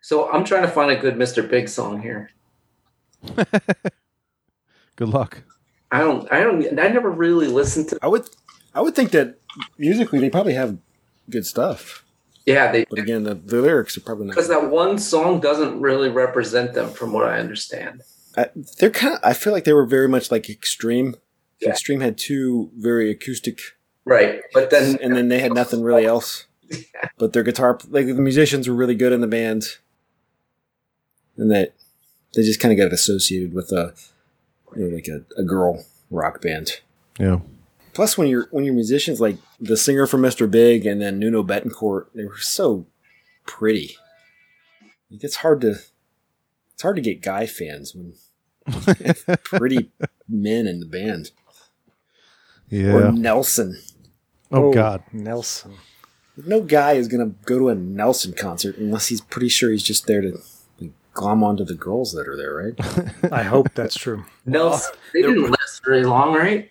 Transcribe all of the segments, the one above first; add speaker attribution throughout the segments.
Speaker 1: So I'm trying to find a good Mr. Big song here.
Speaker 2: Good luck.
Speaker 1: I don't. I don't. I never really listened to.
Speaker 3: I would, I would think that musically they probably have good stuff,
Speaker 1: Yeah, they
Speaker 3: but again, the, the lyrics are probably
Speaker 1: because
Speaker 3: not.
Speaker 1: that one song doesn't really represent them, from what I understand.
Speaker 3: I, they're kind of. I feel like they were very much like extreme.
Speaker 1: Yeah.
Speaker 3: Extreme had two very acoustic,
Speaker 1: Right, but then
Speaker 3: and then they had nothing really else. But their guitar, like the musicians, were really good in the band, and that they just kind of got associated with a, you know, like a, a girl rock band.
Speaker 2: Yeah.
Speaker 3: Plus, when you're when your musicians like the singer from Mr. Big and then Nuno Betancourt, they were so pretty. Like, It's hard to it's hard to get guy fans when pretty men in the band. Or
Speaker 2: Yeah.
Speaker 3: Nelson.
Speaker 2: Oh God.
Speaker 3: Nelson. No guy is gonna go to a Nelson concert unless he's pretty sure he's just there to like, glom onto the girls that are there, right?
Speaker 4: I hope that's true.
Speaker 1: Nelson, they didn't last very long, right?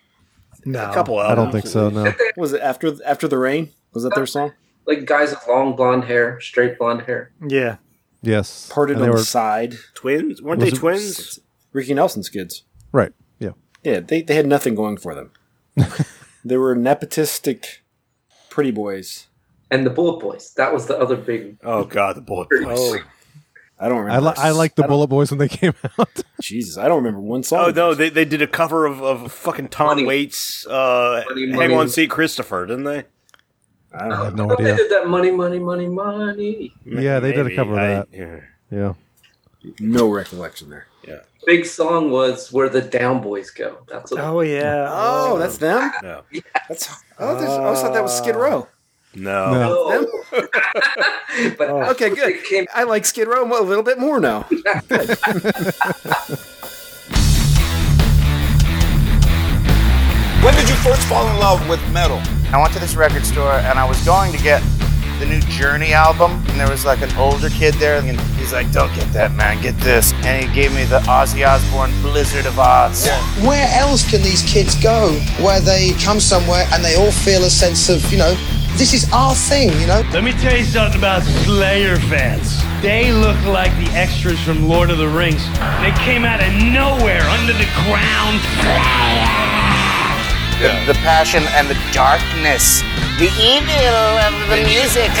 Speaker 4: No.
Speaker 5: A couple
Speaker 2: I don't
Speaker 5: albums.
Speaker 2: think so. No.
Speaker 3: Was it after after the rain? Was that their song?
Speaker 1: Like guys with long blonde hair, straight blonde hair.
Speaker 4: Yeah.
Speaker 2: Yes.
Speaker 3: Parted
Speaker 2: And they
Speaker 3: on
Speaker 2: were-
Speaker 3: the side.
Speaker 5: Twins? Weren't they
Speaker 2: Was it-
Speaker 5: twins?
Speaker 3: Ricky Nelson's kids.
Speaker 2: Right. Yeah.
Speaker 3: Yeah, they, they had nothing going for them. they were nepotistic pretty boys.
Speaker 1: And the Bullet Boys. That was the other big.
Speaker 5: Oh God, the Bullet Boys. Oh,
Speaker 3: I don't
Speaker 2: I,
Speaker 3: remember.
Speaker 2: li- I like the
Speaker 3: don't-
Speaker 2: Bullet Boys when they came out.
Speaker 3: Jesus, I don't remember one song.
Speaker 1: Oh,
Speaker 3: of
Speaker 5: Oh, no,
Speaker 3: theirs.
Speaker 5: they, they did a cover of, of fucking Tom
Speaker 1: Money.
Speaker 5: Waits, uh,
Speaker 1: Money,
Speaker 5: Hang
Speaker 1: money.
Speaker 5: On, See Christopher, didn't they?
Speaker 3: I don't
Speaker 2: I
Speaker 3: know.
Speaker 2: have no
Speaker 1: Oh, they
Speaker 2: idea.
Speaker 1: did that money, money, money, money.
Speaker 2: Yeah, they did a cover of that.
Speaker 5: Yeah.
Speaker 2: Yeah.
Speaker 3: No recollection there.
Speaker 1: Big song was "Where the Down Boys Go." That's what
Speaker 4: Oh yeah.
Speaker 3: Oh, that's them.
Speaker 5: No,
Speaker 3: That's oh, that's- I always thought that was Skid Row.
Speaker 5: no.
Speaker 2: No.
Speaker 1: Oh. but
Speaker 4: Oh.
Speaker 3: Okay, good.
Speaker 1: It came
Speaker 3: I like Skid Row a little bit more now.
Speaker 6: When did you first fall in love with metal?
Speaker 7: I went to this record store and I was going to get the new Journey album, and there was like an older kid there, and he's like, "Don't get that, man. Get this." And he gave me the Ozzy Osbourne Blizzard of Oz.
Speaker 8: Where else can these kids go where they come somewhere and they all feel a sense of, you know, this is our thing, you know?
Speaker 9: Let me tell you something about Slayer fans. They look like the extras from Lord of the Rings. They came out of nowhere, under the ground.
Speaker 7: The passion and the darkness, the evil of the music.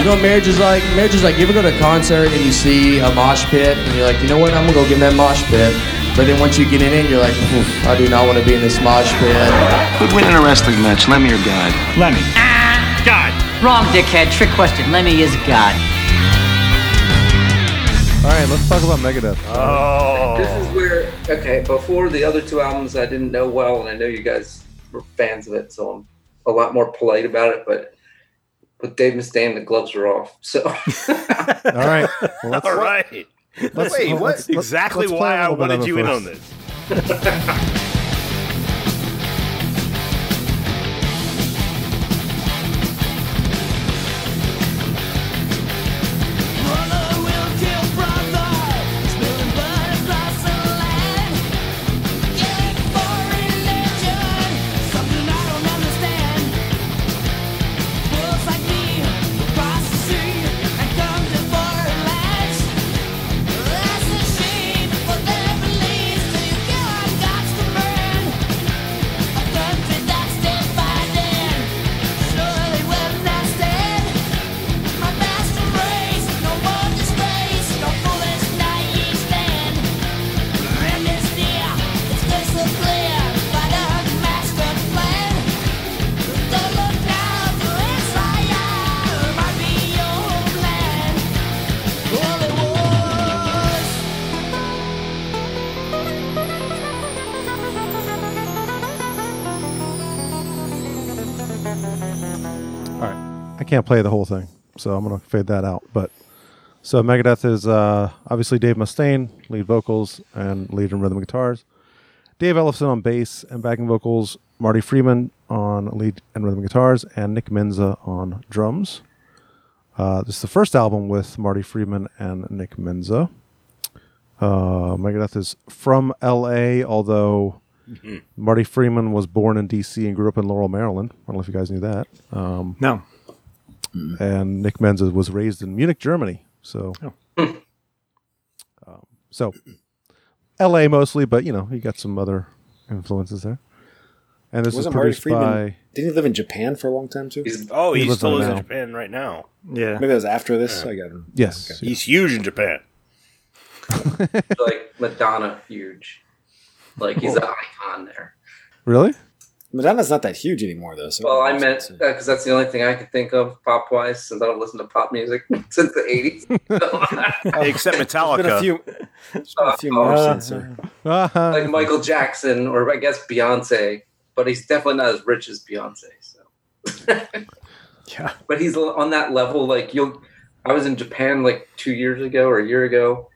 Speaker 10: You know, what marriage is like marriage is like you ever go to a concert and you see a mosh pit and you're like, you know what, I'm gonna go get in that mosh pit. But then once you get in it, you're like, "Oof, I do not want to be in this mosh pit.
Speaker 9: God.
Speaker 8: Wrong, dickhead. Trick question. Lemmy is God.
Speaker 2: All right. Let's talk about Megadeth.
Speaker 1: This is where okay. Before the other two albums, I didn't know well, and I know you guys were fans of it, so I'm a lot more polite about it. But with Dave Mustaine, the gloves were off. So
Speaker 2: All right. Well, let's,
Speaker 5: All right.
Speaker 2: let's,
Speaker 5: Wait,
Speaker 2: let's-
Speaker 5: what?
Speaker 2: let's-
Speaker 5: exactly
Speaker 2: let's play
Speaker 5: why
Speaker 2: a
Speaker 5: I
Speaker 2: little bit of
Speaker 5: wanted
Speaker 2: it
Speaker 5: you in
Speaker 2: first.
Speaker 5: on this.
Speaker 2: All right. I can't play the whole thing, so I'm gonna fade that out. But so Megadeth is uh, obviously Dave Mustaine, lead vocals and lead and rhythm guitars. Dave Ellefson on bass and backing vocals. Marty Freeman on lead and rhythm guitars, and Nick Menza on drums. Uh, this is the first album with Marty Freeman and Nick Menza. Uh, Megadeth is from L.A., although Marty Freeman was born in D.C. and grew up in Laurel, Maryland. I don't know if you guys knew that
Speaker 4: No.
Speaker 2: and Nick Menza was raised in Munich, Germany. So
Speaker 3: Oh.
Speaker 2: um, so, L.A. mostly, but you know, you got some other influences there. And this was
Speaker 3: Wasn't Marty
Speaker 2: produced
Speaker 3: Friedman?
Speaker 2: by
Speaker 3: Didn't he live in Japan for a long time too?
Speaker 1: He's-
Speaker 5: Oh,
Speaker 2: He
Speaker 5: he,
Speaker 2: lives
Speaker 5: still
Speaker 2: there
Speaker 5: lives in
Speaker 2: now.
Speaker 5: Japan right now.
Speaker 3: Maybe that was after this. I got him.
Speaker 2: yes,
Speaker 5: He's huge in Japan.
Speaker 1: like Madonna huge. Like he's an icon there.
Speaker 2: really.
Speaker 3: Madonna's not that huge anymore though. So
Speaker 1: Well, I meant because that's the only thing I could think of pop wise since I don't listen to pop music since the eighties.
Speaker 5: Except
Speaker 1: uh,
Speaker 3: It's been a
Speaker 5: Metallica.
Speaker 3: few, it's been a few more since. sir.
Speaker 2: Uh-huh.
Speaker 1: like Michael Jackson or I guess Beyonce, but he's definitely not as rich as Beyonce. So,
Speaker 3: Yeah.
Speaker 1: but he's l- on that level. Like you'll, I was in Japan like two years ago or a year ago.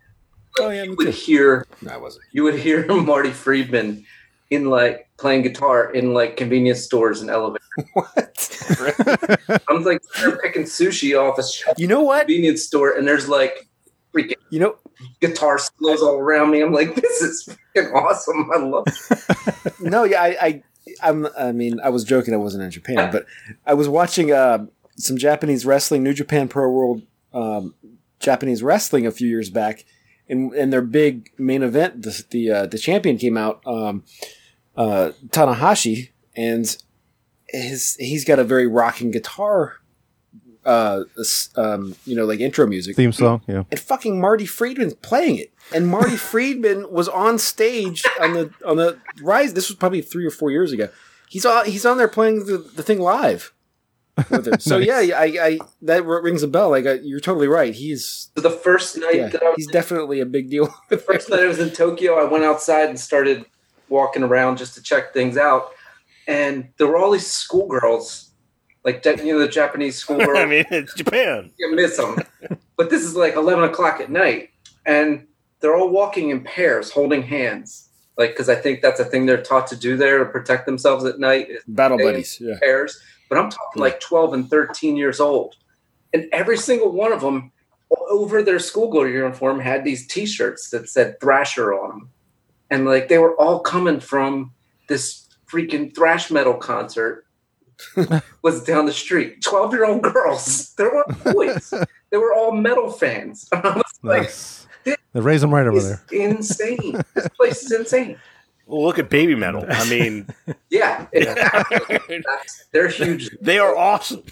Speaker 3: Oh yeah, me
Speaker 1: You would
Speaker 3: too.
Speaker 1: hear
Speaker 3: No, I wasn't.
Speaker 1: you would hear Marty Friedman in like playing guitar in like convenience stores and elevators. What? I was like they're picking sushi off a sh-
Speaker 3: You know what?
Speaker 1: convenience store, and there's like freaking
Speaker 3: You know,
Speaker 1: guitar solos all around me. I'm like, this is freaking awesome. I love. It.
Speaker 3: no, yeah, I, I, I'm, I mean, I was joking. I wasn't in Japan, but I was watching uh, some Japanese wrestling, New Japan Pro World um, Japanese wrestling a few years back, and and their big main event, the the, uh, the champion came out, um, uh, Tanahashi, and his he's got a very rocking guitar, uh, s- um, you know, like intro music
Speaker 2: Theme song, yeah.
Speaker 3: and fucking Marty Friedman's playing it. And Marty Friedman was on stage on the on the rise. This was probably three or four years ago. He's on he's on there playing the, the thing live. With him. So
Speaker 2: Nice.
Speaker 3: yeah, I, I that rings a bell. Like I, you're totally right. He's
Speaker 1: So the first night
Speaker 3: yeah,
Speaker 1: that I was
Speaker 3: he's
Speaker 1: in
Speaker 3: definitely a big deal.
Speaker 1: uh, first night I was in Tokyo, I went outside and started walking around just to check things out. And there were all these schoolgirls, like you know, the Japanese schoolgirls.
Speaker 5: I mean, it's Japan.
Speaker 1: you miss them. but this is like 11 o'clock at night, and they're all walking in pairs, holding hands. Like, because I think that's a thing they're taught to do there to protect themselves at night is
Speaker 3: Battle
Speaker 1: Hey.
Speaker 3: buddies. Yeah,
Speaker 1: pairs. But I'm talking like 12 and 13 years old. And every single one of them, all over their schoolgirl uniform, had these t shirts that said Thrasher on them. And like they were all coming from this freaking thrash metal concert was down the street. 12 year old girls. There were boys. they were all metal fans. And I was like,
Speaker 2: Nice. They raise them right over
Speaker 1: it's
Speaker 2: there.
Speaker 1: insane. This place is insane.
Speaker 5: Well, look at Baby Metal. I mean,
Speaker 1: Yeah. That's- they're huge.
Speaker 5: they are awesome.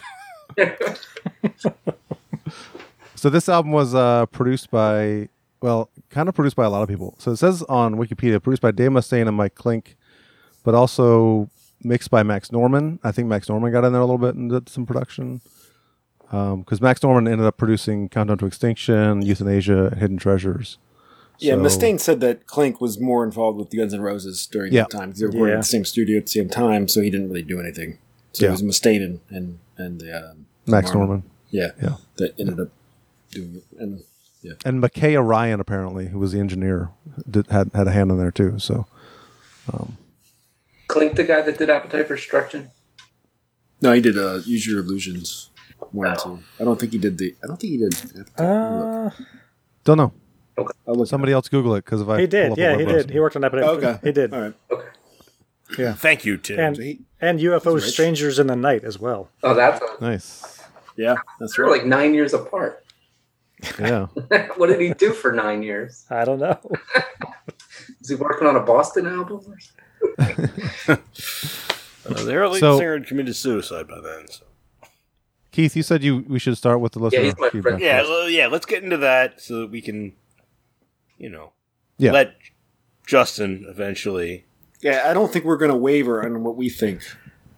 Speaker 2: So this album was uh, produced by, well, kind of produced by a lot of people. So it says on Wikipedia, produced by Dave Mustaine and Mike Klink, but also mixed by Max Norman. I think Max Norman got in there a little bit and did some production. Because Max Norman ended up producing Countdown to Extinction, Euthanasia, and Hidden Treasures.
Speaker 3: yeah.
Speaker 2: So-
Speaker 3: Mustaine said that Clink was more involved with the Guns N' Roses during
Speaker 2: Yeah.
Speaker 3: that time because they were working in the same studio at the same time, so he didn't really do anything. So
Speaker 2: Yeah.
Speaker 3: it was Mustaine and and and the um,
Speaker 2: Max
Speaker 3: Norman.
Speaker 2: Norman.
Speaker 3: yeah
Speaker 2: Yeah.
Speaker 3: that ended up doing it. And
Speaker 2: and Micaiah Ryan apparently, who was the engineer, did, had had a hand in there too. So
Speaker 1: Clink, the guy that did Appetite for Destruction.
Speaker 3: No, he did uh, Use Your Illusions one and two. I don't think he did the. I don't think he did.
Speaker 4: Uh,
Speaker 2: don't know.
Speaker 3: I'll look.
Speaker 2: Somebody else Google it because if I
Speaker 4: he
Speaker 2: pull
Speaker 4: did.
Speaker 2: up a
Speaker 4: Yeah,
Speaker 2: web
Speaker 4: he
Speaker 2: browser-
Speaker 4: did. He worked on Epidemic.
Speaker 3: Okay.
Speaker 4: He did.
Speaker 3: All right.
Speaker 5: Thank you, Tim.
Speaker 4: And
Speaker 3: He-
Speaker 4: and UFO
Speaker 3: rich.
Speaker 4: Strangers in the Night as well.
Speaker 1: Oh, that's a,
Speaker 2: nice.
Speaker 3: Yeah, that's
Speaker 1: they're
Speaker 3: right.
Speaker 1: like nine years apart.
Speaker 2: Yeah,
Speaker 1: what did he do for nine years?
Speaker 4: I don't know.
Speaker 1: Is he working on a Boston album? Or something?
Speaker 5: Uh, their lead
Speaker 2: So-
Speaker 5: singer had committed suicide by then. So.
Speaker 2: Keith, you said you we should start with the listener.
Speaker 1: he's my
Speaker 2: feedback
Speaker 1: friend.
Speaker 5: Yeah,
Speaker 2: first.
Speaker 5: well, yeah. Let's get into that so that we can, you know,
Speaker 2: Yeah.
Speaker 5: let Justin eventually.
Speaker 3: Yeah, I don't think we're gonna waver on what we think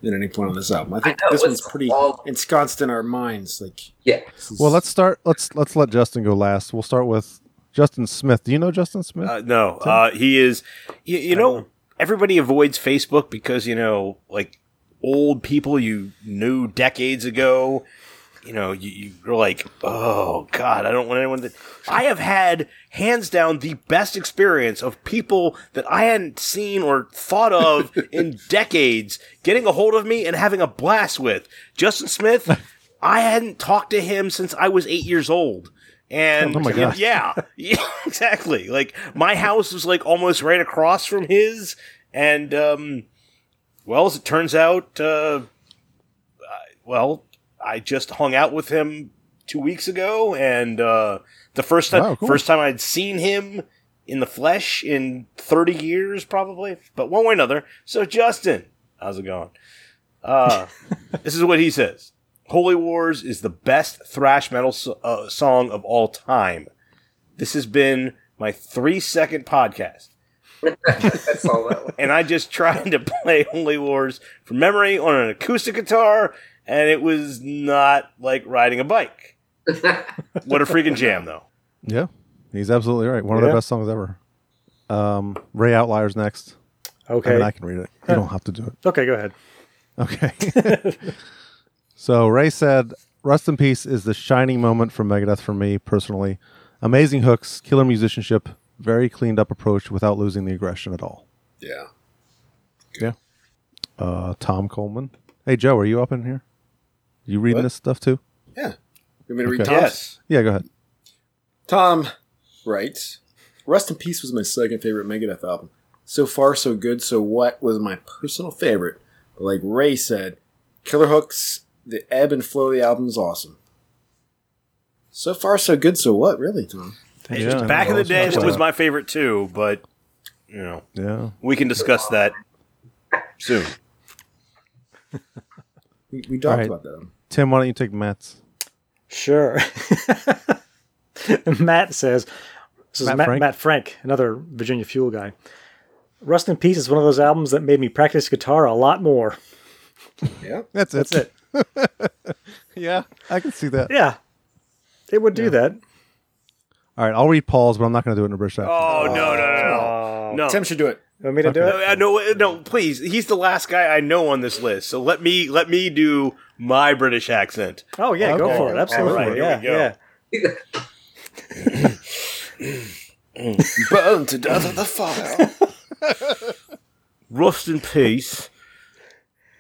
Speaker 3: at any point on this album. I think
Speaker 1: know,
Speaker 3: this one's
Speaker 1: it's
Speaker 3: pretty
Speaker 1: all-
Speaker 3: ensconced in our minds. Like,
Speaker 1: Yeah.
Speaker 3: this is-
Speaker 2: Well, let's start. Let's let's let Justin go last. We'll start with Justin Smith. Do you know Justin Smith?
Speaker 5: Uh, no, uh, he is. You, you know, everybody avoids Facebook because you know, like old people you knew decades ago. You know, you, you- you're like, oh God, I don't want anyone to. I have had hands down the best experience of people that I hadn't seen or thought of in decades getting a hold of me and having a blast with Justin Smith. I hadn't talked to him since I was eight years old. And
Speaker 2: Oh my God.
Speaker 5: yeah, yeah, exactly. Like my house was like almost right across from his, and um, well, as it turns out, uh, I, well, I just hung out with him two weeks ago, and uh, the first time
Speaker 2: Wow, cool.
Speaker 5: first time I'd seen him in the flesh in 30 years probably, but one way or another. So Justin, how's it going? Uh, this is what he says. Holy Wars is the best thrash metal so- uh, song of all time. This has been my three second podcast. and I just tried to play Holy Wars from memory on an acoustic guitar, and it was not like riding a bike. what a freaking jam, though.
Speaker 2: Yeah, he's absolutely right. One of
Speaker 5: Yeah.
Speaker 2: the best songs ever. Um, Ray Outliers next.
Speaker 4: Okay.
Speaker 2: I, mean, I can read it. You don't have to do it.
Speaker 4: Okay, go ahead.
Speaker 2: Okay. so Ray said, "Rest in Peace" is the shining moment from Megadeth for me personally. Amazing hooks, killer musicianship, very cleaned up approach without losing the aggression at all.
Speaker 3: Yeah.
Speaker 2: Yeah. Uh, Tom Coleman. Hey Joe, are you up in here? You reading this stuff too?
Speaker 3: Yeah. You want me to read
Speaker 2: Okay.
Speaker 3: Tom's?
Speaker 2: Yeah, go ahead.
Speaker 3: Tom writes Rest in Peace was my second favorite Megadeth album. So far, so good. So what was my personal favorite? But like Ray said, Killer Hooks, the ebb and flow of the album is awesome. So far, so good. So what, really, Tom?
Speaker 5: It's just back in the day, that was my favorite too, but you know,
Speaker 2: Yeah.
Speaker 5: we can discuss that soon.
Speaker 3: We, we
Speaker 2: All
Speaker 3: talked
Speaker 2: right.
Speaker 3: about that.
Speaker 2: Tim, why don't you take Matt's?
Speaker 4: Sure. Matt says, this is
Speaker 2: Matt Frank?
Speaker 4: Matt, Frank? Matt Frank, another Virginia Fuel guy. Rust in Peace is one of those albums that made me practice guitar a lot more.
Speaker 3: Yeah.
Speaker 2: That's it.
Speaker 4: That's it.
Speaker 2: yeah, I can see that.
Speaker 4: Yeah. It would do that.
Speaker 2: All right, I'll read Paul's, but I'm not going to do it in a British accent.
Speaker 5: Oh no, no, no, no, no.
Speaker 3: Tim should do it.
Speaker 4: You want me to do it?
Speaker 5: Oh. Uh, no, uh, no, please. He's the last guy I know on this list, so let me let me do my British accent.
Speaker 4: Oh, yeah,
Speaker 2: Okay.
Speaker 4: go for it. Absolutely.
Speaker 5: All right, here
Speaker 4: yeah,
Speaker 5: we go.
Speaker 4: yeah.
Speaker 3: Burn to death of the fire.
Speaker 5: Rust in Peace,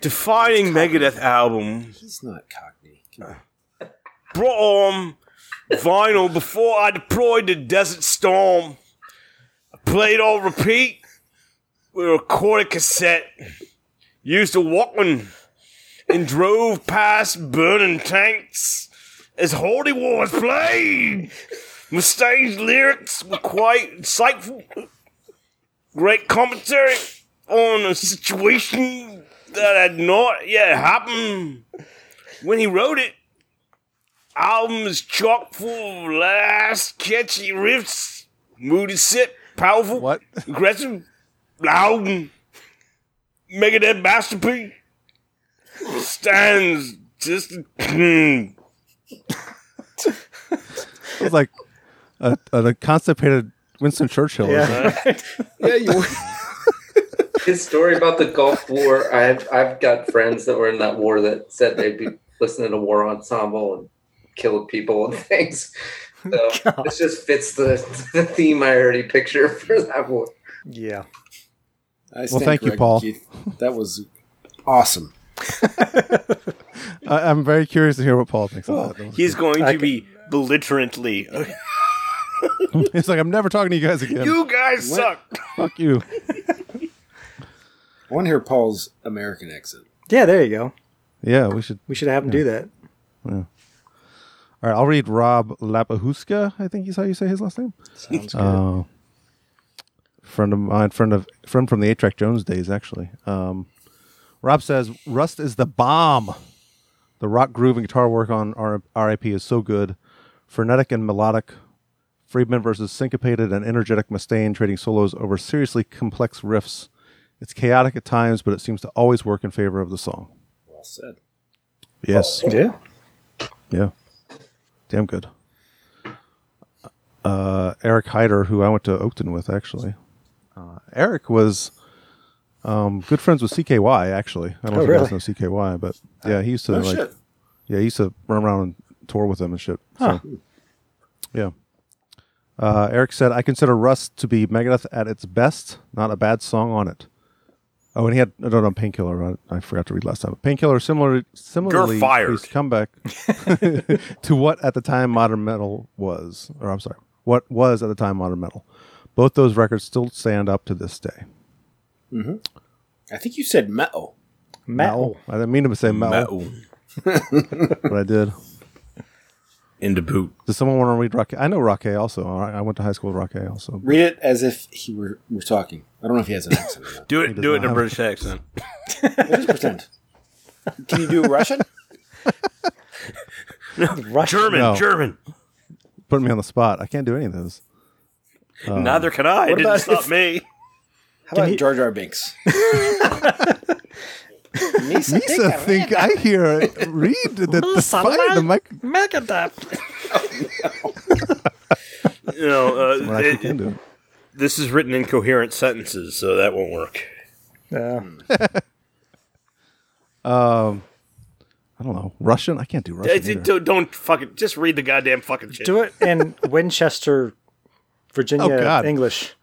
Speaker 5: defining Megadeth album
Speaker 3: He's not cockney. Come on.
Speaker 5: brought on vinyl before I deployed to Desert Storm. I played on repeat with a recorded cassette, used a Walkman, and drove past burning tanks as Holy Wars played. Mustaine's lyrics were quite insightful. Great commentary on a situation that had not yet happened when he wrote it album is chock full of last catchy riffs, moody sip, powerful,
Speaker 2: What?
Speaker 5: aggressive, loud, and Megadeth masterpiece. Stands just mm,
Speaker 2: It was like a, a constipated Winston Churchill.
Speaker 4: Yeah.
Speaker 3: Yeah, you were.
Speaker 1: His story about the Gulf War. I've I've got friends that were in that war that said they'd be listening to War Ensemble and killing people and things. So this just fits the, the theme I already picture for that war.
Speaker 4: Yeah.
Speaker 3: I
Speaker 2: Well,
Speaker 3: stand
Speaker 2: thank you,
Speaker 3: corrected,
Speaker 2: Paul.
Speaker 3: Keith. That was awesome.
Speaker 2: I, I'm very curious to hear what Paul thinks. Of that.
Speaker 5: he's going
Speaker 4: I
Speaker 5: to
Speaker 4: ca-
Speaker 5: be belligerently.
Speaker 2: It's like I'm never talking to you guys again.
Speaker 5: you guys
Speaker 3: What?
Speaker 5: suck.
Speaker 2: Fuck you.
Speaker 3: I want to hear Paul's American accent.
Speaker 4: Yeah, there you go.
Speaker 2: Yeah, we should.
Speaker 4: We should have him do that.
Speaker 2: All right, I'll read Rob Lapahuska. I think he's how you say his last name.
Speaker 4: Sounds good.
Speaker 2: Uh, friend of mine, friend of friend from the Eight Track Jones days, actually. Um, Rob says Rust is the bomb. The rock groove and guitar work on R- RIP is so good, frenetic and melodic. Friedman versus syncopated and energetic Mustaine trading solos over seriously complex riffs. It's chaotic at times, but it seems to always work in favor of the song.
Speaker 3: Well said.
Speaker 2: Yes.
Speaker 4: yeah.
Speaker 2: Yeah. Damn good. Uh, Eric Hyder, who I went to Oakton with, actually. Uh, Eric was um, good friends with CKY, actually. I don't know
Speaker 4: Oh,
Speaker 2: if
Speaker 4: really? Uh,
Speaker 2: you guys know CKY, but yeah, he used to
Speaker 3: Oh,
Speaker 2: like,
Speaker 3: shit.
Speaker 2: yeah, he used to run around and tour with them and shit.
Speaker 4: Huh.
Speaker 2: So, yeah. Uh, Eric said, I consider Rust to be Megadeth at its best, not a bad song on it. Oh, and he had no, no, no painkiller. I, I forgot to read last time. Painkiller, similar, similarly,
Speaker 5: fired.
Speaker 2: his comeback to what at the time modern metal was, or I'm sorry, what was at the time modern metal. Both those records still stand up to this day.
Speaker 3: I think you said metal.
Speaker 4: Matt.
Speaker 2: I didn't mean to say metal, but I did.
Speaker 5: into boot.
Speaker 2: Does someone want to read Rocky? I know Rocky also. All right, I went to high school with Rocky also.
Speaker 3: Read it as if he were, were talking. I don't know if he has an accent.
Speaker 5: Do it.
Speaker 2: does
Speaker 5: Do it
Speaker 2: not
Speaker 5: in a
Speaker 2: have-
Speaker 5: British accent.
Speaker 3: Just pretend. Can you do Russian?
Speaker 4: Russian.
Speaker 5: German.
Speaker 2: No.
Speaker 5: German.
Speaker 2: Put me on the spot. I can't do any of those. Um,
Speaker 5: Neither can I.
Speaker 3: what
Speaker 5: It didn't
Speaker 3: about
Speaker 5: stop
Speaker 3: if-
Speaker 5: me.
Speaker 3: How about
Speaker 4: he-
Speaker 3: Jar Jar Binks? Misa,
Speaker 2: Misa, think I hear it. Read the, the fire. The mic.
Speaker 4: Make it up.
Speaker 5: You know,
Speaker 2: Well,
Speaker 5: uh,
Speaker 2: I
Speaker 5: it-
Speaker 2: can do it.
Speaker 5: this is written in coherent sentences, so that won't work.
Speaker 4: Yeah.
Speaker 2: I don't know Russian. I can't do
Speaker 5: Uh,
Speaker 2: Russian.
Speaker 5: d-
Speaker 2: either.
Speaker 5: Don't, don't fucking just read the goddamn fucking shit.
Speaker 4: Do it in Winchester, Virginia
Speaker 2: Oh, God.
Speaker 4: English.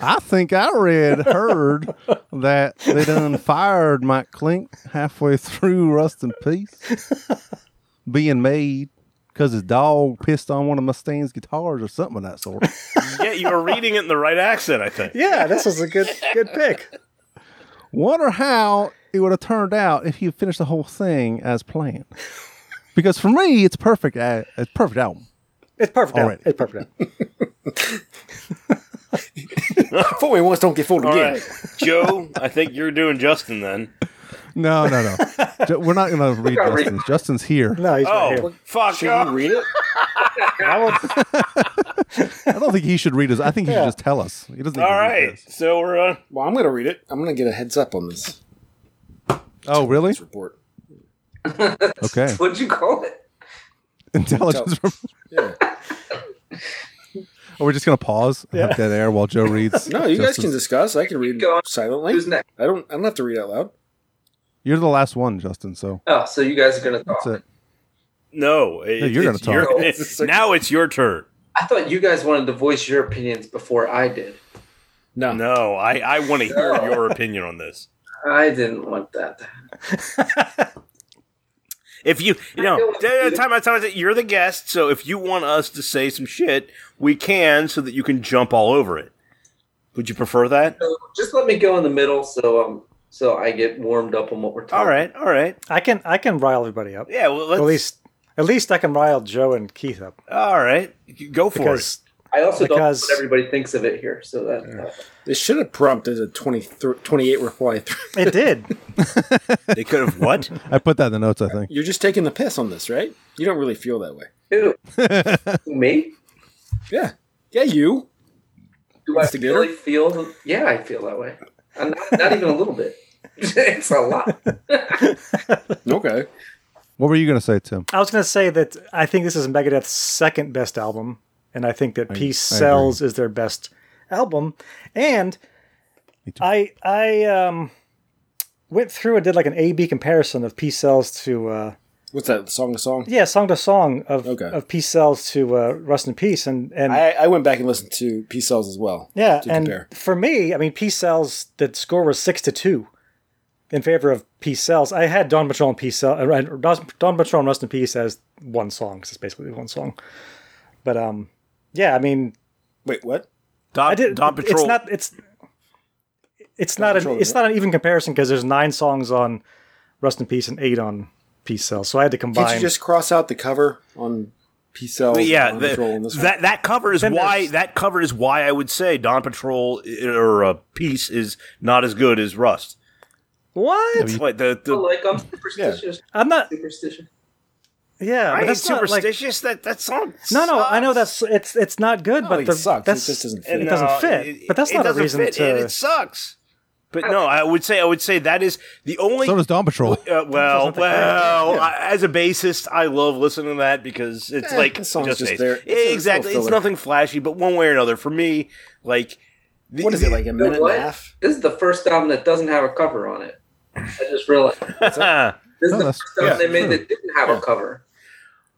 Speaker 2: I think I read heard that they done fired Mike Clink halfway through Rust in Peace, being made because his dog pissed on one of Mustaine's guitars or something of that sort.
Speaker 5: Yeah, you were reading it in the right accent, I think.
Speaker 4: Yeah, this is a good good pick.
Speaker 2: Wonder how it would have turned out if he had finished the whole thing as planned. Because for me, it's perfect. Uh, it's perfect album.
Speaker 4: It's perfect. Now.
Speaker 2: All right.
Speaker 4: It's perfect. Now.
Speaker 3: Fool me once, don't get fooled
Speaker 5: All
Speaker 3: again.
Speaker 5: right, Joe, I think you're doing Justin then.
Speaker 2: No, no, no. Ju- We're not going to read
Speaker 1: gotta read-
Speaker 2: Justin's. Justin's here.
Speaker 4: No, he's not
Speaker 5: Oh,
Speaker 4: here.
Speaker 5: fuck
Speaker 3: Should you
Speaker 5: off.
Speaker 3: read it?
Speaker 4: I will,
Speaker 2: I don't think he should read us. I think he should
Speaker 4: Yeah.
Speaker 2: just tell us. He doesn't. need to
Speaker 5: All
Speaker 2: read
Speaker 5: right,
Speaker 2: this.
Speaker 5: so we're uh, on.
Speaker 3: Well, I'm going to read it. I'm going to get a heads up on this,
Speaker 2: Oh, really?
Speaker 3: this report.
Speaker 2: Okay.
Speaker 1: What'd you call it?
Speaker 2: Intelligence. report.
Speaker 3: Yeah.
Speaker 2: Are we just going to pause and have dead air while Joe reads?
Speaker 3: No, you guys
Speaker 2: Justin's-
Speaker 3: can discuss. I can read
Speaker 1: Go on.
Speaker 3: silently.
Speaker 1: Who's next?
Speaker 3: I don't. I don't have to read out loud.
Speaker 2: You're the last one, Justin. So
Speaker 1: Oh, so you guys are gonna talk.
Speaker 2: that's it.
Speaker 5: No, it-
Speaker 2: you're gonna
Speaker 5: it's
Speaker 2: talk.
Speaker 1: No.
Speaker 5: your- now it's your turn.
Speaker 1: I thought you guys wanted to voice your opinions before I did.
Speaker 3: No.
Speaker 5: No, I, I want to hear your opinion on this.
Speaker 1: I didn't want that.
Speaker 5: If you,
Speaker 1: I
Speaker 5: you know,
Speaker 1: don't-
Speaker 5: da- da- time out, time out, you're the guest, so if you want us to say some shit, we can so that you can jump all over it. Would you prefer that?
Speaker 1: So just let me go in the middle, so um, so I get warmed up on what we're talking.
Speaker 5: All right, all right.
Speaker 4: I can I can rile everybody up.
Speaker 5: Yeah, well, let's.
Speaker 4: At least at least I can rile Joe and Keith up
Speaker 5: all right, go for it.
Speaker 4: because
Speaker 1: I also
Speaker 4: Because-
Speaker 1: don't know what everybody thinks of it here, so that
Speaker 3: This should have prompted a 20, 28 reply. Through.
Speaker 4: it did.
Speaker 5: They could have what?
Speaker 2: I put that in the notes. I think.
Speaker 3: You're just taking the piss on this, right? You don't really feel that way.
Speaker 1: who me?
Speaker 3: Yeah. Yeah, you.
Speaker 1: Do I
Speaker 3: Mr. Gator?
Speaker 1: really feel? Yeah, I feel that way. I'm not, not even a little bit. it's a lot.
Speaker 3: Okay.
Speaker 2: What were you going to say, Tim?
Speaker 4: I was going to say that I think this is Megadeth's second best album, and I think that Peace
Speaker 2: I agree.
Speaker 4: Sells is their best album. And I I um, went through and did like an A B comparison of Peace Sells to uh,
Speaker 3: What's that? Song to song?
Speaker 4: yeah song to song of
Speaker 3: Okay.
Speaker 4: of Peace Sells to uh, Rust in Peace, and and
Speaker 3: I, I went back and listened to Peace Cells as well.
Speaker 4: yeah,
Speaker 3: to
Speaker 4: and
Speaker 3: compare.
Speaker 4: for me, I mean Peace Sells. The score was six to two in favor of Peace Sells. I had Don Patrol and Peace Sells, uh, Don Don Patrol and Rust in Peace as one song 'cause it's basically one song. But um, yeah, I mean
Speaker 3: Wait, what?
Speaker 5: Don,
Speaker 4: I did.
Speaker 5: Don Patrol.
Speaker 4: It's not. It's it's not
Speaker 3: Patrol,
Speaker 4: an it's
Speaker 3: yeah.
Speaker 4: not an even comparison because there's nine songs on Rust in Peace and eight on Peace Cells. So I had to
Speaker 3: Can't
Speaker 4: combine.
Speaker 3: you just cross out the cover on Peace Cells?
Speaker 5: But yeah,
Speaker 3: and
Speaker 5: the-
Speaker 3: Control on this one?
Speaker 5: that that cover is
Speaker 4: Then
Speaker 5: why
Speaker 4: there's-
Speaker 5: that cover is why I would say Don Patrol i- or uh, Peace is not as good as Rust.
Speaker 4: what?
Speaker 5: It's like the, the
Speaker 1: Like I'm superstitious.
Speaker 4: I'm not.
Speaker 1: Superstition.
Speaker 4: Yeah,
Speaker 5: I
Speaker 4: but
Speaker 5: ain't
Speaker 4: that's Oh, not, like-
Speaker 5: superstitious. that that song.
Speaker 4: no, no, I know
Speaker 5: sucks.
Speaker 4: that's it's it's not good,
Speaker 3: No,
Speaker 4: but
Speaker 3: it
Speaker 4: the,
Speaker 3: sucks. It
Speaker 4: That's,
Speaker 3: just doesn't fit.
Speaker 4: It
Speaker 5: No,
Speaker 4: doesn't fit.
Speaker 5: it-
Speaker 4: but that's
Speaker 5: it
Speaker 4: not a
Speaker 5: doesn't
Speaker 4: reason
Speaker 5: fit,
Speaker 4: to.
Speaker 5: and it sucks. But no, I would say I would say that is the only.
Speaker 2: So does Dawn Patrol.
Speaker 5: uh, well,
Speaker 4: not the
Speaker 5: well, I, as a bassist, I love listening to that because it's
Speaker 3: Eh,
Speaker 5: like
Speaker 3: the song's
Speaker 5: just,
Speaker 3: just
Speaker 5: bass.
Speaker 3: there. It's a- it's a
Speaker 5: exactly. It's
Speaker 3: filler.
Speaker 5: nothing flashy, but one way or another, for me, like the-
Speaker 3: what is it, like a minute
Speaker 1: what?
Speaker 3: and a half?
Speaker 1: This is the first album that doesn't have a cover on it. I just realized this
Speaker 2: Oh,
Speaker 1: is the
Speaker 2: that's-
Speaker 1: first album
Speaker 2: yeah,
Speaker 1: they made
Speaker 2: sure.
Speaker 1: that didn't have a cover.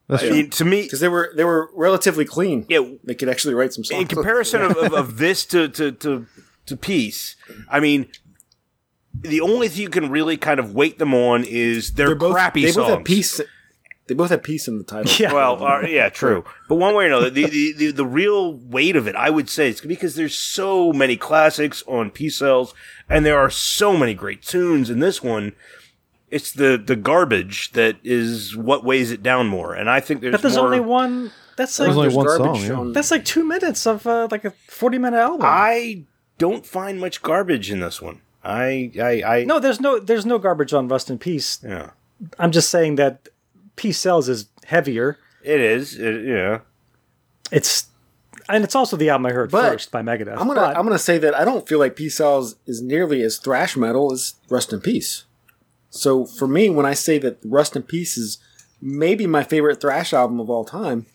Speaker 2: That's
Speaker 5: I
Speaker 2: true.
Speaker 5: mean, to me,
Speaker 3: Because they were they were relatively clean.
Speaker 5: yeah,
Speaker 3: They could actually write some songs.
Speaker 5: in comparison of, of, of this to, to, to, to peace, I mean, the only thing you can really kind of weight them on is their
Speaker 3: they're both
Speaker 5: crappy
Speaker 3: they
Speaker 5: songs.
Speaker 3: both have peace. They both have peace in the title.
Speaker 4: Yeah.
Speaker 5: Well, uh, yeah, true. But one way or another, the, the, the, the real weight of it, I would say, is because there's so many classics on P cells, and there are so many great tunes in this one it's the the garbage that is what weighs it down more. And I think there's
Speaker 4: but there's
Speaker 5: more-
Speaker 4: only one. That's like
Speaker 5: There's only one Garbage song, yeah. on-
Speaker 4: That's like two minutes of uh, like a forty minute album.
Speaker 5: I don't find much garbage in this one. I I, I
Speaker 4: no. There's no there's no garbage on Rust in Peace.
Speaker 5: Yeah,
Speaker 4: I'm just saying that Peace Cells is heavier.
Speaker 5: It is. It, yeah.
Speaker 4: It's and it's also the album I heard
Speaker 3: But-
Speaker 4: first by Megadeth.
Speaker 3: I'm gonna
Speaker 4: but-
Speaker 3: I'm gonna say that I don't feel like Peace Cells is nearly as thrash metal as Rust in Peace. So for me, when I say that Rust in Peace is maybe my favorite thrash album of all time,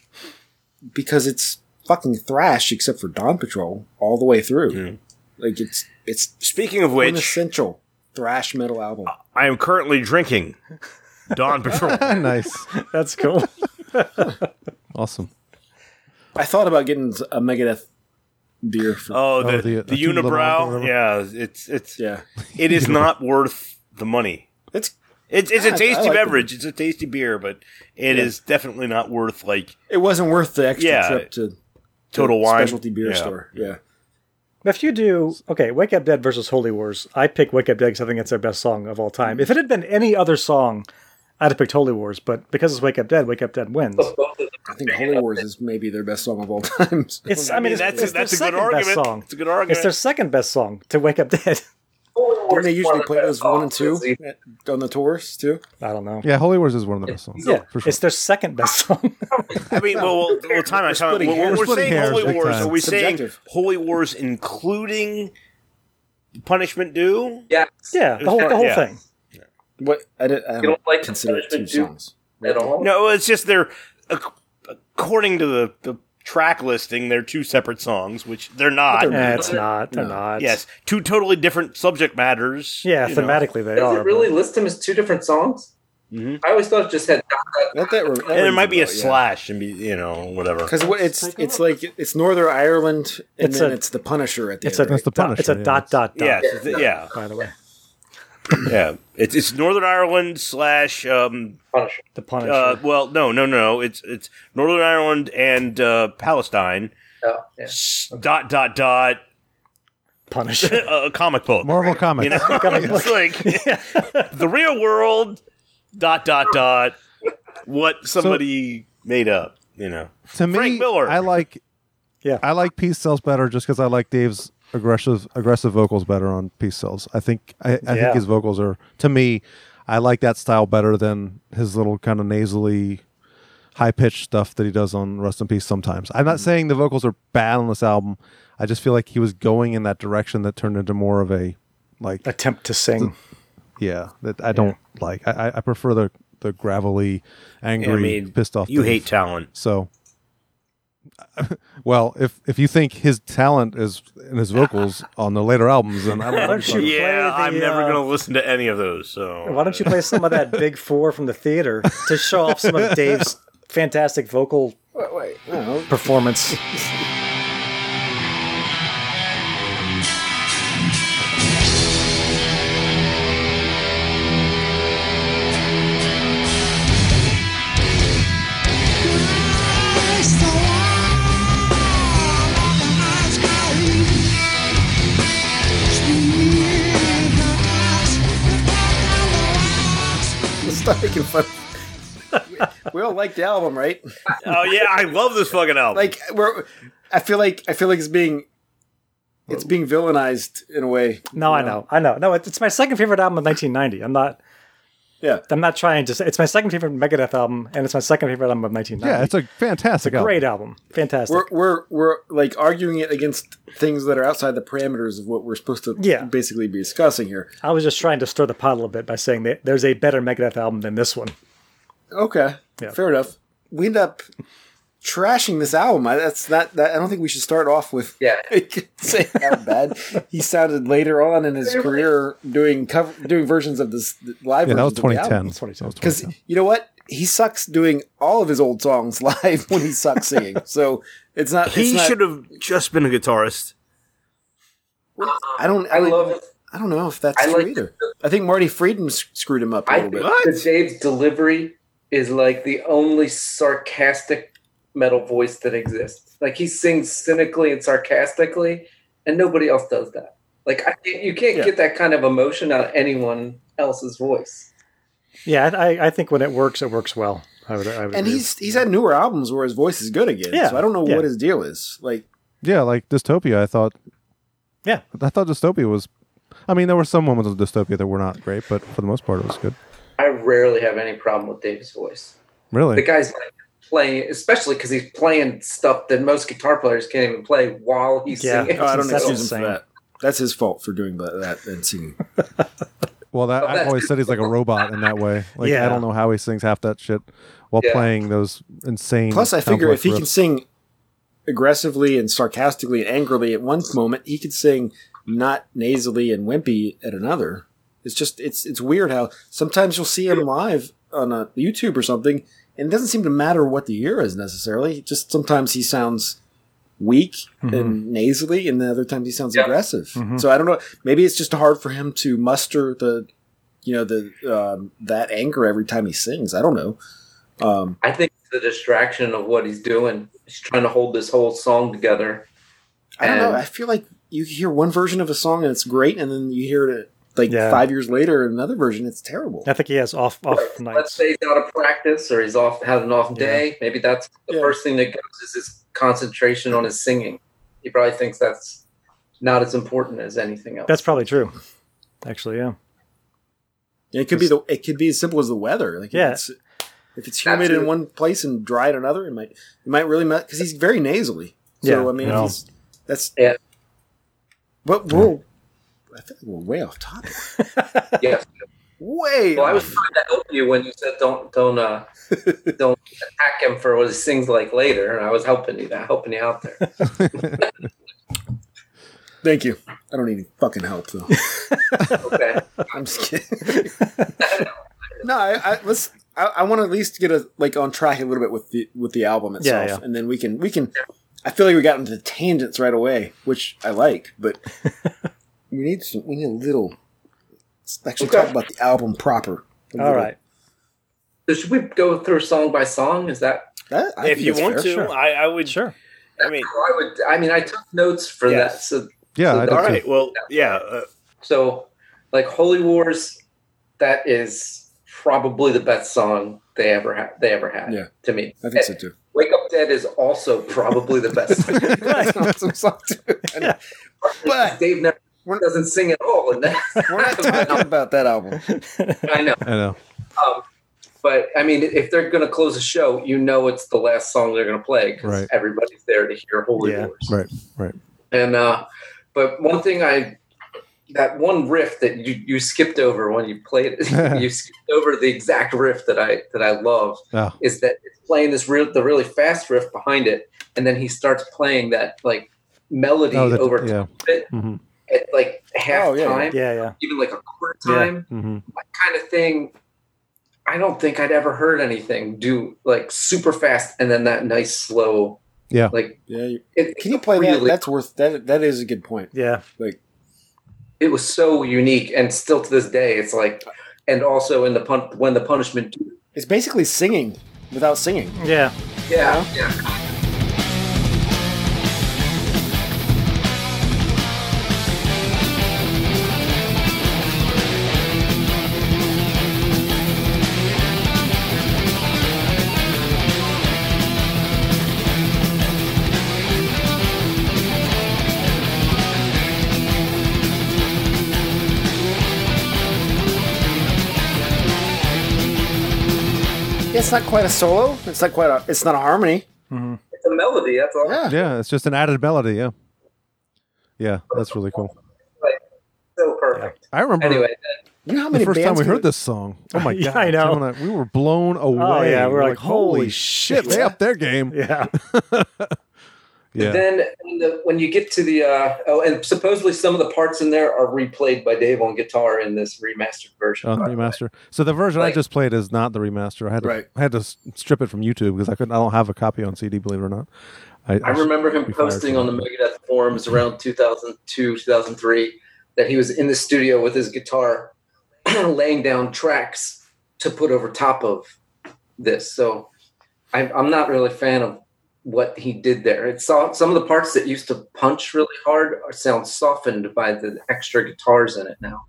Speaker 3: because it's fucking thrash except for Dawn Patrol all the way through. Like it's it's
Speaker 5: speaking of which-
Speaker 3: essential thrash metal album.
Speaker 5: I am currently drinking Dawn Patrol.
Speaker 2: Oh, nice.
Speaker 4: That's cool.
Speaker 2: Awesome.
Speaker 3: I thought about getting a Megadeth beer. For,
Speaker 5: Oh, the, the, unibrow. Yeah, it's it's
Speaker 3: yeah.
Speaker 5: It is not worth the money.
Speaker 3: It's
Speaker 5: it's it's a
Speaker 3: I- I
Speaker 5: tasty
Speaker 3: like the-
Speaker 5: beverage. It's a tasty beer, but it is
Speaker 3: Yeah.
Speaker 5: definitely not worth like
Speaker 3: It wasn't worth the extra
Speaker 5: Yeah.
Speaker 3: trip to
Speaker 5: Total
Speaker 3: to
Speaker 5: Wine.
Speaker 3: specialty beer
Speaker 5: Yeah.
Speaker 3: store. Yeah.
Speaker 4: But If you do okay, Wake Up Dead versus Holy Wars, I pick Wake Up Dead because I think it's their best song of all time. If it had been any other song, I'd have picked Holy Wars, but because it's Wake Up Dead, Wake Up Dead wins.
Speaker 1: Oh.
Speaker 3: I think Holy Wars is maybe their best song of all time. so-
Speaker 4: It's I mean, it's, it's their second Best song.
Speaker 5: It's a good argument.
Speaker 4: It's their second best song to Wake Up Dead.
Speaker 3: Don't they usually play those one and two at- on the tours too?
Speaker 4: I don't know.
Speaker 2: Yeah, Holy Wars is one of the best songs.
Speaker 4: Yeah,
Speaker 2: for sure.
Speaker 4: it's their second best song.
Speaker 5: I mean, well, well, well time out. Time out.
Speaker 2: splitting
Speaker 5: When
Speaker 2: hairs.
Speaker 5: we're
Speaker 2: Splitting
Speaker 5: saying
Speaker 2: hairs
Speaker 5: holy
Speaker 2: big
Speaker 5: wars,
Speaker 2: time.
Speaker 5: are we
Speaker 2: Subjective.
Speaker 5: saying holy wars including punishment due?
Speaker 1: Yeah,
Speaker 4: yeah, the whole the whole thing.
Speaker 3: What I, did, I
Speaker 5: You
Speaker 3: don't,
Speaker 5: don't like
Speaker 3: consider it two
Speaker 5: Punishment Due
Speaker 3: songs
Speaker 1: at all.
Speaker 5: No, it's just they're ac- according to the, the track listing, they're two separate songs, which they're not.
Speaker 4: But they're not. Eh, it's not. They're No. not.
Speaker 5: Yes, two totally different subject matters.
Speaker 4: Yeah,
Speaker 5: you know.
Speaker 4: thematically they
Speaker 1: Does
Speaker 4: are. Mm-hmm.
Speaker 1: it really list them as two different songs? I always thought it just had.
Speaker 5: And it might be a
Speaker 3: Yeah.
Speaker 5: slash and be you know whatever.
Speaker 3: because it's it's like oh. it's Northern Ireland and
Speaker 5: It's
Speaker 3: then
Speaker 5: a-
Speaker 3: it's the Punisher at the
Speaker 5: it's
Speaker 3: end.
Speaker 5: a- it's the
Speaker 3: right?
Speaker 5: Punisher, It's a yeah. dot,
Speaker 4: dot
Speaker 5: Yeah, it's- yeah.
Speaker 4: By the way,
Speaker 5: yeah, it's it's Northern Ireland slash um,
Speaker 1: Punisher.
Speaker 4: The Punisher.
Speaker 5: Uh, well, no, no, no. It's it's Northern Ireland and uh, Palestine.
Speaker 1: Oh, yeah.
Speaker 5: S- Dot dot dot.
Speaker 4: Punisher.
Speaker 5: a comic book.
Speaker 2: Marvel Comics.
Speaker 5: You know,
Speaker 2: Comic
Speaker 5: it's like the real world. Dot dot dot. What somebody made up. You know.
Speaker 2: to me, I like.
Speaker 4: Yeah,
Speaker 2: I like Peace Cells better just because I like Dave's aggressive aggressive vocals better on Peace Cells. I think I, I
Speaker 4: Yeah.
Speaker 2: think his vocals are to me. I like that style better than his little kind of nasally, high pitched stuff that he does on Rust in Peace. Sometimes I'm not saying the vocals are bad on this album. I just feel like he was going in that direction that turned into more of a like
Speaker 4: attempt to sing.
Speaker 2: yeah, that I don't like. I, I- I prefer the the gravelly, angry,
Speaker 5: Yeah, I mean,
Speaker 2: pissed off.
Speaker 5: you
Speaker 2: Dave.
Speaker 5: hate talent.
Speaker 2: So, well, if if you think his talent is in his vocals on the later albums, then I don't know.
Speaker 4: Don't you play
Speaker 5: yeah,
Speaker 4: the,
Speaker 5: I'm never
Speaker 4: uh,
Speaker 5: gonna listen to any of those. So
Speaker 4: Why don't you play some of that Big Four from the theater to show off some of Dave's fantastic vocal
Speaker 3: Wait, wait, I don't know.
Speaker 4: performance?
Speaker 3: Let's stop making fun. We- we all like the album, right?
Speaker 5: oh yeah, I love this fucking album.
Speaker 3: Like we're, I feel like I feel like it's being, it's being villainized in a way.
Speaker 4: No, I know, I know. No, it- it's my second favorite album of 1990. I'm not.
Speaker 3: Yeah,
Speaker 4: I'm not trying to. say It's my second favorite Megadeth album, and it's my second favorite album of 1990.
Speaker 2: Yeah, it's a fantastic.
Speaker 4: It's a great album. Fantastic.
Speaker 3: We're, we're we're like arguing it against things that are outside the parameters of what we're supposed to
Speaker 4: Yeah.
Speaker 3: basically be discussing here.
Speaker 4: I was just trying to stir the pot a little bit by saying that there's a better Megadeth album than this one.
Speaker 3: Okay, fair enough. We end up trashing this album. I, that's not that. I don't think we should start off with
Speaker 1: yeah.
Speaker 3: saying how bad he sounded later on in his career doing cover doing versions of this live.
Speaker 2: Yeah, that was
Speaker 3: versions of the
Speaker 2: 2010.
Speaker 3: album.
Speaker 2: That's 2010.
Speaker 3: Because you know what? He sucks doing all of his old songs live when he sucks singing. So it's not. it's
Speaker 5: he
Speaker 3: not-
Speaker 5: should have just been a guitarist.
Speaker 1: Uh,
Speaker 3: I don't. I, love. I don't know if that's
Speaker 1: I
Speaker 3: true
Speaker 1: like-
Speaker 3: either. I think Marty Friedman s- screwed him up a
Speaker 1: I
Speaker 3: little
Speaker 1: think
Speaker 3: bit.
Speaker 1: that Dave's delivery is like the only sarcastic metal voice that exists. Like he sings cynically and sarcastically, and nobody else does that. Like I, can't- you can't get that kind of emotion out of anyone else's voice.
Speaker 4: Yeah, I, I- I think when it works, it works well. I would, I would
Speaker 3: And
Speaker 4: agree.
Speaker 3: he's he's had newer albums where his voice is good again.
Speaker 4: Yeah,
Speaker 3: So I don't know
Speaker 4: yeah.
Speaker 3: what his deal is. Like
Speaker 2: Yeah, like Dystopia. I thought.
Speaker 4: Yeah.
Speaker 2: I thought Dystopia was. I mean, there were some moments of Dystopia that were not great, but for the most part, it was good.
Speaker 1: I rarely have any problem with Dave's voice.
Speaker 2: Really.
Speaker 1: The guy's like playing, especially because he's playing stuff that most guitar players can't even play while he's
Speaker 3: Yeah,
Speaker 1: singing.
Speaker 3: oh, I don't
Speaker 1: So-
Speaker 3: excuse him for that. That's his fault for doing that, that and singing.
Speaker 2: Well, that I've always said he's like a robot in that way. Like I
Speaker 3: Yeah.
Speaker 2: don't know how he sings half that shit while
Speaker 3: Yeah.
Speaker 2: playing those insane.
Speaker 3: Plus, I figure
Speaker 2: complex
Speaker 3: if he can
Speaker 2: riffs.
Speaker 3: sing aggressively and sarcastically and angrily at one moment, he could sing not nasally and wimpy at another. It's just it's it's weird how sometimes you'll see him live on a YouTube or something, and it doesn't seem to matter what the year is necessarily. Just sometimes he sounds weak and nasally, and then other times he sounds aggressive.
Speaker 2: Mhm.
Speaker 3: So I don't know. Maybe it's just hard for him to muster the, you know, the um, that anger every time he sings. I don't know. Um,
Speaker 1: I think it's the distraction of what he's doing. He's trying to hold this whole song together.
Speaker 3: I don't
Speaker 1: And-
Speaker 3: know. I feel like you hear one version of a song and it's great, and then you hear it like
Speaker 4: Yeah.
Speaker 3: five years later another version. It's terrible.
Speaker 4: I think he has off off nights.
Speaker 1: Let's say he's out of practice or he's off had an off day. Maybe that's the first thing that goes is his concentration on his singing. He probably thinks that's not as important as anything else.
Speaker 4: That's probably true. Actually, yeah.
Speaker 3: Yeah, It could be the. It could be as simple as the weather. Like
Speaker 4: Yeah.
Speaker 3: if it's, if it's humid in
Speaker 4: Absolutely.
Speaker 3: one place and dry in another, it might it might really because he's very nasally. So
Speaker 4: Yeah,
Speaker 3: I mean,
Speaker 4: no.
Speaker 3: he's, that's
Speaker 1: yeah.
Speaker 3: But we're I think we're way off topic.
Speaker 1: yes.
Speaker 3: Way.
Speaker 1: Well, I was trying to help you when you said don't don't uh, don't attack him for what he sings like later, and I was helping you helping you out there.
Speaker 3: Thank you. I don't need any fucking help though.
Speaker 1: okay.
Speaker 3: I'm just kidding. no, I, I let's. I, I want to at least get a like on track a little bit with the with the album
Speaker 4: Yeah,
Speaker 3: itself,
Speaker 4: yeah.
Speaker 3: and then we can we can. I feel like we got into tangents right away, which I like, but we need some, we need a little. Let's actually talk about the album proper. A
Speaker 1: All
Speaker 3: little.
Speaker 1: right. So should we go through song by song? Is that,
Speaker 3: I
Speaker 5: if you want to, I, I would. Sure. I mean,
Speaker 1: I would. I mean, I took notes for
Speaker 5: Yes.
Speaker 1: that. So so
Speaker 2: Yeah, I
Speaker 1: that-
Speaker 2: did
Speaker 5: all right. Well, yeah. Uh,
Speaker 1: So, like Holy Wars, that is probably the best song they ever had. They ever had.
Speaker 3: Yeah.
Speaker 1: To me,
Speaker 3: I think so
Speaker 1: And
Speaker 3: too.
Speaker 1: Wake Up Dead is also probably the best.
Speaker 3: That's an awesome song too. I know. But
Speaker 1: Dave never doesn't sing at all in that.
Speaker 3: we're not talking about that album.
Speaker 1: I know.
Speaker 2: I know.
Speaker 1: Um, but I mean, if they're going to close the show, you know it's the last song they're going to play because
Speaker 2: Right.
Speaker 1: everybody's there to hear Holy
Speaker 2: Yeah.
Speaker 1: Wars.
Speaker 2: Right. Right.
Speaker 1: And uh, but one thing I that one riff that you, you skipped over when you played it, you skipped over the exact riff that I that I love
Speaker 2: Oh.
Speaker 1: is that it's playing this real the really fast riff behind it, and then he starts playing that like melody
Speaker 2: Oh, that-
Speaker 1: over
Speaker 2: yeah.
Speaker 1: top of it
Speaker 2: Mhm.
Speaker 1: at like half
Speaker 4: Oh, yeah,
Speaker 1: time,
Speaker 4: yeah, yeah.
Speaker 1: even like a quarter time
Speaker 2: hmm
Speaker 1: kind of thing I don't think I'd ever heard anything do like super fast and then that nice slow
Speaker 2: Yeah.
Speaker 1: like
Speaker 3: Yeah, you-
Speaker 1: it,
Speaker 3: can you play that?
Speaker 1: Really-
Speaker 3: That's worth that. That is a good point.
Speaker 4: Yeah.
Speaker 3: Like
Speaker 1: it was so unique and still to this day it's like and also in the pun- when the punishment
Speaker 3: it's basically singing without singing.
Speaker 4: Yeah.
Speaker 1: yeah yeah
Speaker 3: Yeah, it's not quite a solo. It's not quite a. It's not a harmony.
Speaker 2: Mhm.
Speaker 1: it's a melody that's all
Speaker 2: Yeah, it's just an added melody. Yeah. Yeah, that's really cool.
Speaker 1: so perfect
Speaker 2: I remember
Speaker 1: anyway
Speaker 3: You know how
Speaker 2: the
Speaker 3: many
Speaker 2: first time
Speaker 3: bands
Speaker 2: we
Speaker 3: could-
Speaker 2: heard this song. Oh my
Speaker 4: Yeah,
Speaker 2: god!
Speaker 4: I know. Oh,
Speaker 2: Tim and we were blown away.
Speaker 4: yeah, we were like, "Holy
Speaker 2: shit!
Speaker 4: shit."
Speaker 2: They up their game.
Speaker 4: Yeah.
Speaker 2: yeah.
Speaker 1: then when, the, when you get to the uh, oh and supposedly some of the parts in there are replayed by Dave on guitar in this remastered version
Speaker 2: on
Speaker 1: by the way.
Speaker 2: remaster. So the version I
Speaker 1: Like-
Speaker 2: just played is not the remaster. I had to,
Speaker 1: Right.
Speaker 2: I had to s- strip it from YouTube because I couldn't. I don't have a copy on CD, believe it or not.
Speaker 1: I remember him
Speaker 2: be fired
Speaker 1: posting
Speaker 2: for
Speaker 1: on the
Speaker 2: that.
Speaker 1: Megadeth forums around 2002, 2003 that he was in the studio with his guitar laying down tracks to put over top of this. So I'm, I'm not really a fan of what he did there. It saw some of the parts that used to punch really hard are sound softened by the extra guitars in it now.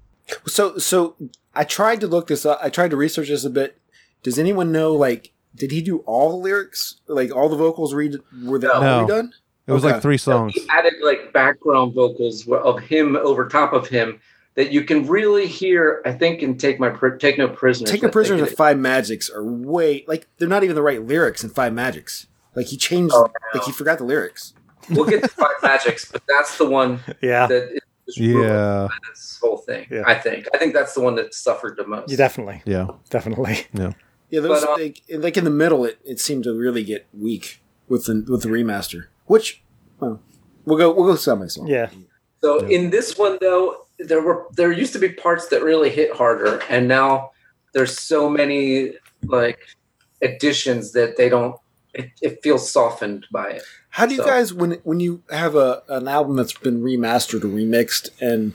Speaker 3: So so I tried to look this up. I tried to research this a bit. Does anyone know? Like, did he do all the lyrics? Like all the vocals read were that
Speaker 2: No.
Speaker 3: redone?
Speaker 2: It was
Speaker 3: Okay.
Speaker 2: like three songs.
Speaker 1: He added like background vocals of him over top of him that you can really hear. I think in "Take My Pri- Take No Prisoners."
Speaker 3: Take
Speaker 1: I
Speaker 3: a
Speaker 1: think
Speaker 3: prisoner
Speaker 1: it
Speaker 3: of
Speaker 1: is.
Speaker 3: Five Magics are way like they're not even the right lyrics in Five Magics. Like he changed,
Speaker 1: Oh,
Speaker 3: like he forgot the lyrics.
Speaker 1: We'll get to Five Magics, but that's the one.
Speaker 4: Yeah.
Speaker 1: That is just ruined
Speaker 2: Yeah.
Speaker 1: by this whole thing.
Speaker 4: Yeah.
Speaker 1: I think. I think that's the one that suffered the most.
Speaker 4: You definitely,
Speaker 2: Yeah.
Speaker 4: definitely.
Speaker 2: Yeah.
Speaker 3: Yeah, those
Speaker 1: But, uh,
Speaker 3: like, like in the middle, it, it seemed to really get weak with the with the remaster. Which, well, we'll go we'll go semi song.
Speaker 4: Yeah.
Speaker 1: So in this one though, there were there used to be parts that really hit harder, and now there's so many like additions that they don't. It, it feels softened by it.
Speaker 3: How do you
Speaker 1: So-
Speaker 3: guys when when you have a an album that's been remastered or remixed and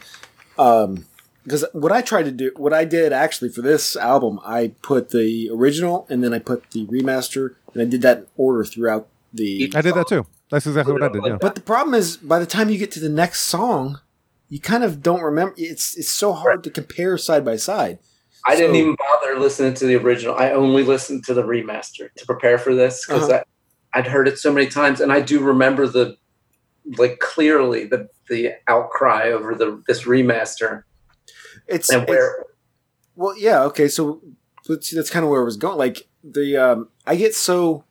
Speaker 3: um because what I tried to do what I did actually for this album I put the original and then I put the remaster and I did that in order throughout the
Speaker 2: I did that too. That's exactly what I did. Yeah.
Speaker 3: But the problem is by the time you get to the next song you kind of don't remember it's it's so hard to compare side by side.
Speaker 1: I didn't
Speaker 3: So-
Speaker 1: even bother listening to the original. I only listened to the remaster to prepare for this because
Speaker 3: Uh-huh.
Speaker 1: I'd heard it so many times, and I do remember the like clearly the the outcry over the this remaster
Speaker 3: It's,
Speaker 1: and
Speaker 3: it's
Speaker 1: where
Speaker 3: Well, yeah, okay. So let's see, that's kind of where I was going. Like the um, I get so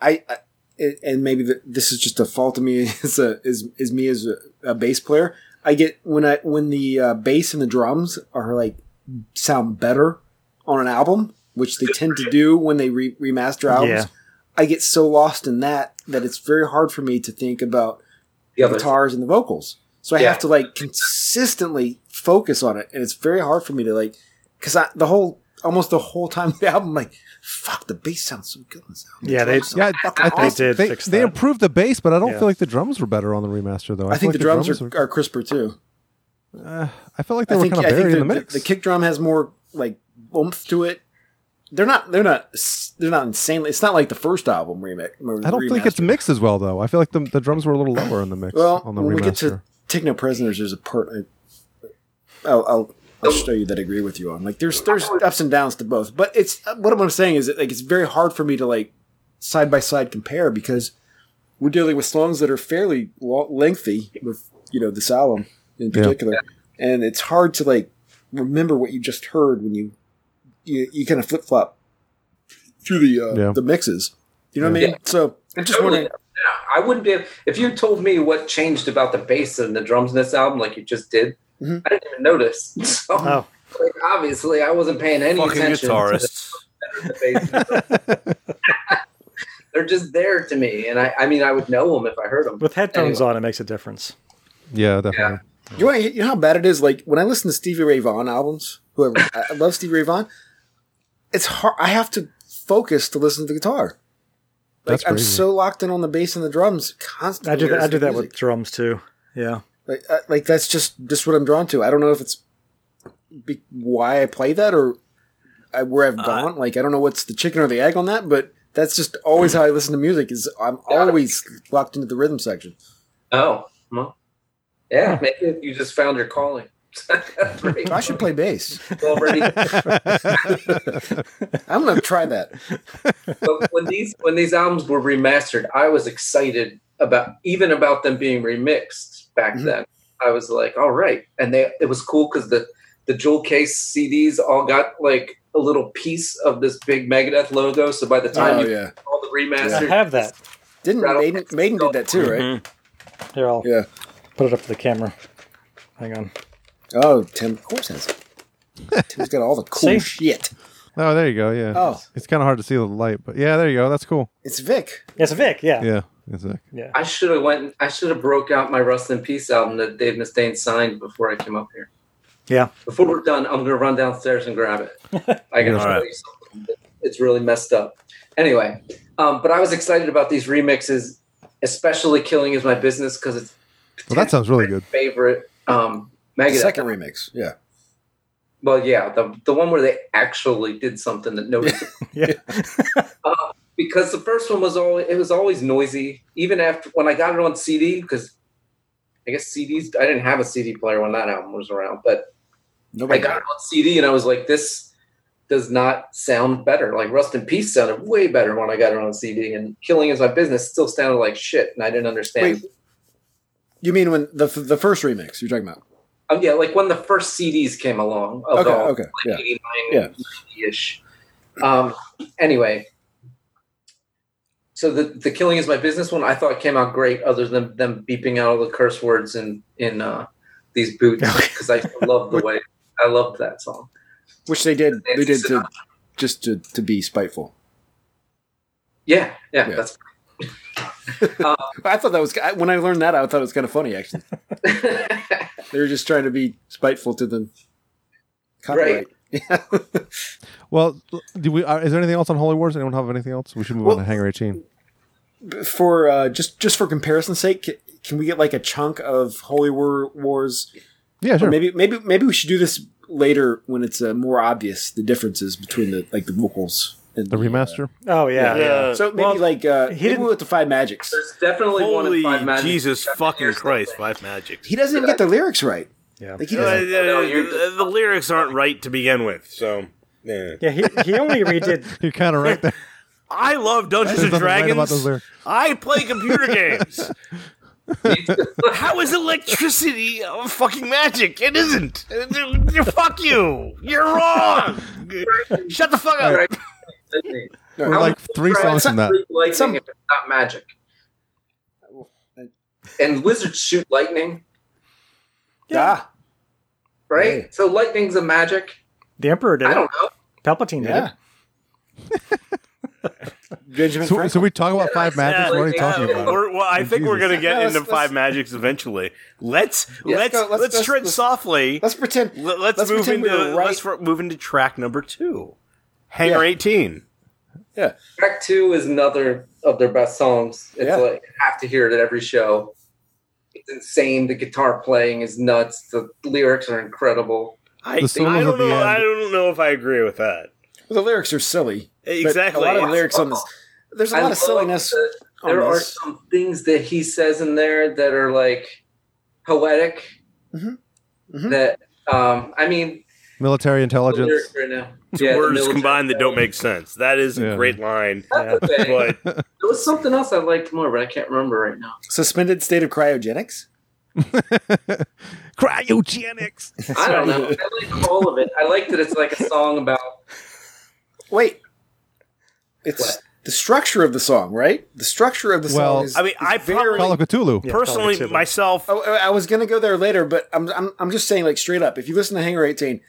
Speaker 3: I, I it- and maybe the, this is just a fault of me as a is is me as a, a bass player. I get when I when the uh, bass and the drums are like sound better on an album, which they tend to do when they re- remaster albums.
Speaker 4: Yeah.
Speaker 3: I get so lost in that that it's very hard for me to think about
Speaker 1: the
Speaker 3: the
Speaker 1: other
Speaker 3: guitars and the vocals. So I
Speaker 1: Yeah.
Speaker 3: have to like consistently focus on it, and it's very hard for me to like because I the whole almost the whole time the album like fuck the bass sounds so good. on this album. The
Speaker 4: Yeah, they-
Speaker 3: drums sound
Speaker 2: Yeah,
Speaker 3: fucking
Speaker 2: I think
Speaker 3: awesome.
Speaker 4: They did
Speaker 2: they,
Speaker 4: fix
Speaker 2: they
Speaker 4: that.
Speaker 2: improved the bass, but I don't
Speaker 4: Yeah.
Speaker 2: feel like the drums were better on the remaster though.
Speaker 3: I, think
Speaker 2: feel
Speaker 3: the
Speaker 2: like
Speaker 3: drums, are, are crisper too.
Speaker 2: Uh, I felt like they
Speaker 3: I
Speaker 2: were
Speaker 3: think
Speaker 2: kind of
Speaker 3: I think
Speaker 2: buried
Speaker 3: the,
Speaker 2: in the mix.
Speaker 3: the kick drum has more like oomph to it. They're not. They're not. s- They're not insanely. It's not like the first album remake.
Speaker 2: I don't think it's mixed as well though. I feel like the, the drums were a little lower in the mix
Speaker 3: Well,
Speaker 2: on the
Speaker 3: when we get
Speaker 2: remaster.
Speaker 3: to Take No Prisoners, there's a part I, I'll, I'll, I'll show you that I agree with you on. Like, there's there's ups and downs to both, but it's uh, what I'm saying is that like it's very hard for me to like side by side compare because we're dealing with songs that are fairly lo- lengthy with you know this album in
Speaker 2: Yeah.
Speaker 3: particular, and it's hard to like remember what you just heard when you you, you kind of flip flop through the uh,
Speaker 2: Yeah.
Speaker 3: the mixes. You know what I mean?
Speaker 1: Yeah.
Speaker 3: So I'm just
Speaker 1: Totally.
Speaker 3: wondering.
Speaker 1: Yeah, I wouldn't be if you told me what changed about the bass and the drums in this album, like you just did.
Speaker 3: Mhm.
Speaker 1: I didn't even notice. So,
Speaker 4: Oh,
Speaker 1: like, obviously, I wasn't paying any
Speaker 5: Fucking
Speaker 1: attention. to
Speaker 5: guitarists.
Speaker 1: the bass. They're just there to me, and I, I mean, I would know them if I heard them.
Speaker 4: with headphones
Speaker 1: Anyway.
Speaker 4: on, it makes a difference.
Speaker 2: Yeah, definitely.
Speaker 3: You know, you know how bad it is. Like when I listen to Stevie Ray Vaughan albums, whoever I I love Stevie Ray Vaughan, it's hard. I have to focus to listen to the guitar. Like
Speaker 2: That's
Speaker 3: I'm
Speaker 2: crazy.
Speaker 3: so locked in on the bass and the drums
Speaker 4: I
Speaker 3: constantly.
Speaker 4: do that. I
Speaker 3: listening
Speaker 4: do
Speaker 3: to
Speaker 4: that with
Speaker 3: music.
Speaker 4: drums too. Yeah.
Speaker 3: like, uh, like that's just just what I'm drawn to. I don't know if it's be- why I play that or I, where I've gone. Like I don't know what's the chicken or the egg on that, but that's just always how I listen to music. Is I'm always locked into the rhythm section.
Speaker 1: Oh, well, yeah, maybe you just found your calling. Great.
Speaker 3: I should play bass.
Speaker 1: already.
Speaker 3: I'm gonna try that.
Speaker 1: but when these when these albums were remastered, I was excited about even about them being remixed back
Speaker 3: Mhm.
Speaker 1: then. I was like, all right, and they it was cool because the the jewel case CDs all got like a little piece of this big Megadeth logo. So by the time
Speaker 3: Oh
Speaker 1: you
Speaker 3: yeah,
Speaker 1: all the
Speaker 4: I
Speaker 1: remastered,
Speaker 4: have that.
Speaker 3: didn't
Speaker 1: Rattle-
Speaker 3: Maiden, Maiden did that too, right?
Speaker 4: Here, I'll
Speaker 3: Yeah.
Speaker 4: put it up to the camera. Hang on.
Speaker 3: Oh, Tim, of course has it. Tim's got all the cool
Speaker 4: See?
Speaker 3: shit.
Speaker 2: Oh, there you go. Yeah.
Speaker 3: Oh.
Speaker 2: It's, kind of hard to see the light, but yeah, there you go. That's cool.
Speaker 3: It's Vic.
Speaker 4: Yes, Vic. Yeah.
Speaker 2: Yeah. That's it.
Speaker 1: I should have went. I should have broke out my Rust in Peace album that Dave Mustaine signed before I came up here.
Speaker 4: Yeah.
Speaker 1: Before we're done, I'm gonna run downstairs and grab it. I can
Speaker 5: All
Speaker 1: show
Speaker 5: right.
Speaker 1: you something. that- It's really messed up. Anyway, um, but I was excited about these remixes, especially "Killing Is My Business" because it's
Speaker 2: Well, that sounds really good.
Speaker 1: favorite um,
Speaker 3: The
Speaker 1: Megadeth.
Speaker 3: second remix. Yeah.
Speaker 1: Well, yeah, the the one where they actually did something that noticed.
Speaker 4: Yeah.
Speaker 1: because the first one was always it was always noisy. Even after when I got it on CD, because I guess CDs I didn't have a CD player when that album was around, but I got it on CD and I was like, this does not sound better. Like Rust in Peace sounded way better when I got it on CD, and Killing Is My Business still sounded like shit, and I didn't understand.
Speaker 3: You mean when the the first remix you're talking about?
Speaker 1: Um, yeah, like when the first CDs came along. Of
Speaker 3: Okay,
Speaker 1: all,
Speaker 3: okay, yeah.
Speaker 1: like 89,
Speaker 3: Yeah.
Speaker 1: 90-ish. Um, anyway, so the, the Killing Is My Business one I thought came out great, other than them beeping out all the curse words in, in uh, these boots, because I love the way I loved that song.
Speaker 3: Which they did. They did to just to, to be spiteful.
Speaker 1: Yeah, yeah, that's
Speaker 3: I thought that was I- when I learned that. I thought it was kind of funny actually. they were just trying to be spiteful to the copyright.
Speaker 2: Well, do we? Uh, is there anything else on Holy Wars? Anyone have anything else? We should move on to Hangar 18.
Speaker 3: For uh, just just for comparison's sake, can, can we get like a chunk of Holy War Wars?
Speaker 2: Yeah,
Speaker 3: Or
Speaker 2: sure.
Speaker 3: Maybe maybe maybe we should do this later when it's uh, more obvious the differences between the like the vocals and
Speaker 2: The remaster.
Speaker 4: Oh yeah.
Speaker 3: So maybe like uh, maybe with the Five Magics.
Speaker 1: There's definitely
Speaker 5: Holy
Speaker 1: one in Five Magics.
Speaker 5: Jesus fucking Christ, Five Magic.
Speaker 3: He doesn't even get the lyrics right.
Speaker 4: Yeah.
Speaker 3: Like he
Speaker 5: Uh,
Speaker 3: doesn't.
Speaker 5: uh, the, the lyrics aren't right to begin with, so. Yeah.
Speaker 4: Yeah, he, he only redid.
Speaker 2: You're kind of right there.
Speaker 5: I love Dungeons
Speaker 2: There's
Speaker 5: and
Speaker 2: nothing right
Speaker 5: Dragons.
Speaker 2: about those lyrics.
Speaker 5: I play computer games. How is electricity a fucking magic? It isn't. Uh, Fuck you. You're wrong. Shut the fuck up.
Speaker 2: We're like three songs from that.
Speaker 1: Lightning if it's not magic. And wizards shoot lightning,
Speaker 3: Yeah.
Speaker 1: right? So lightning's a magic.
Speaker 4: The Emperor did.
Speaker 1: I
Speaker 4: it.
Speaker 1: don't know.
Speaker 4: Palpatine did.
Speaker 3: Yeah.
Speaker 4: it.
Speaker 3: Benjamin
Speaker 2: So, so
Speaker 3: Franklin.
Speaker 2: we talk about Five Magics. What are you talking
Speaker 5: Yeah,
Speaker 2: about?
Speaker 5: we're- well, I think
Speaker 2: Oh,
Speaker 5: we're
Speaker 2: Jesus.
Speaker 5: gonna get
Speaker 3: No, let's-
Speaker 5: into
Speaker 3: let's-
Speaker 5: Five Magics eventually. Let's
Speaker 3: Yeah,
Speaker 5: let's
Speaker 3: go,
Speaker 5: let's,
Speaker 3: let's- let's-
Speaker 5: tread
Speaker 3: let's-
Speaker 5: softly.
Speaker 3: Let's pretend.
Speaker 5: Let, us
Speaker 3: let's
Speaker 5: move
Speaker 3: pretend
Speaker 5: into
Speaker 3: we were right.
Speaker 5: let's fr- move into track number two, Hanger
Speaker 3: Yeah.
Speaker 5: eighteen.
Speaker 3: yeah.
Speaker 1: Track two is another of their best songs. It's
Speaker 3: Yeah.
Speaker 1: like you have to hear it at every show. It's insane. The guitar playing is nuts. The lyrics are incredible.
Speaker 5: I,
Speaker 2: The solos
Speaker 5: I
Speaker 2: at
Speaker 5: don't
Speaker 2: the
Speaker 5: know.
Speaker 2: end.
Speaker 5: I don't know if I agree with that.
Speaker 3: Well, the lyrics are silly. but
Speaker 5: Exactly.
Speaker 3: A lot of lyrics on this. There's a
Speaker 1: I
Speaker 3: lot
Speaker 1: love
Speaker 3: of silliness.
Speaker 1: that
Speaker 3: on
Speaker 1: There are
Speaker 3: this.
Speaker 1: some things that he says in there that are like poetic.
Speaker 3: Mhm. Mhm.
Speaker 1: That um, I mean,
Speaker 2: Military intelligence.
Speaker 1: lyrics right now.
Speaker 5: Two
Speaker 1: Yeah, the
Speaker 5: words
Speaker 1: military
Speaker 5: combined that don't make sense. That is
Speaker 2: Yeah.
Speaker 5: a great line,
Speaker 1: That's the thing.
Speaker 5: but
Speaker 1: There was something else I liked more, but I can't remember right now.
Speaker 3: Suspended state of cryogenics.
Speaker 2: Cryogenics.
Speaker 1: I don't know. I like all of it. I like that it's like a song about
Speaker 3: Wait. It's
Speaker 1: What?
Speaker 3: the structure of the song, right? The structure of the
Speaker 2: Well-
Speaker 3: song is.
Speaker 5: I mean,
Speaker 3: is
Speaker 5: I
Speaker 3: very.
Speaker 5: probably-
Speaker 2: Call of Cthulhu.
Speaker 4: Yeah,
Speaker 5: personally,
Speaker 4: Palpatine.
Speaker 5: myself,
Speaker 3: Oh, I I was gonna go there later, but I'm, I'm I'm just saying like straight up. If you listen to Hanger 18,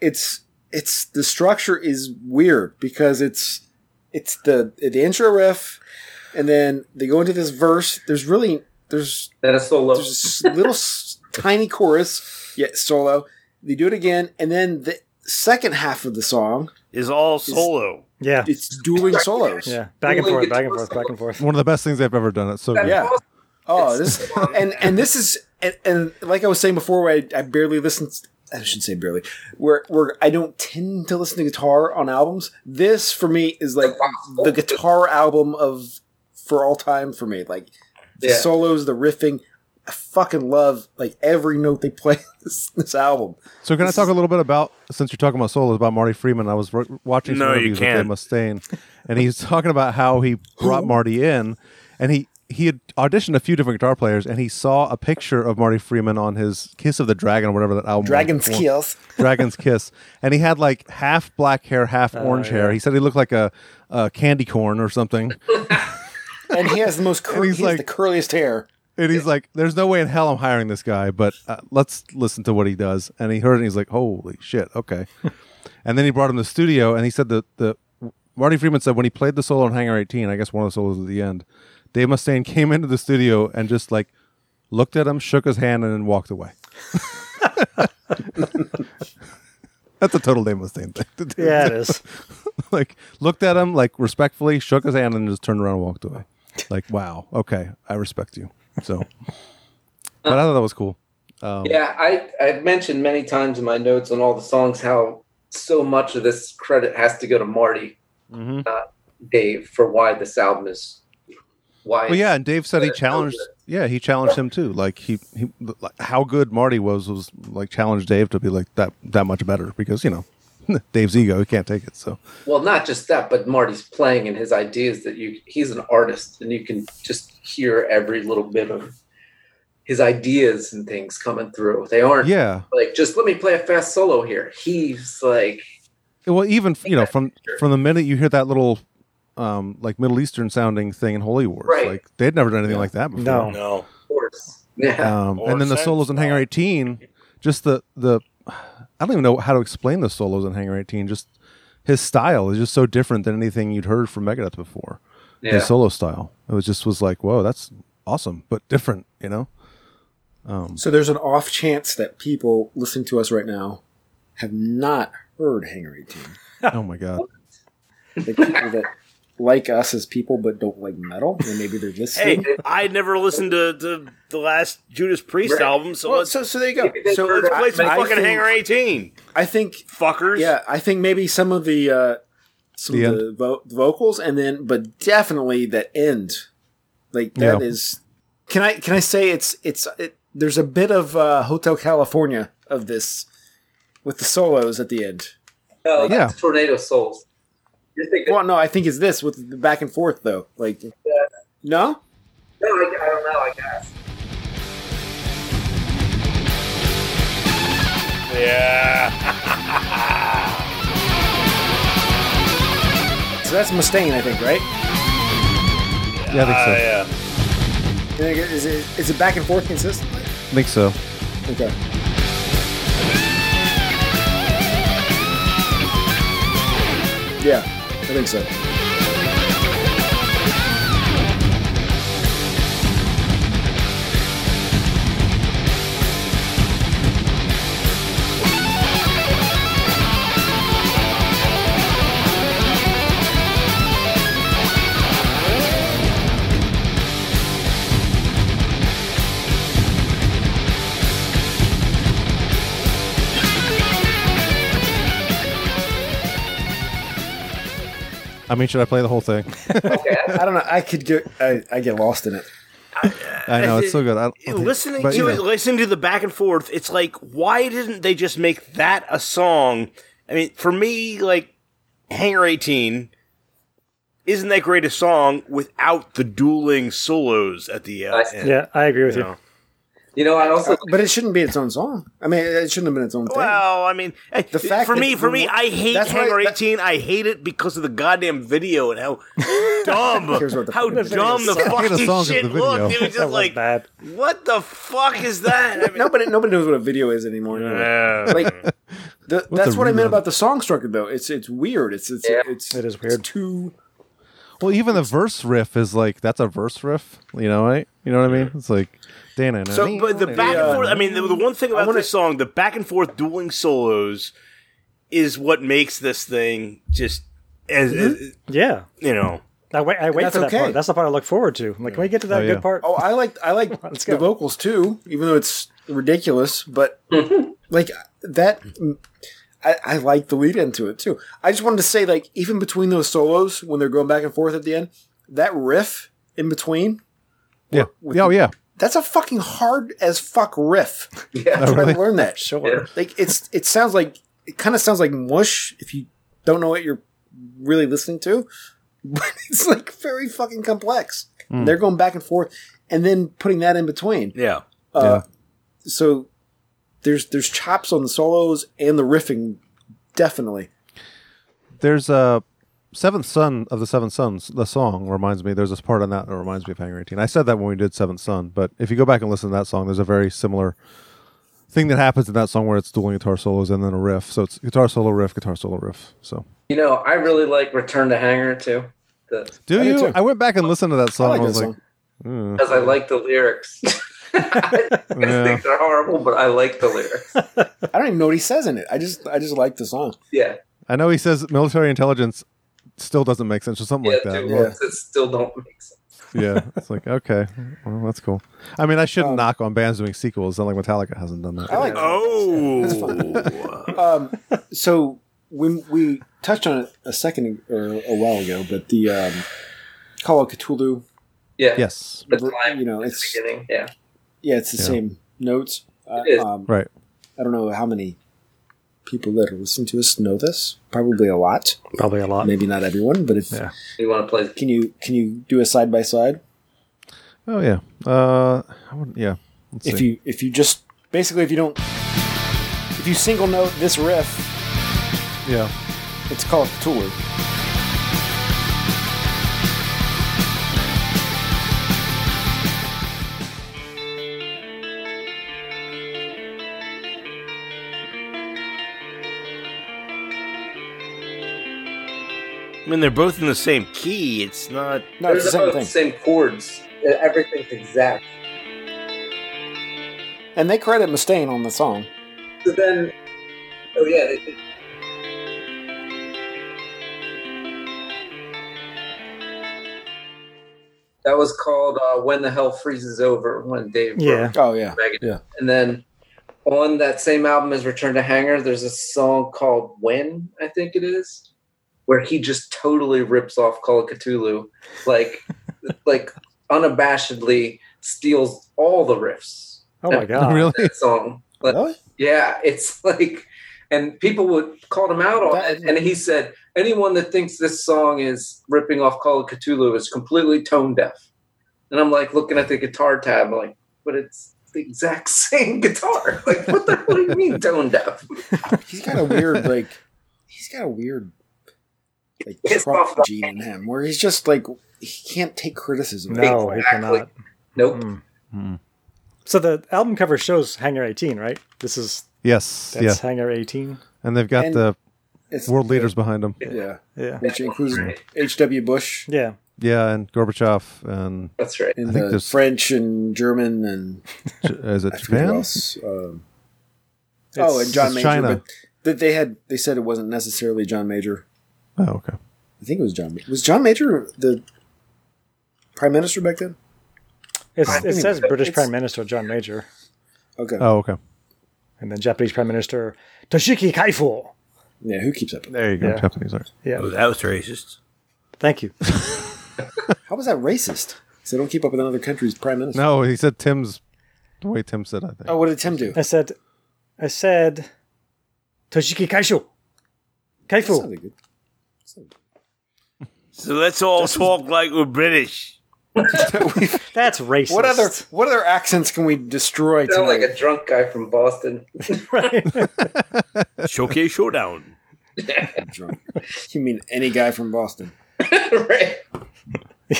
Speaker 3: it's it's the structure is weird because it's it's the the intro riff, and then they go into this verse. There's really there's
Speaker 1: that a solo.
Speaker 3: there's this little s- tiny chorus, yet solo. They do it again, and then the second half of the song,
Speaker 5: is all solo.
Speaker 4: Yeah.
Speaker 3: it's dueling solos.
Speaker 4: Yeah. Back and
Speaker 1: Only
Speaker 4: forth. Back and
Speaker 1: guitar
Speaker 4: forth. Back and forth.
Speaker 2: One of the best things they've ever done. It's so good.
Speaker 3: Yeah. Oh, this and and this is and, and like I was saying before, where I, I barely listen. I shouldn't say barely. Where where I don't tend to listen to guitar on albums. This for me is like the guitar album of for all time for me. Like the
Speaker 1: Yeah.
Speaker 3: solos, the riffing. I fucking love like every note they play this, this album.
Speaker 2: So can I
Speaker 3: This
Speaker 2: talk
Speaker 3: is-
Speaker 2: a little bit about since you're talking about solos about Marty Freeman? I was ro- watching some
Speaker 5: No, you
Speaker 2: interviews with Dave
Speaker 5: can't.
Speaker 2: Mustaine, and he's talking about how he brought Marty in, and he he had auditioned a few different guitar players, and he saw a picture of Marty Freeman on his Kiss of the Dragon or whatever that album. was
Speaker 3: Dragon's
Speaker 2: for.
Speaker 3: Kills.
Speaker 2: Dragon's Kiss, and he had like half black hair, half orange hair. He said he looked like a, a candy corn or something.
Speaker 3: And he has the most cur-
Speaker 2: And
Speaker 3: he
Speaker 2: he's
Speaker 3: has
Speaker 2: like-
Speaker 3: the curliest hair.
Speaker 2: And he's like, "There's no way in hell I'm hiring this guy." But uh, let's listen to what he does. And he heard it. and He's like, "Holy shit, okay." and then he brought him to the studio, and he said that the Marty Freeman said when he played the solo on Hangar 18, I guess one of the solos at the end, Dave Mustaine came into the studio and just like looked at him, shook his hand, and then walked away. That's a total Dave Mustaine thing. To do.
Speaker 4: Yeah, it is.
Speaker 2: like looked at him like respectfully, shook his hand, and just turned around and walked away. Like, wow, okay, I respect you. So, but I thought that was cool. Um,
Speaker 1: Yeah, I I've mentioned many times in my notes on all the songs how so much of this credit has to go to Marty, uh,
Speaker 2: Mhm.
Speaker 1: not Dave, for why this album is why.
Speaker 2: Well, yeah, and Dave said he
Speaker 1: Uh,
Speaker 2: challenged. Yeah, he challenged him too. Like he, he, like, how good Marty was was like challenged Dave to be like that that much better because you know, Dave's ego he can't take it. So
Speaker 1: Well, not just that, but Marty's playing and his ideas that you he's an artist and you can just hear every little bit of his ideas and things coming through. They aren't
Speaker 2: yeah,
Speaker 1: like just let me play a fast solo here. He's like
Speaker 2: well, even you know from from the minute you hear that little, um, like Middle Eastern sounding thing in Holy Wars,
Speaker 1: Right.
Speaker 2: like they'd never done anything like that before.
Speaker 5: no.
Speaker 1: Yeah.
Speaker 2: Um, and then the solos in Hangar 18, just the the I don't even know how to explain the solos in Hangar 18. Just his style is just so different than anything you'd heard from Megadeth before.
Speaker 1: Yeah.
Speaker 2: His solo style, it was just was like, whoa, that's awesome, but different, you know. Um,
Speaker 3: So there's an off chance that people listening to us right now have not heard Hangar 18.
Speaker 2: oh my god,
Speaker 3: The people that like us as people but don't like metal, and maybe they're
Speaker 5: Hey,
Speaker 3: listening.
Speaker 5: I never listened to, to the last Judas Priest
Speaker 3: Right.
Speaker 5: album, so
Speaker 3: Well,
Speaker 5: let's,
Speaker 3: so- so there you go. Maybe they
Speaker 5: So
Speaker 3: heard
Speaker 5: let's play
Speaker 3: it.
Speaker 5: some
Speaker 3: I
Speaker 5: fucking
Speaker 3: think-
Speaker 5: Hanger 18,
Speaker 3: I think
Speaker 5: fuckers.
Speaker 3: Yeah, I think maybe some of the uh, some
Speaker 2: The
Speaker 3: of the vo- vocals, and then but definitely that end, like that is.
Speaker 2: Yeah.
Speaker 3: Can I can I say it's it's it, there's a bit of uh, Hotel California of this with the solos at the end.
Speaker 1: Oh,
Speaker 2: Yeah.
Speaker 1: that's Tornado Souls. You're thinking,
Speaker 3: Well, no, I think it's this with the back and forth though. Like no,
Speaker 1: no, "Oh, I, I don't know, I guess.
Speaker 5: Yeah.
Speaker 3: so that's Mustaine, I think, right?
Speaker 2: yeah, I think so.
Speaker 5: Uh, yeah.
Speaker 3: And then it- Is it is it back and forth consistently?
Speaker 2: I think so.
Speaker 3: Okay. Yeah, I think so.
Speaker 2: I mean, should I play the whole thing?
Speaker 3: I don't know. I could get I, I get lost in it.
Speaker 2: I know it's so good. I don't, I don't think-
Speaker 5: listening
Speaker 2: but,
Speaker 5: to
Speaker 2: you
Speaker 5: it,
Speaker 2: know,
Speaker 5: listening to the back and forth, it's like, why didn't they just make that a song? I mean, for me, like, Hanger 18 isn't that great a song without the dueling solos at the uh,
Speaker 1: I-
Speaker 5: end.
Speaker 4: Yeah, I agree with
Speaker 5: you
Speaker 4: you.
Speaker 5: know?
Speaker 1: You know, I also
Speaker 3: But it shouldn't be its own song. I mean, it shouldn't have been its own thing.
Speaker 5: Well, I mean, the
Speaker 3: fact
Speaker 5: fact for
Speaker 3: that
Speaker 5: me,
Speaker 3: the
Speaker 5: for me,
Speaker 3: wo-
Speaker 5: I hate
Speaker 3: that's why-
Speaker 5: Hanger
Speaker 3: that-
Speaker 5: 18. I hate it because of the goddamn video and how dumb,
Speaker 3: Here's what the
Speaker 5: how
Speaker 3: video
Speaker 5: dumb the
Speaker 3: sucked.
Speaker 2: I hate the
Speaker 5: fucking
Speaker 2: song 'cause of
Speaker 5: shit
Speaker 2: the video.
Speaker 5: looked. It was
Speaker 4: That
Speaker 5: just
Speaker 4: was
Speaker 5: like,
Speaker 4: bad.
Speaker 5: what the fuck is that? I mean,
Speaker 3: nobody nobody knows what a video is anymore. anyway.
Speaker 5: uh,
Speaker 3: Like the, that's
Speaker 2: a
Speaker 3: what I
Speaker 2: rerun.
Speaker 3: meant about the song structure, though. It's it's weird. It's it's
Speaker 1: Yeah.
Speaker 3: it's
Speaker 4: It is
Speaker 3: it's
Speaker 4: weird.
Speaker 3: too
Speaker 2: well, even the verse riff is like that's a verse riff. You know, right? You know what I mean? It's like Dana.
Speaker 5: So, but the back
Speaker 3: Yeah.
Speaker 5: and forth. I mean, the, the one thing about this song, the back and forth dueling solos, is what makes this thing just as, as
Speaker 4: Yeah.
Speaker 5: you know.
Speaker 4: I wait, I wait
Speaker 3: That's
Speaker 4: for that
Speaker 3: okay.
Speaker 4: part. That's the part I look forward to. I'm like, can we get to that
Speaker 2: Oh,
Speaker 4: good
Speaker 2: yeah.
Speaker 4: part?
Speaker 3: Oh, I like I like
Speaker 4: Let's
Speaker 3: the
Speaker 4: go.
Speaker 3: vocals too, even though it's ridiculous. But like that, I, I like the lead into it too. I just wanted to say, like, even between those solos when they're going back and forth at the end, that riff in between,
Speaker 2: yeah, yeah, oh, yeah.
Speaker 3: that's a fucking hard as fuck riff.
Speaker 1: yeah.
Speaker 3: I learned that.
Speaker 4: sure.
Speaker 3: Like, it's it sounds like it kind of sounds like mush if you don't know what you're really listening to, but it's like very fucking complex.
Speaker 2: Hmm.
Speaker 3: They're going back and forth, and then putting that in between.
Speaker 5: Yeah.
Speaker 3: Uh, so there's there's chops on the solos and the riffing definitely
Speaker 2: There's a Seventh Son of the Seventh Sons. The song reminds me. There's this part on that that reminds me of Hangar 18. I said that when we did Seventh Son, but if you go back and listen to that song, there's a very similar thing that happens in that song where it's dueling guitar solos and then a riff. So it's guitar solo riff, guitar solo riff. So
Speaker 1: You know, I really like Return to Hangar too. The,
Speaker 2: do
Speaker 3: I do
Speaker 2: you?
Speaker 3: too.
Speaker 2: I went back and listened to that song. I,
Speaker 3: like
Speaker 2: was
Speaker 3: that
Speaker 2: like, "Hmm."
Speaker 1: because I like the lyrics. I
Speaker 2: Yeah.
Speaker 1: think they're horrible, but I like the lyrics.
Speaker 3: i don't even know what he says in it i just i just like the song
Speaker 1: Yeah.
Speaker 2: I know he says military intelligence still doesn't make sense or something
Speaker 1: yeah,
Speaker 2: like that.
Speaker 1: two
Speaker 3: yeah.
Speaker 1: words that still don't make sense.
Speaker 2: yeah, it's like okay, well that's cool. I mean, I shouldn't knock on bands doing sequels. Not like Metallica hasn't done that.
Speaker 3: Um, i like
Speaker 5: Oh.
Speaker 3: um so when we touched on it a second or a while ago but the um call of cthulhu
Speaker 1: Yeah.
Speaker 2: Yes.
Speaker 1: The climb,
Speaker 3: you know,
Speaker 1: at the
Speaker 3: it's-
Speaker 1: beginning. Yeah.
Speaker 3: Yeah, it's the
Speaker 2: Yeah.
Speaker 3: same notes. Uh,
Speaker 1: is.
Speaker 3: um,
Speaker 2: Right.
Speaker 3: I don't know how many people that are listening to us know this. Probably a lot.
Speaker 4: Probably a lot.
Speaker 3: Maybe not everyone, but if
Speaker 2: Yeah.
Speaker 1: You want to play?
Speaker 3: can you can you do a side by side?
Speaker 2: Oh yeah. Uh, I wouldn't, yeah. Let's
Speaker 3: If
Speaker 2: see.
Speaker 3: you if you just basically if you don't if you single note this riff,
Speaker 2: yeah.
Speaker 3: it's called Cthulhu.
Speaker 5: I mean, they're both in the same key. It's not.
Speaker 3: No,
Speaker 1: They're
Speaker 3: it's the same
Speaker 1: both
Speaker 3: thing.
Speaker 1: same chords. Everything's exact.
Speaker 3: And they credit Mustaine on the song.
Speaker 1: So then, oh yeah, they did. That was called uh, "When the Hell Freezes Over" when Dave. wrote
Speaker 4: Yeah.
Speaker 3: Oh yeah.
Speaker 1: Megadeth.
Speaker 3: Yeah.
Speaker 1: And then on that same album as Return to Hanger, there's a song called When, I think it is, where he just totally rips off Call of Cthulhu, like like unabashedly steals all the riffs.
Speaker 4: Oh my god.
Speaker 2: really?
Speaker 1: That song. But
Speaker 3: Really?
Speaker 1: yeah, it's like and people would call him out on
Speaker 3: That-
Speaker 1: it and he said anyone that thinks this song is ripping off Call of Cthulhu is completely tone deaf. And I'm like looking at the guitar tab like but it's the exact same guitar. Like, what the hell do you mean tone deaf?
Speaker 3: He's got a weird like he's got a weird like
Speaker 1: Pissed
Speaker 3: prop
Speaker 1: off the-
Speaker 3: gene in him where he's just like he can't take criticism.
Speaker 4: No, he cannot.
Speaker 1: Nope.
Speaker 4: So the album cover shows Hangar 18, right? This is
Speaker 2: Yes.
Speaker 4: that's
Speaker 2: yeah.
Speaker 4: Hangar 18.
Speaker 2: And they've got
Speaker 3: And-
Speaker 2: the
Speaker 3: It's
Speaker 2: world leaders behind them.
Speaker 3: Yeah.
Speaker 4: Yeah.
Speaker 3: Which includes H.W. Bush
Speaker 4: Yeah.
Speaker 2: Yeah, and Gorbachev and
Speaker 1: That's right.
Speaker 3: and
Speaker 2: I think
Speaker 3: the
Speaker 2: there's-
Speaker 3: French and German and
Speaker 2: J- is it
Speaker 3: I forget who
Speaker 2: Japan?
Speaker 3: else. Um, oh,
Speaker 4: It's-
Speaker 3: and John
Speaker 2: it's
Speaker 3: Major.
Speaker 2: China.
Speaker 3: But th- they had they said it wasn't necessarily John Major.
Speaker 2: Oh, okay.
Speaker 3: I think it was John. Was John Major the prime minister back then?
Speaker 4: It's, it
Speaker 3: mean,
Speaker 4: says British
Speaker 3: it's-
Speaker 4: Prime Minister John Major
Speaker 3: Okay.
Speaker 2: Oh, okay.
Speaker 4: and then Japanese Prime Minister Toshiki Kaifo.
Speaker 3: Yeah. Who keeps up? with that?
Speaker 2: There you go.
Speaker 4: Yeah.
Speaker 2: Japanese art.
Speaker 5: Oh, that was racist.
Speaker 4: Thank you.
Speaker 3: How was that racist? Because they don't keep up with another country's prime minister.
Speaker 2: No, he said Tim's the way Tim said. I think.
Speaker 3: Oh, what did Tim do?
Speaker 4: I said, I said, Toshiki Kaisho.
Speaker 3: That
Speaker 4: Kaifo.
Speaker 3: sounded good.
Speaker 5: So let's all talk like we're British.
Speaker 4: That's racist.
Speaker 3: What other what other accents can we destroy
Speaker 1: Sound like
Speaker 3: tonight?
Speaker 1: a drunk guy from Boston.
Speaker 4: right?
Speaker 5: Showcase showdown.
Speaker 3: drunk. You mean any guy from Boston?
Speaker 1: right.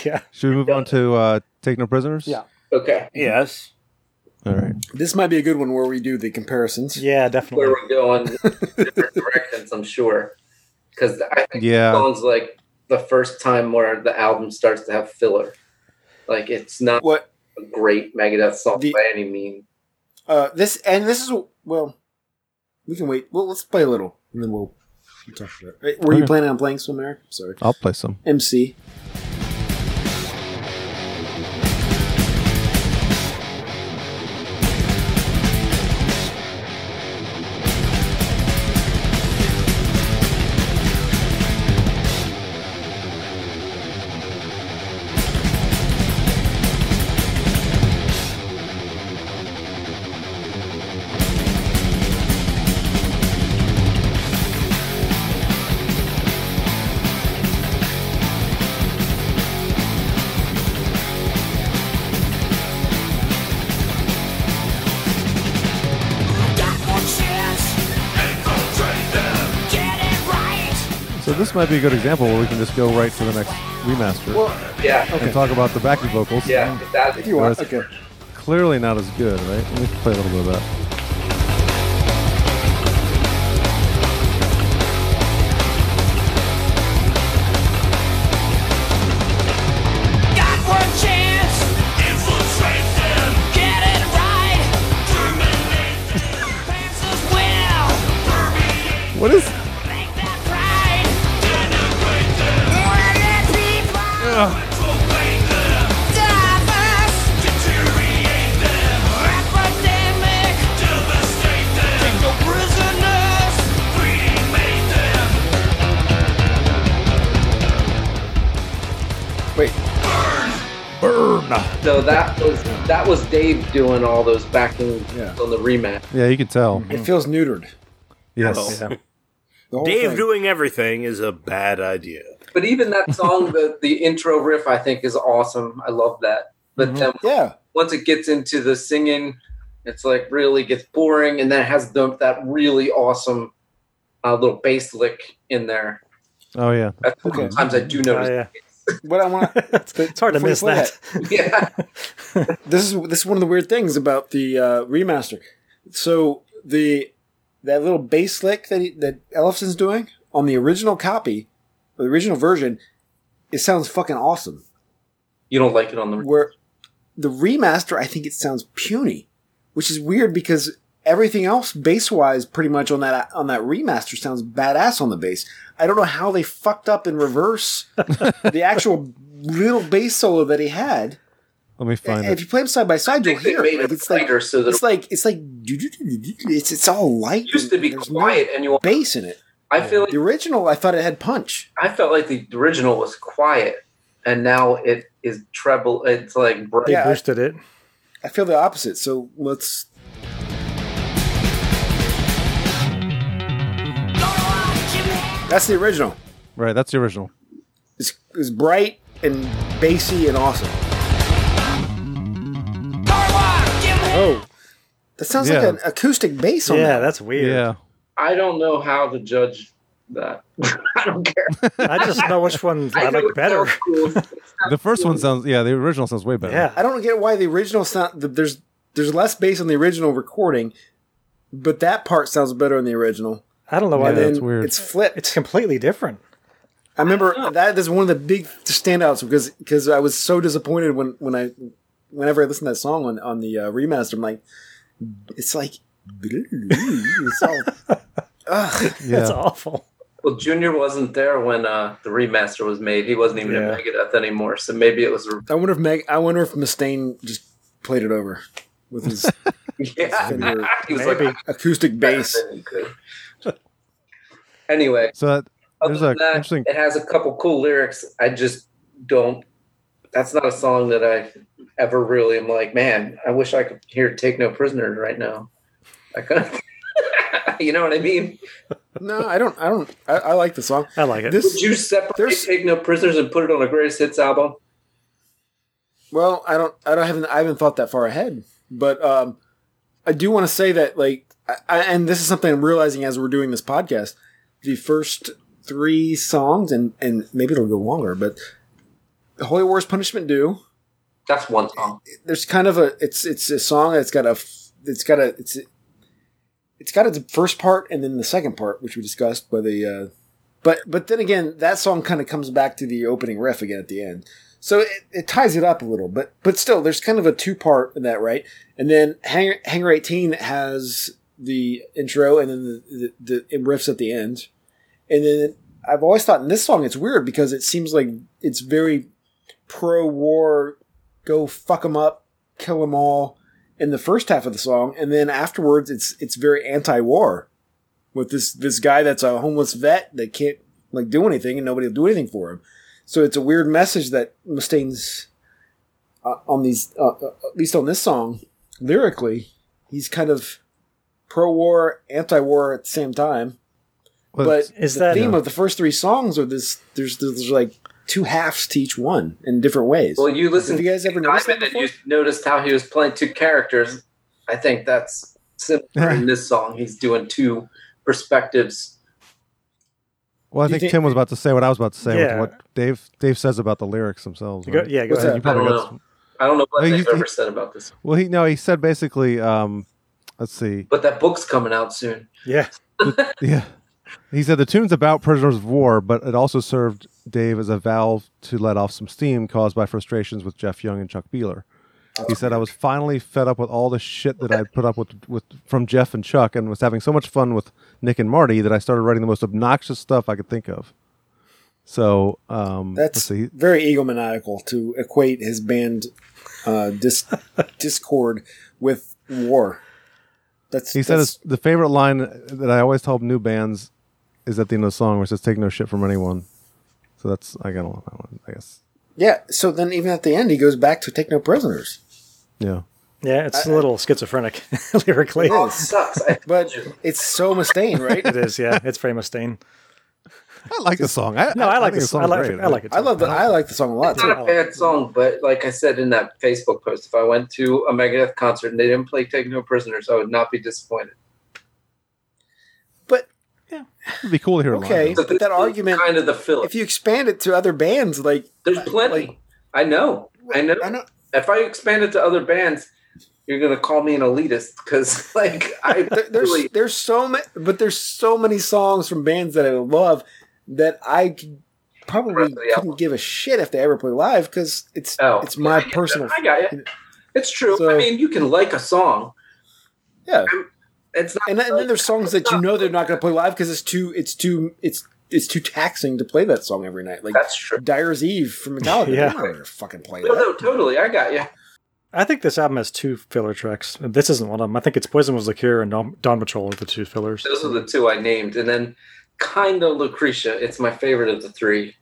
Speaker 4: yeah.
Speaker 2: Should we move on to uh, take no prisoners?
Speaker 4: Yeah.
Speaker 1: Okay.
Speaker 5: Yes.
Speaker 2: All right.
Speaker 3: This might be a good one where we do the comparisons.
Speaker 4: Yeah,
Speaker 1: Where
Speaker 4: definitely.
Speaker 1: we're going, different directions, I'm sure. Because I think
Speaker 2: Yeah.
Speaker 1: the song's like the first time where the album starts to have filler. Like, it's not
Speaker 3: What
Speaker 1: a great Megadeth song
Speaker 3: The-
Speaker 1: by any means.
Speaker 3: Uh, this and this is well, we can wait. Well, let's play a little, and then we'll we'll talk about it. Wait, Were you
Speaker 2: Okay.
Speaker 3: planning on playing some there? Sorry,
Speaker 2: I'll play some.
Speaker 3: MC.
Speaker 2: So this might be a good example where we can just go right to the next remaster
Speaker 1: Yeah.
Speaker 2: and talk about the backing vocals.
Speaker 1: Yeah. That,
Speaker 3: If you want,
Speaker 2: Whereas-
Speaker 3: okay.
Speaker 2: Clearly not as good, right? Let me play a little bit of that. What is?
Speaker 3: Wait,
Speaker 1: So that was that was Dave doing all those backing on the rematch.
Speaker 2: Yeah, you can tell.
Speaker 3: It feels neutered.
Speaker 2: Yes.
Speaker 5: Oh.
Speaker 3: whole
Speaker 5: Dave
Speaker 3: thing.
Speaker 5: doing everything is a bad idea.
Speaker 1: But even that song, the the intro riff, I think is awesome. I love that. But then
Speaker 3: yeah,
Speaker 1: once it gets into the singing, it's like really gets boring, and then it has the, that really awesome uh, little bass lick in there.
Speaker 2: Oh yeah.
Speaker 1: That's Sometimes I do notice.
Speaker 4: Oh, yeah.
Speaker 3: What I want.
Speaker 4: it's hard to miss that.
Speaker 1: yeah.
Speaker 3: this is this is one of the weird things about the uh, remaster. So the that little bass lick that he, that Ellison's doing on the original copy, the original version, it sounds fucking awesome.
Speaker 1: You don't like it on the
Speaker 3: Where the remaster, I think it sounds puny, which is weird because everything else bass wise, pretty much on that on that remaster sounds badass on the bass. I don't know how they fucked up in reverse the actual little bass solo that he had.
Speaker 2: Let me find
Speaker 3: And if
Speaker 2: it.
Speaker 3: you play them side by side, you'll
Speaker 1: think they
Speaker 3: hear
Speaker 1: made it
Speaker 3: it. Like, it's like
Speaker 1: lighter so that-
Speaker 3: it's like it's like it's it's all light.
Speaker 1: It used to be
Speaker 3: There's
Speaker 1: quiet, and you.
Speaker 3: no bass in it.
Speaker 1: I feel like
Speaker 3: The original, I thought it had punch.
Speaker 1: I felt like the original was quiet, and now it is treble. It's like bright.
Speaker 4: They
Speaker 3: Yeah, I-
Speaker 4: boosted it.
Speaker 3: I feel the opposite. So let's. That's the original.
Speaker 2: Right, that's the original.
Speaker 3: It's, it's bright and bassy and awesome. Oh, that sounds
Speaker 2: Yeah.
Speaker 3: like an acoustic bass on
Speaker 4: Yeah,
Speaker 3: that.
Speaker 4: that's weird.
Speaker 2: Yeah.
Speaker 1: I don't know how to judge that. I don't care.
Speaker 4: I just know which one I,
Speaker 1: know
Speaker 4: like
Speaker 1: it
Speaker 4: better.
Speaker 1: sounds cool.
Speaker 2: The first one sounds yeah, the original sounds way better.
Speaker 4: Yeah.
Speaker 3: I don't get why the original sound. th- There's there's less bass on the original recording, but that part sounds better in the original.
Speaker 4: I don't know why
Speaker 2: Yeah,
Speaker 4: they,
Speaker 2: that's weird.
Speaker 3: It's flipped.
Speaker 4: it's completely different.
Speaker 3: I remember that is one of the big standouts because because I was so disappointed when when I whenever I listened to that song on on the uh, remaster, I'm like, it's like it's all. Ugh.
Speaker 2: Yeah.
Speaker 4: That's awful.
Speaker 1: Well, Junior wasn't there when uh, the remaster was made. He wasn't even
Speaker 4: Yeah.
Speaker 1: in Megadeth anymore, so maybe it was. A,
Speaker 3: I wonder if Meg. I wonder if Mustaine just played it over with his
Speaker 1: yeah, he was
Speaker 4: Maybe.
Speaker 1: like
Speaker 3: acoustic bass.
Speaker 1: anyway,
Speaker 2: So that,
Speaker 1: other
Speaker 2: there's a
Speaker 1: than that,
Speaker 2: interesting
Speaker 1: it has a couple cool lyrics. I just don't. That's not a song that I ever really am like, man. I wish I could hear "Take No Prisoners" right now. I kind of, you know what I mean?
Speaker 3: No, I don't. I don't. I, I like the song.
Speaker 4: I like it.
Speaker 3: This
Speaker 1: Would you separate
Speaker 3: There's-
Speaker 1: "Take No Prisoners" and put it on a greatest hits album?
Speaker 3: Well, I don't, I don't, I haven't, I haven't thought that far ahead, but um, I do want to say that, like, I, I, and this is something I'm realizing as we're doing this podcast, the first three songs, and and maybe it'll go longer, but Holy War's Punishment Due.
Speaker 1: That's one song.
Speaker 3: There's kind of a, it's it's a song that's got a, f- it's got a, it's, it's got its first part and then the second part, which we discussed by the, uh, but but then again, that song kind of comes back to the opening riff again at the end. So it, it ties it up a little, but but still, there's kind of a two part in that, right? And then Hanger, Hanger 18 has the intro and then the, the, the it riffs at the end. And then I've always thought in this song it's weird because it seems like it's very pro war, go fuck 'em up, kill 'em all in the first half of the song, and then afterwards it's it's very anti war with this this guy that's a homeless vet that can't like do anything and nobody will do anything for him. So it's a weird message that Mustaine's uh, on these, uh, uh, at least on this song, lyrically, he's kind of pro-war, anti-war at the same time.
Speaker 2: well,
Speaker 3: but
Speaker 4: Is
Speaker 3: the
Speaker 4: that-
Speaker 3: theme of the first three songs are this? There's there's like two halves to each one in different ways.
Speaker 1: Well, you listen.
Speaker 3: Have you guys ever noticed that
Speaker 1: and you noticed how he was playing two characters. I think that's similar
Speaker 2: Yeah.
Speaker 1: in this song. He's doing two perspectives.
Speaker 2: well I
Speaker 3: do you
Speaker 2: think,
Speaker 3: think-
Speaker 2: Tim was about to say what I was about to say
Speaker 4: Yeah.
Speaker 2: with what Dave Dave says about the lyrics themselves.
Speaker 4: You go-
Speaker 2: right?
Speaker 4: yeah, go
Speaker 2: So
Speaker 4: ahead.
Speaker 2: you probably
Speaker 1: I don't
Speaker 2: got
Speaker 1: know.
Speaker 2: some-
Speaker 1: I don't know what
Speaker 2: No,
Speaker 1: they've
Speaker 2: you-
Speaker 1: ever said about this,
Speaker 2: well he no, he said basically um let's see.
Speaker 1: but that book's coming out soon.
Speaker 4: Yeah.
Speaker 2: Yeah. He said the tune's about prisoners of war, but it also served Dave as a valve to let off some steam caused by frustrations with Jeff Young and Chuck Beeler. He said I was finally fed up with all the shit that I put up with with from Jeff and Chuck and was having so much fun with Nick and Marty that I started writing the most obnoxious stuff I could think of. So um
Speaker 3: That's
Speaker 2: let's see.
Speaker 3: very egomaniacal to equate his band uh, dis- discord with war. That's
Speaker 2: He said
Speaker 3: that's,
Speaker 2: his, the favorite line that I always tell new bands is at the end of the song where it says take no shit from anyone. So that's I got a lot of that one, I guess.
Speaker 3: Yeah. So then, even at the end, he goes back to take no prisoners.
Speaker 2: Yeah.
Speaker 4: Yeah, it's a little schizophrenic lyrically.
Speaker 3: It
Speaker 1: Oh, sucks.
Speaker 3: but it's so Mustaine, right?
Speaker 4: it is, yeah. It's very Mustaine.
Speaker 2: I like the song. I,
Speaker 4: No, I like this. I like. I like it.
Speaker 3: I love the. I like the song a lot
Speaker 1: It's not a
Speaker 3: too.
Speaker 1: bad song, but like I said in that Facebook post, if I went to a Megadeth concert and they didn't play Take No Prisoners, I would not be disappointed.
Speaker 2: It'd be cool to hear.
Speaker 3: Okay,
Speaker 2: Okay.
Speaker 1: So
Speaker 3: but
Speaker 1: this
Speaker 3: that
Speaker 1: is
Speaker 3: argument.
Speaker 1: kind of the filler.
Speaker 3: If you expand it to other bands, like
Speaker 1: There's plenty.
Speaker 3: like-
Speaker 1: I know. I know.
Speaker 3: I know.
Speaker 1: If I expand it to other bands, you're gonna call me an elitist because, like, I
Speaker 3: There- there's
Speaker 1: really
Speaker 3: there's so many, but there's so many songs from bands that I love that I could-
Speaker 1: The rest
Speaker 3: probably
Speaker 1: of the album.
Speaker 3: couldn't give a shit if they ever play live because it's
Speaker 1: Oh.
Speaker 3: it's my
Speaker 1: Yeah, yeah,
Speaker 3: personal.
Speaker 1: I got it. It's true.
Speaker 3: So-
Speaker 1: I mean, you can like a song.
Speaker 3: Yeah,
Speaker 1: It's not.
Speaker 3: and, then- and then there's songs that you know they're not going to play live because it's too it's too it's it's too taxing to play that song every night. Like
Speaker 1: That's true.
Speaker 3: Dyer's Eve from Metallica.
Speaker 4: Yeah.
Speaker 3: They're not going to fucking play
Speaker 1: Oh, No, no,
Speaker 3: that.
Speaker 1: totally. I got you.
Speaker 4: I think this album has two filler tracks. This isn't one of them. I think it's Poison Was the Cure and Dawn, Dawn Patrol are the two fillers.
Speaker 1: Those are the two I named, and then kind of Lucretia. It's my favorite of the three.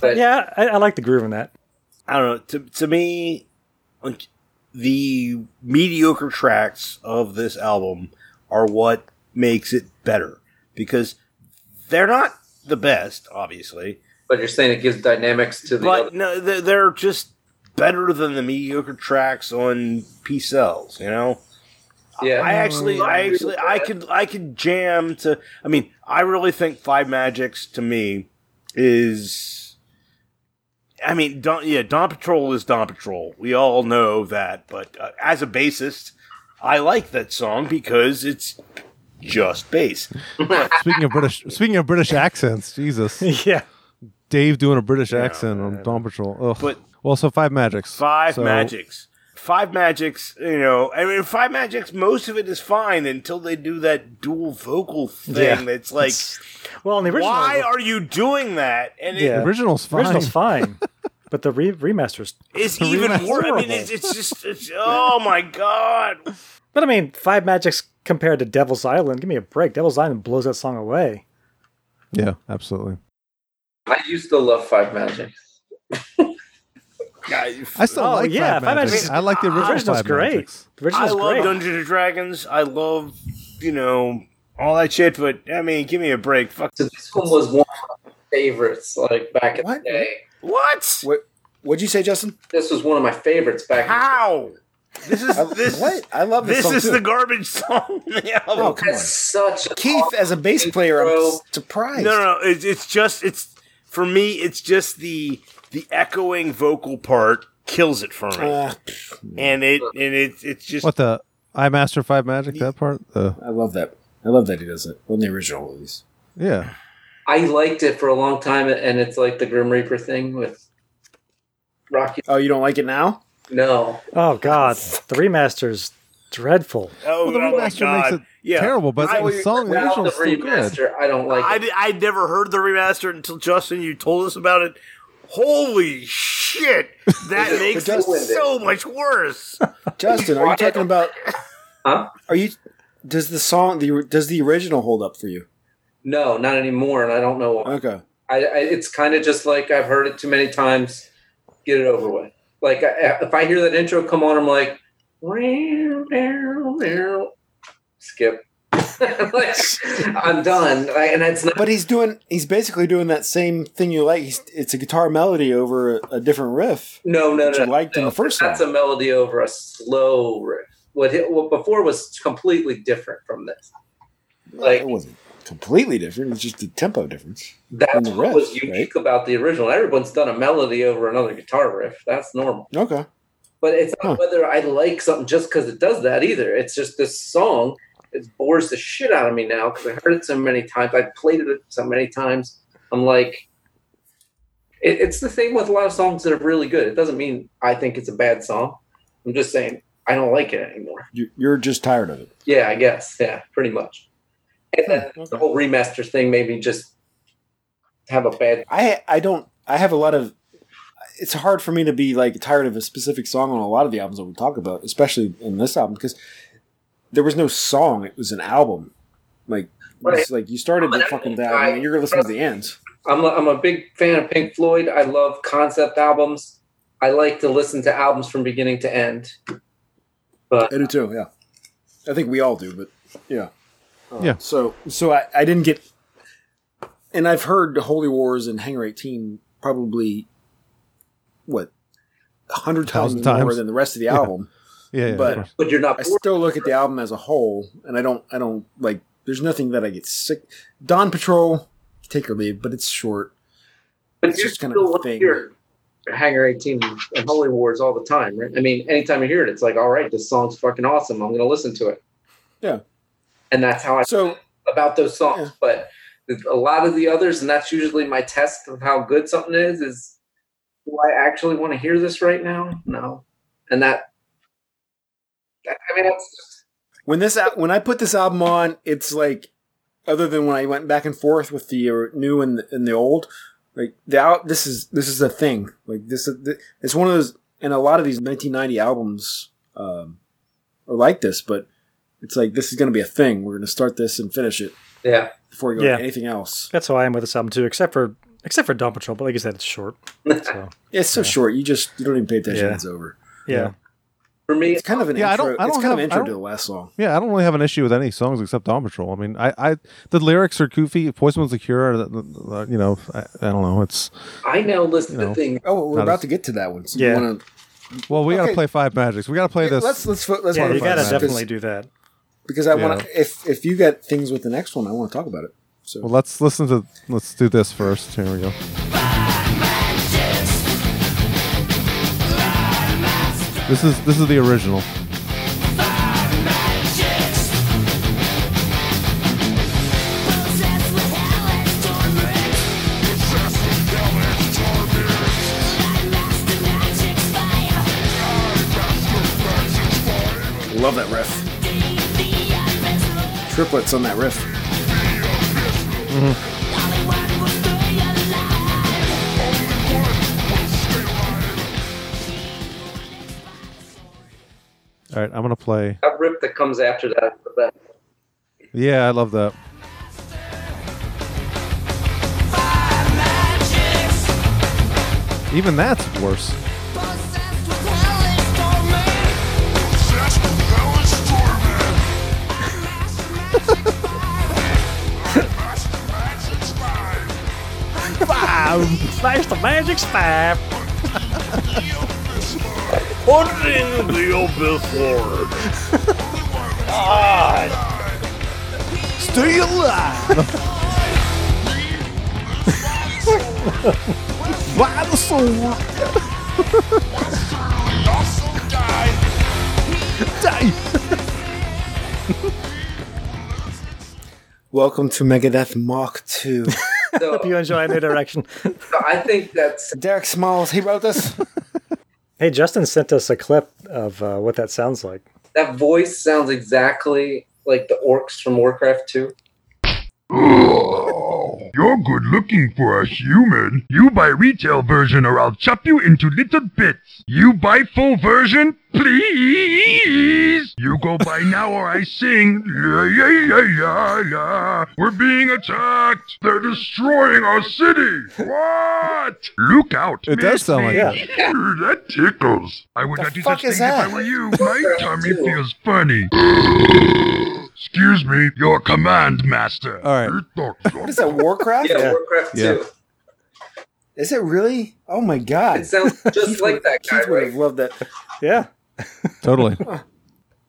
Speaker 1: But
Speaker 4: Yeah, I, I like the groove in that.
Speaker 5: I don't know. To, to me, like the mediocre tracks of this album are what makes it better because they're not the best, obviously,
Speaker 1: but you're saying it gives dynamics to the
Speaker 5: but
Speaker 1: other.
Speaker 5: no, they're, they're just better than the mediocre tracks on P cells. You know,
Speaker 1: Yeah,
Speaker 5: I actually, I
Speaker 1: agree
Speaker 5: actually,
Speaker 1: with
Speaker 5: I
Speaker 1: that.
Speaker 5: could, I could jam to. I mean, I really think Five Magics to me is. I mean, Don, yeah, Don Patrol is Don Patrol. We all know that, but uh, as a bassist, I like that song because it's just bass.
Speaker 2: Speaking of British, speaking of British accents, Jesus,
Speaker 4: yeah.
Speaker 2: Dave doing a British accent on Dawn Patrol. Ugh.
Speaker 5: But-
Speaker 2: well, so five magics.
Speaker 5: Five
Speaker 2: So-
Speaker 5: Magics, Five Magics. You know, I mean, Five Magics. Most of it is fine until they do that dual vocal thing.
Speaker 4: Yeah.
Speaker 5: That's like,
Speaker 4: Well, in the original,
Speaker 5: why are you doing that? And it,
Speaker 4: Yeah.
Speaker 2: The original's fine.
Speaker 4: original's fine, but the re- remasters.
Speaker 5: It's even
Speaker 2: remaster.
Speaker 5: worse. I mean, it's, it's just, it's, oh my god.
Speaker 4: But I mean, Five Magics compared to Devil's Island. Give me a break. Devil's Island blows that song away.
Speaker 2: Yeah, absolutely.
Speaker 1: I used to love Five Magics.
Speaker 5: God,
Speaker 2: I still
Speaker 4: Oh,
Speaker 2: like
Speaker 4: yeah,
Speaker 2: five,
Speaker 4: Five
Speaker 2: magics.
Speaker 4: Magics-
Speaker 2: I like the original.
Speaker 4: original's
Speaker 2: Five
Speaker 4: great.
Speaker 2: Magics.
Speaker 4: The original's
Speaker 5: I love
Speaker 4: great.
Speaker 5: Dungeons and Dragons. I love, you know, all that shit. But I mean, give me a break. Fuck
Speaker 1: So this one was one of my favorites, like back in
Speaker 3: What?
Speaker 1: the day.
Speaker 5: what?
Speaker 3: What what'd you say, Justin?
Speaker 1: This was one of my favorites back.
Speaker 5: How? This is
Speaker 3: I,
Speaker 5: this.
Speaker 3: what I love this.
Speaker 5: This
Speaker 3: song
Speaker 5: is
Speaker 3: too.
Speaker 5: the garbage song. on the
Speaker 3: Oh
Speaker 5: album.
Speaker 1: in
Speaker 3: come
Speaker 1: the day.
Speaker 3: on,
Speaker 1: That's such a
Speaker 3: Keith as a bass
Speaker 1: Intro.
Speaker 3: player. I'm surprised.
Speaker 5: no, no, no. It's, it's just it's for me. It's just the the echoing vocal part kills it for me,
Speaker 3: Uh,
Speaker 5: and it and it it's just
Speaker 2: What the? I master five magic. That part. The
Speaker 3: I love that. I love that he does it. Well, in the original, at least.
Speaker 2: yeah.
Speaker 1: I liked it for a long time, and it's like the Grim Reaper thing with Rocky.
Speaker 3: Oh, you don't like it now?
Speaker 1: No,
Speaker 4: Oh God, the remasters dreadful.
Speaker 5: oh,
Speaker 2: Well, the
Speaker 5: oh my
Speaker 2: remaster makes
Speaker 5: God.
Speaker 2: it
Speaker 5: yeah.
Speaker 2: Terrible, but
Speaker 5: I-
Speaker 2: the song the
Speaker 1: without the
Speaker 2: original's still good.
Speaker 1: remaster, I don't like
Speaker 5: I
Speaker 1: it.
Speaker 5: di- I'd never heard the remaster until Justin, you told us about it. Holy shit! That makes it
Speaker 1: Justin-
Speaker 5: so much worse.
Speaker 3: Justin, are you talking about?
Speaker 1: Huh?
Speaker 3: Are you? Does the song the does the original hold up for you?
Speaker 1: No, not anymore, and I don't know. why.
Speaker 3: Okay.
Speaker 1: I, I, it's kind of just like I've heard it too many times. Get it over with. Like I, if I hear that intro come on, I'm like, meow, meow, meow. skip. like, I'm done, I, and it's not.
Speaker 3: But he's doing he's basically doing that same thing you like. He's, it's a guitar melody over a, a different riff.
Speaker 1: No, no,
Speaker 3: that
Speaker 1: no.
Speaker 3: you liked in
Speaker 1: no.
Speaker 3: the first
Speaker 1: That's
Speaker 3: song.
Speaker 1: a melody over a slow riff. What, hit, what before was completely different from this. Like
Speaker 3: it wasn't completely different. It's just the tempo difference.
Speaker 1: that's
Speaker 3: the
Speaker 1: what
Speaker 3: riff,
Speaker 1: was unique about the original. Everyone's done a melody over another guitar riff. That's normal.
Speaker 3: Okay.
Speaker 1: But it's
Speaker 3: Huh.
Speaker 1: not whether I like something just because it does that either. It's just this song. It bores the shit out of me now because I heard it so many times. I've played it so many times. I'm like, it, it's the same with a lot of songs that are really good. It doesn't mean I think it's a bad song. I'm just saying I don't like it anymore.
Speaker 3: You, you're just tired of it.
Speaker 1: Yeah, I guess. Yeah, pretty much. And then the whole remaster thing made me just have a bad.
Speaker 3: I I don't I have a lot of it's hard for me to be like tired of a specific song on a lot of the albums that we talk about, especially in this album because there was no song; it was an album. Like it's
Speaker 1: Right.
Speaker 3: like you started the
Speaker 1: But
Speaker 3: fucking
Speaker 1: everything
Speaker 3: album
Speaker 1: died.
Speaker 3: and you're gonna listen to the ends.
Speaker 1: I'm a, I'm a big fan of Pink Floyd. I love concept albums. I like to listen to albums from beginning to end. But
Speaker 3: I do too. Yeah, I think we all do. But yeah, Uh,
Speaker 2: Yeah.
Speaker 3: So so I, I didn't get, and I've heard Holy Wars and Hangar 18 probably what a hundred
Speaker 2: Thousand
Speaker 3: times more
Speaker 2: times.
Speaker 3: than the rest of the
Speaker 2: Yeah.
Speaker 3: album.
Speaker 2: Yeah, yeah, of
Speaker 3: but
Speaker 2: course.
Speaker 1: but you're not
Speaker 3: I still look at the album as a whole, and I don't I don't like. There's nothing that I get sick. Dawn Patrol, take or leave, but it's short.
Speaker 1: But
Speaker 3: It's
Speaker 1: you
Speaker 3: just kind
Speaker 1: still
Speaker 3: of a
Speaker 1: want to
Speaker 3: thing.
Speaker 1: hear Hangar 18 and Holy Wars all the time, right? I mean, anytime you hear it, it's like, all right, this song's fucking awesome. I'm going to listen to it.
Speaker 3: Yeah.
Speaker 1: And that's how I
Speaker 3: So
Speaker 1: about those songs. But a lot of the others, and that's usually my test of how good something is, is do I actually want to hear this right now? No. And that, that I mean, that's just
Speaker 3: when this al- when I put this album on, it's like other than when I went back and forth with the uh, new and the, and the old, like the out this is this is a thing. Like this is th- it's one of those and a lot of these 1990 albums um, are like this, but it's like this is going to be a thing. We're going to start this and finish it
Speaker 1: yeah.
Speaker 3: before we go
Speaker 4: Yeah.
Speaker 3: to anything else.
Speaker 4: That's how I am with this album too, except for except for Dawn Patrol. But like you said, it's short. So
Speaker 3: It's so short. You just you don't even pay attention.
Speaker 4: Yeah.
Speaker 3: It's over.
Speaker 4: yeah,
Speaker 1: For me,
Speaker 3: It's kind of an
Speaker 2: Yeah, I
Speaker 3: intro.
Speaker 2: don't- I
Speaker 3: it's
Speaker 2: don't
Speaker 3: kind
Speaker 2: have-
Speaker 3: of an
Speaker 2: I
Speaker 3: intro
Speaker 2: don't-
Speaker 3: to the last song.
Speaker 2: Yeah, I don't really have an issue with any songs except Dawn Patrol. I mean, I, I the lyrics are goofy. Poison's the cure. the- the- the- You know, I, I don't know. It's
Speaker 1: I now listen
Speaker 2: You
Speaker 1: to
Speaker 2: know.
Speaker 1: things.
Speaker 3: Oh, we're
Speaker 2: Not
Speaker 3: about
Speaker 2: as-
Speaker 3: to get to that one. So
Speaker 4: Yeah.
Speaker 3: you want to
Speaker 2: well, we got
Speaker 3: Okay.
Speaker 2: to play Five Magics. We got to play this.
Speaker 3: let's let's fo- let's
Speaker 4: yeah.
Speaker 3: wanna
Speaker 4: You
Speaker 3: find
Speaker 4: gotta
Speaker 3: out, 'cause-
Speaker 4: definitely do that.
Speaker 3: because I want to. If if you got things with the next one, I want to talk about it. So
Speaker 2: well, let's listen to let's do this first. Here we go. This is this is the original.
Speaker 3: love that riff. Triplets on that riff.
Speaker 2: All right, I'm gonna play.
Speaker 1: That rip that comes after that, but that
Speaker 2: Yeah, I love that. Even that's worse.
Speaker 4: Flash the magic five.
Speaker 9: Put it in the abyss lord.
Speaker 5: Stay alive. By the sword.
Speaker 3: Welcome to Megadeth Mach 2.
Speaker 1: so,
Speaker 4: Hope you enjoy New Direction.
Speaker 1: so I think that's
Speaker 3: Derek Smalls, he wrote this.
Speaker 4: hey, Justin sent us a clip of uh, what that sounds like.
Speaker 1: that voice sounds exactly like the orcs from Warcraft 2.
Speaker 11: You're good looking for a human. You buy retail version or I'll chop you into little bits. You buy full version, please. You go buy now or I sing. La, la, la, la, la. We're being attacked. They're destroying our city. What? Look out.
Speaker 2: It does sound like that.
Speaker 11: Miss me. that tickles. I would
Speaker 3: The
Speaker 11: not do
Speaker 3: fuck
Speaker 11: such things
Speaker 3: is that?
Speaker 11: if I were you. My tummy feels funny. Excuse me, your command master.
Speaker 2: All right.
Speaker 3: What is that, Warcraft?
Speaker 1: Yeah, Warcraft
Speaker 2: Yeah.
Speaker 1: 2.
Speaker 3: Is it really? Oh my god.
Speaker 1: It sounds just like that guy,
Speaker 3: Keith would
Speaker 1: right?
Speaker 3: have loved that.
Speaker 4: Yeah,
Speaker 2: Totally.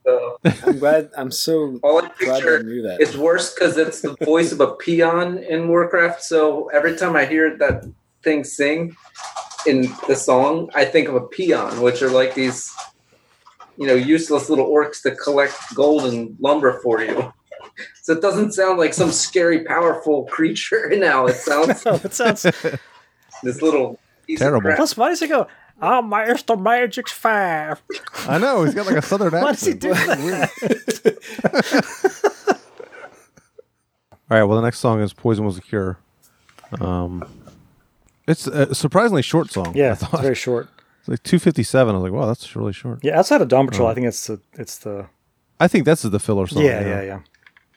Speaker 1: So,
Speaker 3: I'm glad. I'm so
Speaker 1: all I
Speaker 3: glad
Speaker 1: picture
Speaker 3: I knew that.
Speaker 1: It's worse because it's the voice of a peon in Warcraft. So every time I hear that thing sing in the song, I think of a peon, which are like these, you know, useless little orcs that collect gold and lumber for you. So it doesn't sound like some scary, powerful creature now. It sounds
Speaker 4: oh, it sounds.
Speaker 1: this little piece of
Speaker 2: Terrible.
Speaker 1: crap.
Speaker 4: Plus, why does he go? Oh, Master Magic's five.
Speaker 2: I know he's got like a southern accent.
Speaker 4: Why does he do that?
Speaker 2: All right. Well, the next song is "Poison Was a Cure." Um, it's a surprisingly short song.
Speaker 4: Yeah,
Speaker 2: I
Speaker 4: it's
Speaker 2: thought.
Speaker 4: very short.
Speaker 2: It's like two fifty seven. I was like, wow, that's really short.
Speaker 4: Yeah, outside of Dawn Patrol, I think it's the it's the
Speaker 2: I think that's the filler song.
Speaker 4: yeah yeah yeah.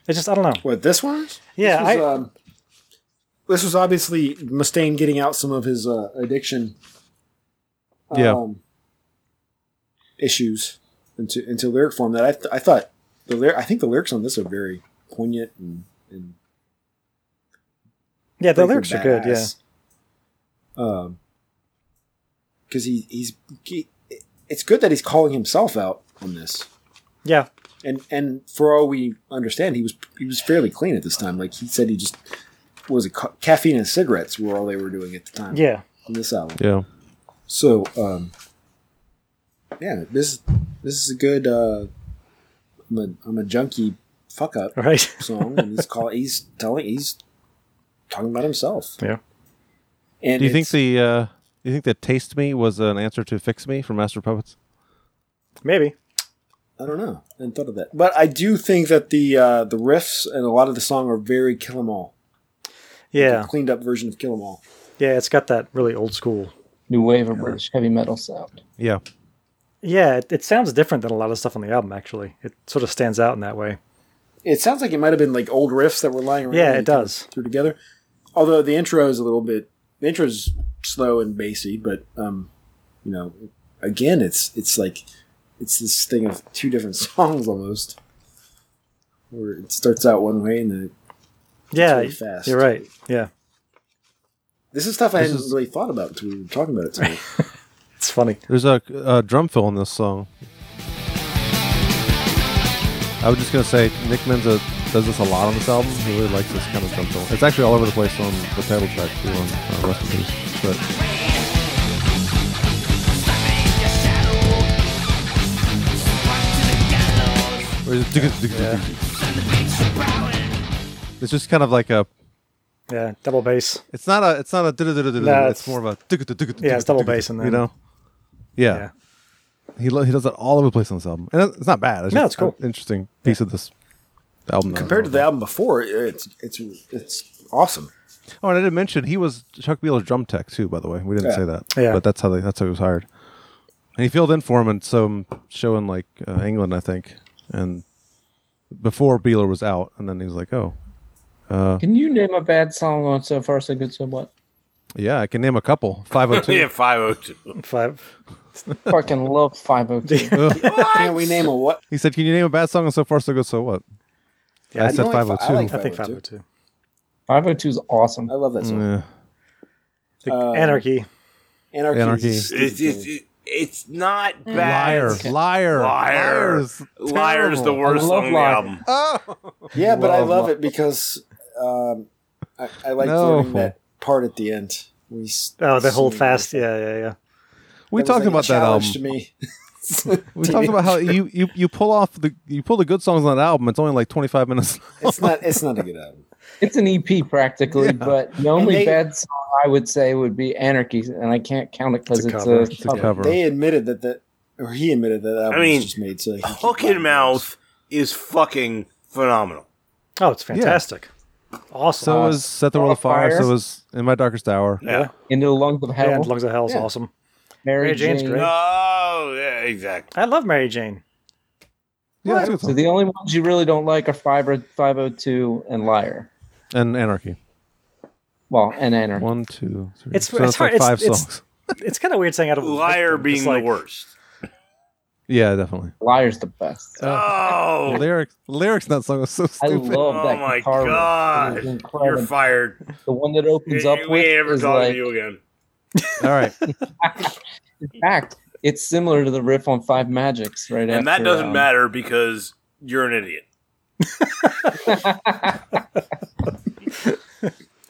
Speaker 4: It's just I don't know.
Speaker 3: what, this one?
Speaker 4: Yeah,
Speaker 3: This was,
Speaker 4: I-
Speaker 3: um, this was obviously Mustaine getting out some of his uh, addiction
Speaker 2: Yeah.
Speaker 3: issues into into lyric form that I, th- I thought the lyric I think the lyrics on this are very poignant and, and
Speaker 4: Yeah, the
Speaker 3: freaking
Speaker 4: lyrics are good. Yeah.
Speaker 3: badass. Um, because he he's he, it's good that he's calling himself out on this.
Speaker 4: Yeah.
Speaker 3: And and for all we understand, he was he was fairly clean at this time. Like he said, he just what was it ca- caffeine and cigarettes were all they were doing at the time.
Speaker 4: Yeah.
Speaker 3: on this album.
Speaker 4: Um,
Speaker 2: Yeah.
Speaker 3: So um, yeah, this this is a good. Uh, I'm a I'm a junkie fuck up
Speaker 4: Right.
Speaker 3: song, and he's call he's telling he's talking about himself.
Speaker 4: Yeah.
Speaker 3: And
Speaker 2: do you think
Speaker 3: it's-
Speaker 2: the uh, do you think that "Taste Me" was an answer to "Fix Me" from Master of Puppets?
Speaker 4: Maybe.
Speaker 3: I don't know. I hadn't thought of that. But I do think that the uh, the riffs and a lot of the song are very Kill 'Em All.
Speaker 4: Yeah.
Speaker 3: A cleaned up version of Kill 'Em All.
Speaker 4: Yeah, it's got that really old school.
Speaker 10: New wave of British heavy metal sound.
Speaker 2: Yeah.
Speaker 4: Yeah, it, it sounds different than a lot of stuff on the album, actually. It sort of stands out in that way.
Speaker 3: It sounds like it might have been like old riffs that were lying around.
Speaker 4: Yeah,
Speaker 3: and
Speaker 4: it
Speaker 3: they kind of
Speaker 4: does.
Speaker 3: Threw together. Although the intro is a little bit the intro's slow and bassy, but um, you know, again, it's it's like it's this thing of two different songs almost, where it starts out one way and then it
Speaker 4: Yeah,
Speaker 3: really fast.
Speaker 4: you're right. Yeah,
Speaker 3: This is stuff I
Speaker 2: This
Speaker 3: hadn't really thought about until we were talking about it tonight.
Speaker 4: it's funny.
Speaker 2: There's a, a drum fill in this song. I was just gonna say Nick Menza does this a lot on this album. He really likes this kind of drum fill. It's actually all over the place on the title track too, on uh, Rest in Peace. But Or is it- it's just kind of like a.
Speaker 4: Yeah, double bass.
Speaker 2: It's not a. It's not a.
Speaker 4: No,
Speaker 2: It's
Speaker 4: it's-
Speaker 2: more of a.
Speaker 4: Yeah, it's double bass in there.
Speaker 2: You know. Yeah. He lo- he does it all over the place on this album, and it's not bad. It's
Speaker 3: No,
Speaker 2: just
Speaker 3: it's cool.
Speaker 2: an Interesting piece of this album.
Speaker 3: Compared to the album before, it's it's it's awesome.
Speaker 2: Oh, and I didn't mention he was Chuck Bealer's drum tech too. By the way, we didn't
Speaker 3: Yeah.
Speaker 2: say that.
Speaker 3: Yeah.
Speaker 2: But that's how they, that's how he was hired. And he filled in for him in some show in like uh, England, I think. And before Beeler was out, and then he was like, "Oh, uh,
Speaker 12: Can you name a bad song on So Far So Good So What?
Speaker 2: yeah, I can name a couple. Five hundred two.
Speaker 5: yeah, 502.
Speaker 4: Five.
Speaker 12: Fucking love 502.
Speaker 3: Can we name a what?
Speaker 2: He said, "Can you name a bad song?" And so far, so good. So what? I said five
Speaker 3: oh
Speaker 2: hundred two.
Speaker 4: 502.
Speaker 12: 502 is awesome.
Speaker 3: I love that song.
Speaker 2: Yeah.
Speaker 3: Um,
Speaker 4: Anarchy.
Speaker 3: Anarchy.
Speaker 2: Anarchy.
Speaker 3: is-
Speaker 5: It's, it's, it- it's not bad.
Speaker 2: Liar, liar,
Speaker 5: Liar.
Speaker 2: Liar's
Speaker 5: Liar's the
Speaker 2: terrible.
Speaker 5: worst
Speaker 2: I love
Speaker 5: song on the
Speaker 2: Liar.
Speaker 5: album.
Speaker 3: yeah, but I
Speaker 2: Love
Speaker 3: love
Speaker 2: Lo-
Speaker 3: it because um, I, I like
Speaker 2: No.
Speaker 3: learning that part at the end. We s-
Speaker 4: Oh, the hold
Speaker 3: sing.
Speaker 4: fast. Yeah, yeah, yeah.
Speaker 2: We
Speaker 3: That was
Speaker 2: talked
Speaker 3: like a
Speaker 2: about that um,
Speaker 3: challenge
Speaker 2: album.
Speaker 3: To me.
Speaker 2: We talked about how you, you you pull off the you pull the good songs on that album. It's only like twenty five minutes.
Speaker 3: it's not it's not a good album.
Speaker 12: It's an EP practically, but the only
Speaker 3: they-
Speaker 12: bad song I would say would be Anarchy, and I can't count it because
Speaker 4: a
Speaker 12: it's,
Speaker 4: cover.
Speaker 12: a,
Speaker 4: It's a
Speaker 12: cover.
Speaker 2: cover.
Speaker 3: They admitted that that or he admitted that album
Speaker 5: mean,
Speaker 3: was just made so he could
Speaker 5: Hook and Mouth is fucking phenomenal.
Speaker 4: Oh, it's fantastic. Awesome.
Speaker 2: So was Set the World Afire. So was In My Darkest Hour.
Speaker 5: Yeah.
Speaker 12: Into the Lungs of Hell.
Speaker 4: And Lungs of Hell is
Speaker 12: Yeah.
Speaker 4: awesome.
Speaker 12: Mary,
Speaker 4: Mary Jane's
Speaker 12: Jane.
Speaker 4: great.
Speaker 5: Oh, yeah, exactly.
Speaker 4: I love Mary Jane.
Speaker 2: Yeah, that's a good
Speaker 12: So
Speaker 2: song.
Speaker 12: the only ones you really don't like are Fiber, 502 and Liar.
Speaker 2: And Anarchy.
Speaker 12: Well, and Anarchy.
Speaker 2: One, two, three.
Speaker 4: It's,
Speaker 2: So
Speaker 4: it's
Speaker 2: that's
Speaker 4: hard.
Speaker 2: like five
Speaker 4: it's, it's-
Speaker 2: songs.
Speaker 4: It's, kind of weird saying out of Victim,
Speaker 5: Liar
Speaker 4: 'cause,
Speaker 5: being
Speaker 4: like,
Speaker 5: the worst.
Speaker 2: Yeah, definitely.
Speaker 12: Liar's the best.
Speaker 5: Oh,
Speaker 2: Lyrics, lyrics. in That song was so
Speaker 12: I
Speaker 2: stupid.
Speaker 12: love
Speaker 5: oh
Speaker 12: that
Speaker 5: my
Speaker 12: guitar riff. It
Speaker 5: god.
Speaker 12: is incredible.
Speaker 5: You're fired.
Speaker 12: The one that opens up
Speaker 5: we
Speaker 12: with
Speaker 5: ain't ever
Speaker 12: is
Speaker 5: talking
Speaker 12: like,
Speaker 5: to you again.
Speaker 2: All right.
Speaker 12: in fact, it's similar to the riff on Five Magics right
Speaker 5: And that
Speaker 12: after,
Speaker 5: doesn't
Speaker 12: um,
Speaker 5: matter because you're an idiot.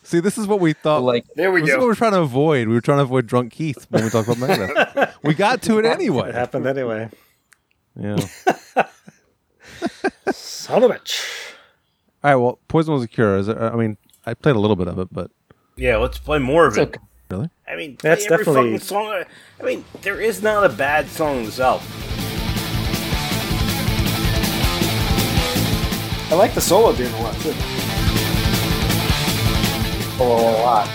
Speaker 2: See, this is what we thought.
Speaker 12: Like
Speaker 5: There we
Speaker 2: this is what
Speaker 5: go.
Speaker 2: we're trying to avoid. We were trying to avoid drunk Keith when we talked about Megadeth. we got to it
Speaker 4: It
Speaker 2: anyway.
Speaker 4: happened anyway.
Speaker 2: Yeah. All
Speaker 4: Son of a bitch.
Speaker 2: right. Well, Poison was a cure. Is it, I mean, I played a little bit of it, but
Speaker 5: Yeah, let's play more of
Speaker 12: It's
Speaker 5: it.
Speaker 12: okay.
Speaker 2: really,
Speaker 5: I mean, play
Speaker 4: That's
Speaker 5: every
Speaker 4: definitely-
Speaker 5: fucking song. I mean, there is not a bad song in this album.
Speaker 3: I like the solo doing a lot too.
Speaker 12: a lot.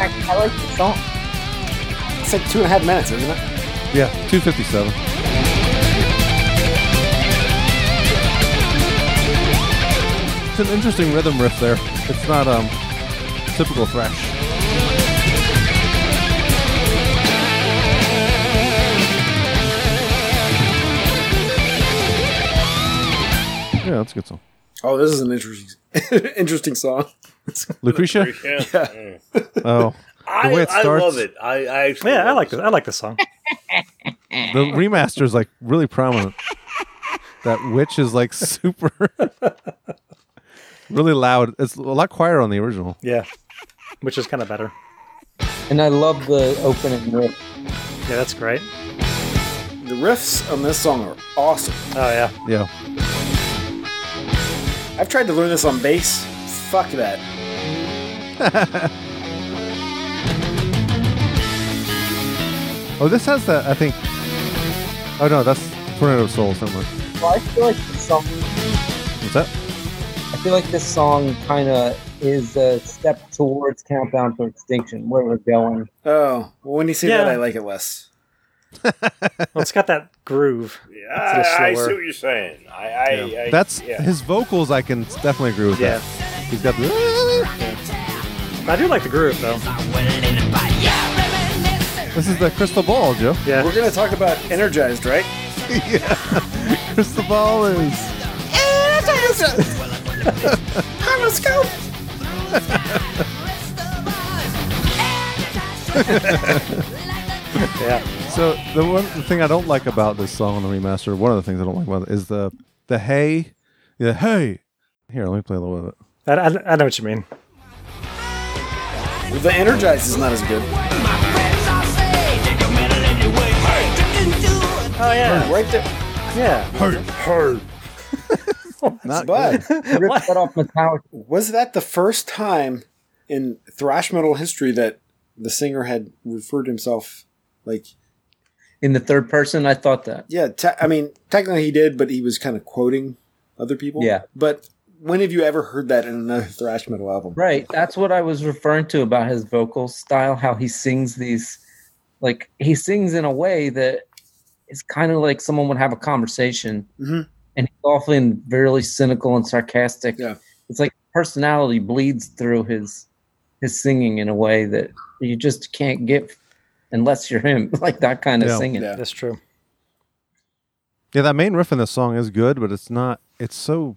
Speaker 12: I, I like the song.
Speaker 3: It's like two and a half minutes, isn't it?
Speaker 2: yeah, two fifty seven. It's an interesting rhythm riff there. It's not um. typical thrash. Yeah, that's a good song.
Speaker 3: Oh, this is an interesting, interesting song.
Speaker 2: Lucretia?
Speaker 3: Yeah.
Speaker 2: Oh, the way it starts,
Speaker 5: it. I, I actually
Speaker 4: yeah, I like the, I like the song.
Speaker 2: the remaster is like really prominent. that witch is like super, really loud. It's a lot quieter on the original.
Speaker 4: Yeah, which is kind of better.
Speaker 1: And I love the opening riff.
Speaker 4: Yeah, that's great.
Speaker 3: The riffs on this song are awesome.
Speaker 4: Oh yeah.
Speaker 2: Yeah.
Speaker 3: I've tried to learn this on bass. Fuck that.
Speaker 2: Oh, this has that. I think. Oh no, that's Tornado of Souls somewhere.
Speaker 1: Well, I feel like this song.
Speaker 2: What's that?
Speaker 1: I feel like this song kind of is a step towards Countdown to Extinction, where we're going.
Speaker 3: Oh, well, when you say
Speaker 1: Yeah.
Speaker 3: that, I like it less.
Speaker 4: Well, it's got that groove.
Speaker 5: I,
Speaker 4: It's a
Speaker 5: I
Speaker 4: little
Speaker 5: see
Speaker 4: slower.
Speaker 5: what you're saying. I, I, I
Speaker 2: That's
Speaker 5: yeah.
Speaker 2: his vocals. I can definitely agree with
Speaker 4: Yeah.
Speaker 2: that. He's got the.
Speaker 4: I do like the groove though.
Speaker 2: This is the crystal ball, Joe.
Speaker 4: Yeah.
Speaker 3: We're gonna talk about Energized, right?
Speaker 2: yeah. Crystal ball is.
Speaker 3: Horoscope.
Speaker 4: yeah.
Speaker 2: So the one thing I don't like about this song on the remaster, one of the things I don't like about it is the the hey, the hey. Here, let me play a little bit
Speaker 4: I, I, I know what you mean.
Speaker 3: The Energized is not as good.
Speaker 4: Oh yeah.
Speaker 3: Right there.
Speaker 4: Yeah.
Speaker 3: Hurt, hurt.
Speaker 2: Not
Speaker 3: bad.
Speaker 1: Ripped that off Metallica.
Speaker 3: Was that the first time in thrash metal history that the singer had referred to himself like
Speaker 1: in the third person? I thought that.
Speaker 3: Yeah, te- I mean, technically he did, but he was kind of quoting other people.
Speaker 1: Yeah.
Speaker 3: But when have you ever heard that in another thrash metal album?
Speaker 1: Right. That's what I was referring to about his vocal style, how he sings these like he sings in a way that is kind of like someone would have a conversation
Speaker 3: Mhm.
Speaker 1: and he's often really cynical and sarcastic.
Speaker 3: Yeah.
Speaker 1: It's like personality bleeds through his his singing in a way that you just can't get unless you're him, like that kind of
Speaker 2: Yeah.
Speaker 1: singing.
Speaker 3: Yeah.
Speaker 4: That's true.
Speaker 2: Yeah, that main riff in this song is good, but it's not. It's so.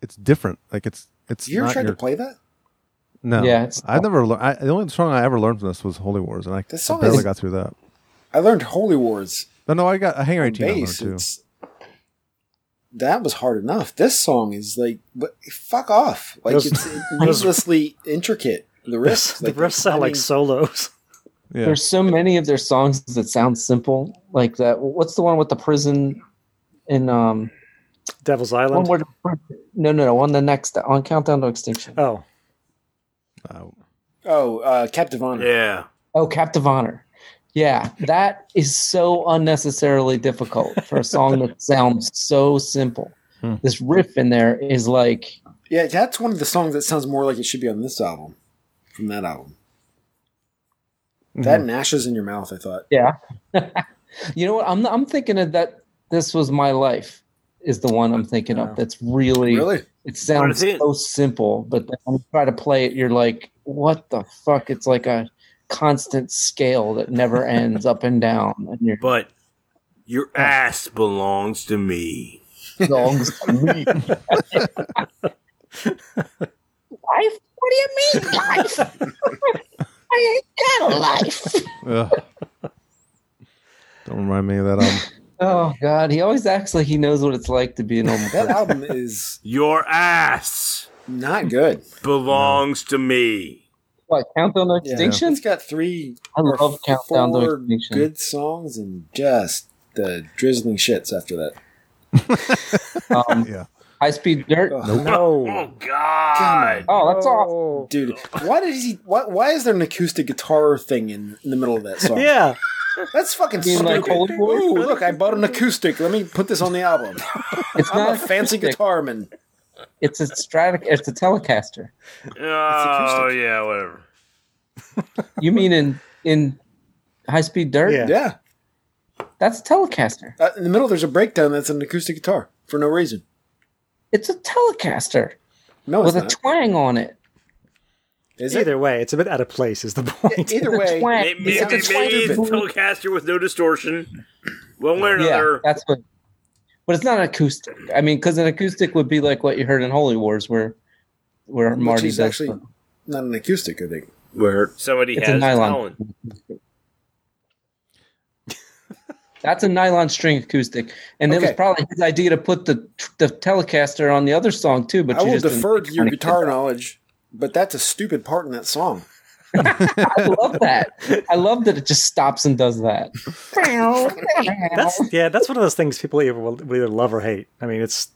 Speaker 2: It's different. Like it's it's.
Speaker 3: Did you ever
Speaker 2: not
Speaker 3: try
Speaker 2: your-
Speaker 3: to play that?
Speaker 2: No.
Speaker 1: Yeah, it's-
Speaker 2: I never. lear- I, the only song I ever learned from this was Holy Wars, and I
Speaker 3: This song
Speaker 2: barely
Speaker 3: is-
Speaker 2: got through that.
Speaker 3: I learned Holy Wars
Speaker 2: No, no, I got a hanger
Speaker 3: on
Speaker 2: eighteen on there
Speaker 3: bass.
Speaker 2: too.
Speaker 3: It's, that was hard enough. This song is like, but fuck off! Like
Speaker 4: Those-
Speaker 3: it's needlessly intricate. The riffs,
Speaker 4: the riffs sound like solos.
Speaker 2: Yeah.
Speaker 1: There's so many of their songs that sound simple, like that. What's the one with the prison in um
Speaker 4: Devil's
Speaker 1: One
Speaker 4: Island.
Speaker 1: word. No, no, no. On the next, on Countdown to Extinction.
Speaker 4: Oh,
Speaker 3: Oh, uh, Captive Honor.
Speaker 5: Yeah.
Speaker 1: oh, Captive Honor. Yeah, that is so unnecessarily difficult for a song that sounds so simple.
Speaker 2: Hmm.
Speaker 1: This riff in there is like,
Speaker 3: Yeah, that's one of the songs that sounds more like it should be on this album, from that album.
Speaker 1: Mm-hmm.
Speaker 3: That and Ashes in Your Mouth, I thought.
Speaker 1: yeah. you know what? I'm I'm thinking of that. This was my life is the one I'm thinking of. That's really
Speaker 3: Really?
Speaker 1: It
Speaker 5: What
Speaker 1: sounds
Speaker 5: is it?
Speaker 1: so simple, but then when you try to play it, you're like, what the fuck? It's like a constant scale that never ends, up and down, and you're
Speaker 5: But your ass belongs to me.
Speaker 1: songs to me. life? What do you mean life? I ain't got a life.
Speaker 2: Ugh. Don't remind me of that album.
Speaker 1: Oh God, he always acts like he knows what it's like to be a normal
Speaker 3: That
Speaker 1: person.
Speaker 3: album is
Speaker 5: Your ass
Speaker 3: not good.
Speaker 5: belongs to me.
Speaker 1: What Countdown to Extinction?
Speaker 3: It's got three
Speaker 1: I
Speaker 3: or
Speaker 1: love Countdown to
Speaker 3: four
Speaker 1: Extinction.
Speaker 3: good songs and just the drizzling shits after that.
Speaker 1: Um,
Speaker 2: Yeah.
Speaker 1: High Speed Dirt.
Speaker 5: Oh
Speaker 4: no.
Speaker 5: God.
Speaker 1: Oh, that's awful.
Speaker 3: Dude, why did he? Why, why is there an acoustic guitar thing in, in the middle of that song?
Speaker 4: Yeah.
Speaker 3: that's fucking
Speaker 1: You mean
Speaker 3: stupid.
Speaker 1: like Holy Wars?
Speaker 3: Ooh, look, I bought an acoustic. Let me put this on the album.
Speaker 1: It's
Speaker 3: I'm
Speaker 1: not
Speaker 3: a fancy guitar man.
Speaker 1: It's a Stratoc. It's a Telecaster.
Speaker 5: Oh yeah, whatever.
Speaker 1: You mean in in High Speed Dirt?
Speaker 4: Yeah.
Speaker 3: Yeah,
Speaker 1: That's a Telecaster.
Speaker 3: Uh, in the middle there's a breakdown that's an acoustic guitar for no reason.
Speaker 1: It's a Telecaster
Speaker 3: No, it's
Speaker 1: with a
Speaker 3: not.
Speaker 1: twang on it.
Speaker 3: Is
Speaker 4: Either way, it's a bit out of place. Is the point?
Speaker 3: either way,
Speaker 5: Maybe, maybe, maybe it's Telecaster with no distortion. One way or another.
Speaker 1: that's what. But it's not an acoustic. I mean, because an acoustic would be like what you heard in Holy Wars, where where
Speaker 3: Which
Speaker 1: Marty
Speaker 3: is
Speaker 1: does
Speaker 3: actually
Speaker 1: the-
Speaker 3: not an acoustic, I think. Where
Speaker 5: Somebody
Speaker 1: It's a
Speaker 5: has
Speaker 1: nylon.
Speaker 5: talent.
Speaker 1: That's a nylon string acoustic, and it was
Speaker 3: Okay.
Speaker 1: probably his idea to put the the Telecaster on the other song too. But
Speaker 3: I
Speaker 1: you
Speaker 3: will
Speaker 1: just didn't-
Speaker 3: defer to your guitar knowledge, but that's a stupid part in that song.
Speaker 1: I love that. I love that it just stops and does that.
Speaker 4: that's yeah. That's one of those things people either will will either love or hate. I mean, it's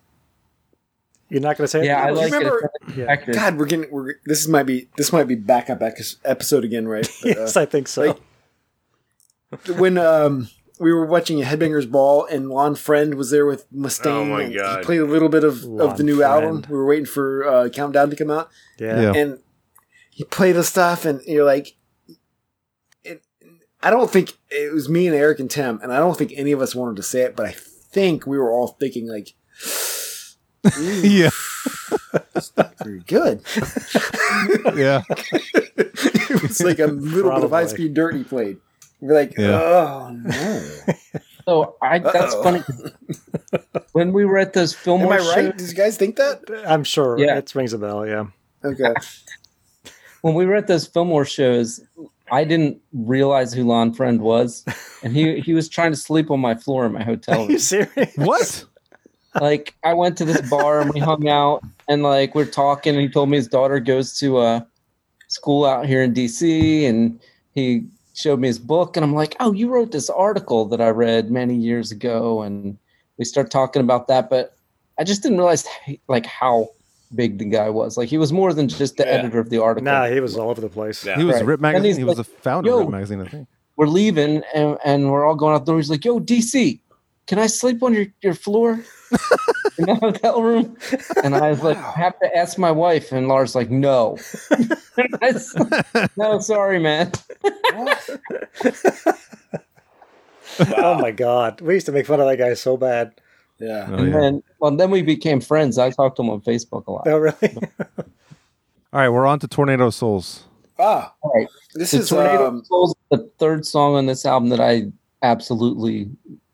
Speaker 4: you're not going to say
Speaker 3: Do you remember-
Speaker 4: Yeah.
Speaker 3: God, we're getting we're this might be this might be backup ec- episode again, right? But, uh,
Speaker 4: yes, I think so.
Speaker 3: when um we were watching Headbangers Ball and Lon Friend was there with Mustaine.
Speaker 5: Oh my
Speaker 3: and
Speaker 5: God.
Speaker 3: He played a little bit of, of the
Speaker 4: Lon
Speaker 3: new
Speaker 4: Friend.
Speaker 3: album. We were waiting for uh, Countdown to come out.
Speaker 4: Yeah. Yeah.
Speaker 3: And he played the stuff and you're like and I don't think it was me and Eric and Tim, and I don't think any of us wanted to say it, but I think we were all thinking like
Speaker 2: yeah.
Speaker 3: it's not very good.
Speaker 2: yeah.
Speaker 3: it was like a little bit of high
Speaker 1: Probably.
Speaker 3: speed dirt he played. We're like,
Speaker 2: Yeah.
Speaker 3: oh no.
Speaker 1: So I that's
Speaker 3: Uh-oh.
Speaker 1: funny. when we were at those
Speaker 3: Am
Speaker 1: Fillmore
Speaker 3: I right?
Speaker 1: shows,
Speaker 3: Did you guys think that?
Speaker 4: I'm sure.
Speaker 1: Yeah.
Speaker 4: it rings a bell. Yeah,
Speaker 3: Okay.
Speaker 1: when we were at those Fillmore shows, I didn't realize who Lon Friend was, and he he was trying to sleep on my floor in my hotel.
Speaker 4: Are you
Speaker 1: room.
Speaker 4: serious?
Speaker 2: What?
Speaker 1: like I went to this bar and we hung out and like we're talking and he told me his daughter goes to a school out here in DC and he showed me his book and I'm like, "Oh, you wrote this article that I read many years ago." And we start talking about that, but I just didn't realize like how big the guy was. Like he was more than just the editor of the article.
Speaker 4: Nah, he was all over the place.
Speaker 2: He was
Speaker 1: Right.
Speaker 2: Rip
Speaker 1: And
Speaker 2: magazine.
Speaker 1: he's
Speaker 2: He was the
Speaker 1: like,
Speaker 2: founder
Speaker 1: "Yo."
Speaker 2: of Rip magazine, I think.
Speaker 1: we're leaving and, and we're all going out the door. He's like, yo, DC, can I sleep on your, your floor in the hotel room? And I was like, I have to ask my wife. And Laura's like, no. And I s- no, sorry, man.
Speaker 4: Oh my god, we used to make fun of that guy so bad.
Speaker 3: Yeah.
Speaker 2: Oh,
Speaker 1: and
Speaker 2: yeah.
Speaker 1: then, well, then we became friends. I talked to him on Facebook a lot.
Speaker 4: Oh really?
Speaker 2: All right, we're on to Tornado Souls.
Speaker 3: Ah,
Speaker 1: All right.
Speaker 3: This
Speaker 1: The
Speaker 3: is,
Speaker 1: Tornado
Speaker 3: um,
Speaker 1: Souls is the third song on this album that I absolutely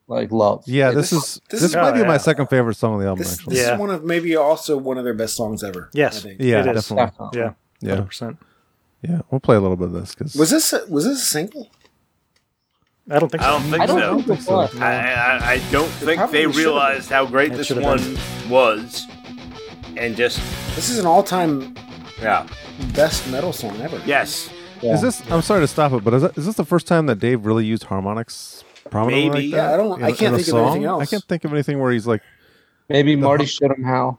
Speaker 1: like love.
Speaker 2: Yeah, this, is
Speaker 3: this
Speaker 2: this,
Speaker 3: is-
Speaker 2: might
Speaker 3: oh,
Speaker 2: be
Speaker 3: yeah.
Speaker 2: my second favorite song on the album.
Speaker 3: this,
Speaker 2: actually.
Speaker 3: this
Speaker 4: Yeah.
Speaker 3: is one of maybe also one of their best songs ever. I
Speaker 4: Yes,
Speaker 3: think.
Speaker 2: Yeah,
Speaker 4: it is.
Speaker 2: definitely.
Speaker 4: Yeah,
Speaker 2: Yeah.
Speaker 4: 100%.
Speaker 2: Yeah, we'll play a little bit of this because
Speaker 3: Was this a, was this a single?
Speaker 4: I don't think
Speaker 5: I
Speaker 4: so.
Speaker 5: don't think
Speaker 1: I don't
Speaker 5: so.
Speaker 1: think it was.
Speaker 5: I, I, I don't think
Speaker 3: probably
Speaker 5: they
Speaker 3: should've
Speaker 5: realized how great
Speaker 4: It
Speaker 5: this
Speaker 4: should've
Speaker 5: one was, and just
Speaker 3: This is an all time
Speaker 5: yeah,
Speaker 3: best metal song ever.
Speaker 5: yes,
Speaker 2: is this? I'm sorry to stop it, but is, that, is this the first time that Dave really used harmonics prominently?
Speaker 5: Maybe.
Speaker 2: like
Speaker 3: Yeah,
Speaker 2: that
Speaker 3: I don't.
Speaker 2: in-
Speaker 3: I can't
Speaker 2: in a
Speaker 3: think of anything
Speaker 2: song?
Speaker 3: else.
Speaker 2: I can't think of anything where he's like,
Speaker 1: Maybe Marty showed him how.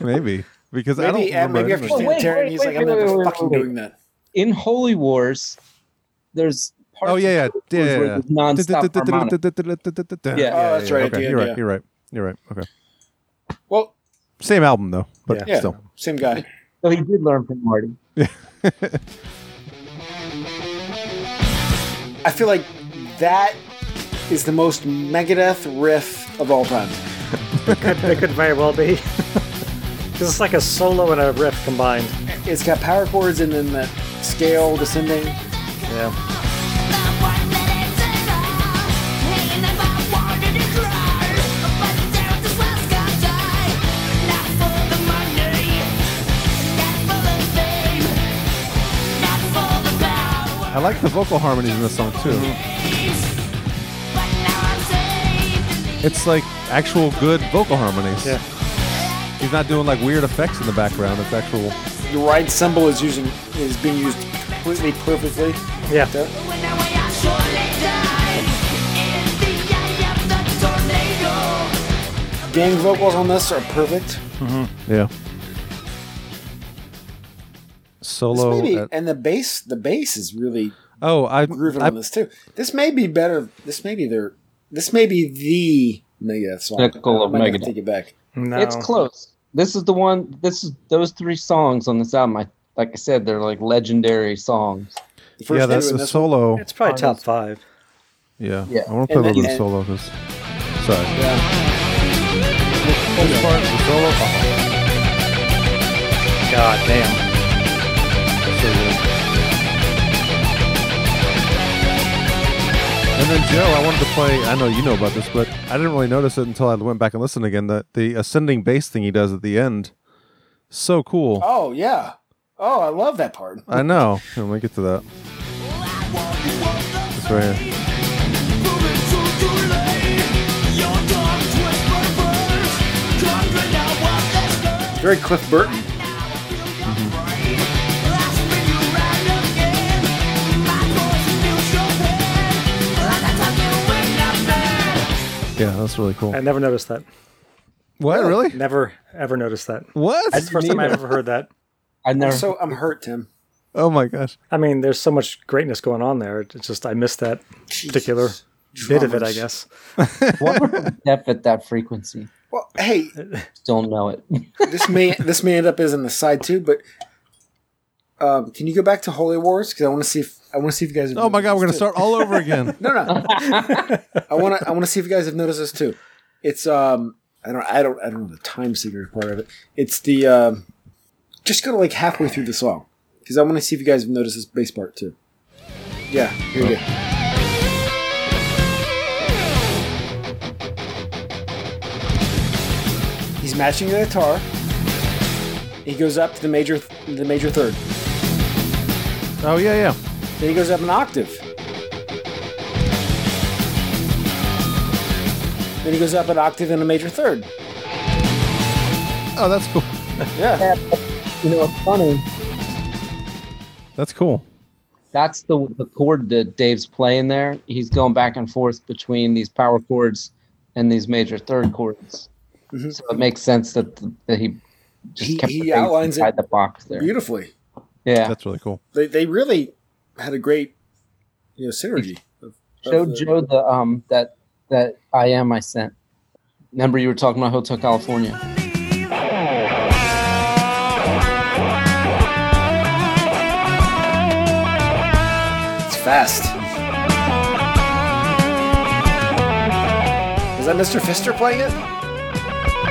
Speaker 2: maybe because I don't
Speaker 3: Maybe uh,
Speaker 2: remember
Speaker 3: maybe after
Speaker 2: anything.
Speaker 1: Oh, Wait, wait,
Speaker 3: Sanitarium, he's
Speaker 1: wait,
Speaker 3: like,
Speaker 1: wait,
Speaker 3: I'm never
Speaker 1: wait, wait,
Speaker 3: fucking
Speaker 1: wait.
Speaker 3: doing that.
Speaker 1: In Holy Wars, there's parts
Speaker 2: Oh
Speaker 1: of
Speaker 2: yeah,
Speaker 1: Holy
Speaker 2: yeah,
Speaker 1: Wars where
Speaker 2: yeah, yeah.
Speaker 1: there's nonstop harmonics.
Speaker 2: Yeah,
Speaker 1: Yeah.
Speaker 3: Oh, that's right,
Speaker 2: Okay,
Speaker 3: yeah,
Speaker 2: you're
Speaker 3: yeah.
Speaker 2: right. You're right. You're right. Okay.
Speaker 3: Well,
Speaker 2: Same album though, but
Speaker 3: yeah,
Speaker 2: still.
Speaker 3: same guy.
Speaker 1: So he did learn from Marty.
Speaker 3: I feel like that is the most Megadeth riff of all time.
Speaker 4: It could very well be. 'Cause it's like a solo and a riff combined.
Speaker 3: It's got power chords and then that scale descending.
Speaker 4: Yeah.
Speaker 2: I like the vocal harmonies in this song too. It's like actual good vocal harmonies.
Speaker 4: Yeah.
Speaker 2: He's not doing like weird effects in the background. It's actual.
Speaker 3: The ride cymbal is using is being used completely perfectly.
Speaker 4: Yeah.
Speaker 3: Gang vocals on this are perfect.
Speaker 2: Yeah.
Speaker 3: This
Speaker 2: Solo.
Speaker 3: may be-
Speaker 2: at-
Speaker 3: and the bass, the bass is really
Speaker 2: oh, I,
Speaker 3: grooving
Speaker 2: I
Speaker 3: on this too. This may be better. This may be their. This may be the Megadeth song.
Speaker 1: Pinnacle
Speaker 3: I
Speaker 1: of
Speaker 3: might have to
Speaker 1: Megadeth.
Speaker 3: Take it back.
Speaker 4: No.
Speaker 1: It's close. This is the one. This is those three songs on this album. I, like I said, they're like legendary songs.
Speaker 3: The
Speaker 2: yeah,
Speaker 3: two
Speaker 2: that's
Speaker 3: in
Speaker 2: the
Speaker 3: this one-
Speaker 2: solo.
Speaker 4: It's probably top five.
Speaker 2: Yeah.
Speaker 1: Yeah.
Speaker 2: I want to play
Speaker 3: And
Speaker 2: a little bit
Speaker 3: then-
Speaker 2: of solo because. Sorry.
Speaker 3: Yeah.
Speaker 2: This part, the solo.
Speaker 4: God damn.
Speaker 2: And then Joe, I wanted to play. I know you know about this, but I didn't really notice it until I went back and listened again. That the ascending bass thing he does at the end, so cool.
Speaker 3: Oh yeah. Oh, I love that part.
Speaker 2: I know. Here, Let me get to that. It's right here.
Speaker 3: Very Cliff Burton.
Speaker 2: Yeah, that's really cool.
Speaker 4: I never noticed that.
Speaker 2: What really?
Speaker 4: Never ever noticed that.
Speaker 2: What?
Speaker 4: That's the first time I've ever heard that.
Speaker 12: I
Speaker 3: never. So I'm hurt, Tim.
Speaker 2: Oh my gosh.
Speaker 4: I mean, there's so much greatness going on there. It's just I missed that particular bit of it, I
Speaker 12: Drummers.
Speaker 4: guess.
Speaker 12: What would be depth at that frequency?
Speaker 3: Well, hey,
Speaker 12: Don't know it.
Speaker 3: this may this may end up as an aside too, but um, can you go back to Holy Wars? Because I want to see if I want to see if you guys. Have
Speaker 2: Oh my
Speaker 3: noticed
Speaker 2: god, we're gonna
Speaker 3: this, too.
Speaker 2: start all over again.
Speaker 3: no, no. I want to. I want to see if you guys have noticed this too. It's um. I don't. I don't. I don't know the time signature part of it. It's the um. Just go to like halfway through the song because I want to see if you guys have noticed this bass part too. Yeah. Here we go. He's matching the guitar. He goes up to the major, the major third.
Speaker 2: Oh yeah, yeah.
Speaker 3: Then he goes up an octave. Then he goes up an octave and a major third.
Speaker 2: Oh, that's cool.
Speaker 3: Yeah.
Speaker 12: You know, it's funny.
Speaker 2: That's cool.
Speaker 12: That's the the chord that Dave's playing there. He's going back and forth between these power chords and these major third chords. So it makes sense that that Mm-hmm. he just
Speaker 3: He-
Speaker 12: kept
Speaker 3: he
Speaker 12: the bass
Speaker 3: outlines it
Speaker 12: inside the box there.
Speaker 3: Beautifully.
Speaker 12: Yeah,
Speaker 2: That's really cool.
Speaker 3: They, they really had a great, you know, synergy. of- of
Speaker 12: Show
Speaker 3: the-
Speaker 12: Joe the um that that I am I sent. Remember you were talking about Hotel California.
Speaker 3: It's fast. Is that Mr. Fister playing it?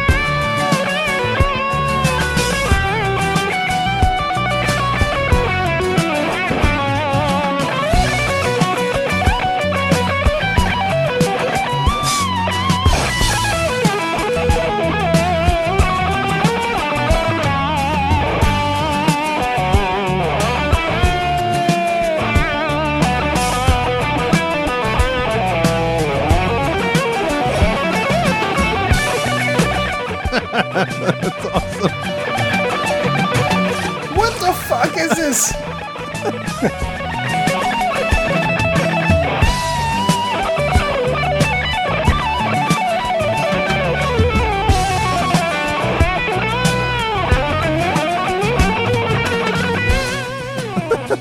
Speaker 2: that's awesome.
Speaker 3: What the fuck is this?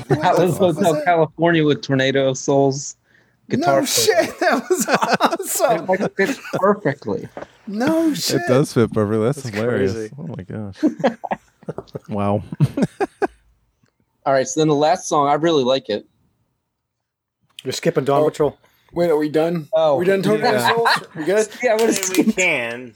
Speaker 12: That was Hotel California with Tornado of Souls guitar.
Speaker 3: No shit, that was awesome.
Speaker 12: It fits perfectly.
Speaker 3: No shit.
Speaker 2: It does fit perfectly. That's, hilarious.
Speaker 12: crazy.
Speaker 2: Oh my gosh. wow.
Speaker 12: All right, so then the last song, I really like it.
Speaker 4: You're skipping Dawn Patrol.
Speaker 3: Wait, are we done? Oh, we done talking
Speaker 12: yeah.
Speaker 3: souls? We good?
Speaker 12: Yeah, we're
Speaker 5: we can.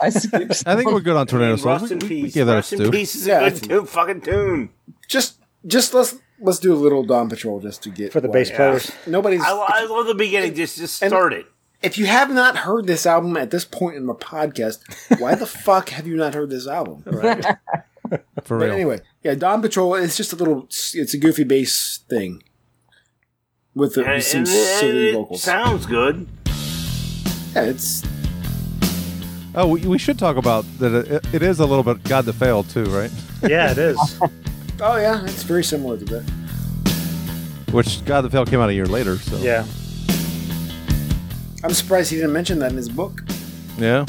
Speaker 12: I skipped.
Speaker 2: I think we're good on Tornado
Speaker 5: mean,
Speaker 2: Souls.
Speaker 5: Rust
Speaker 2: We,
Speaker 5: in
Speaker 2: we- we
Speaker 5: Peace.
Speaker 2: gave that a
Speaker 5: Rust in
Speaker 2: stew.
Speaker 5: Peace is a
Speaker 3: Yeah.
Speaker 5: good tune, fucking tune.
Speaker 3: Just, just let's let's do a little Dawn Patrol just to get
Speaker 4: For the bass
Speaker 3: why-
Speaker 4: players.
Speaker 3: Nobody's.
Speaker 5: I, I love the beginning. Just just
Speaker 3: and-
Speaker 5: start it.
Speaker 3: if you have not heard this album at this point in my podcast, why the fuck have you not heard this album?
Speaker 2: For
Speaker 3: But
Speaker 2: real.
Speaker 3: anyway, yeah, Dawn Patrol. It's just a little. It's a goofy bass thing with, the,
Speaker 5: And-
Speaker 3: with some
Speaker 5: and
Speaker 3: silly
Speaker 5: it
Speaker 3: vocals.
Speaker 5: Sounds good.
Speaker 3: Yeah, it's
Speaker 2: Oh, we, we should talk about that. It, it is a little bit God that failed too, right?
Speaker 4: Yeah, it is.
Speaker 3: oh yeah, it's very similar to that.
Speaker 2: Which God that failed came out a year later. So
Speaker 4: Yeah.
Speaker 3: I'm surprised he didn't mention that in his book.
Speaker 2: yeah.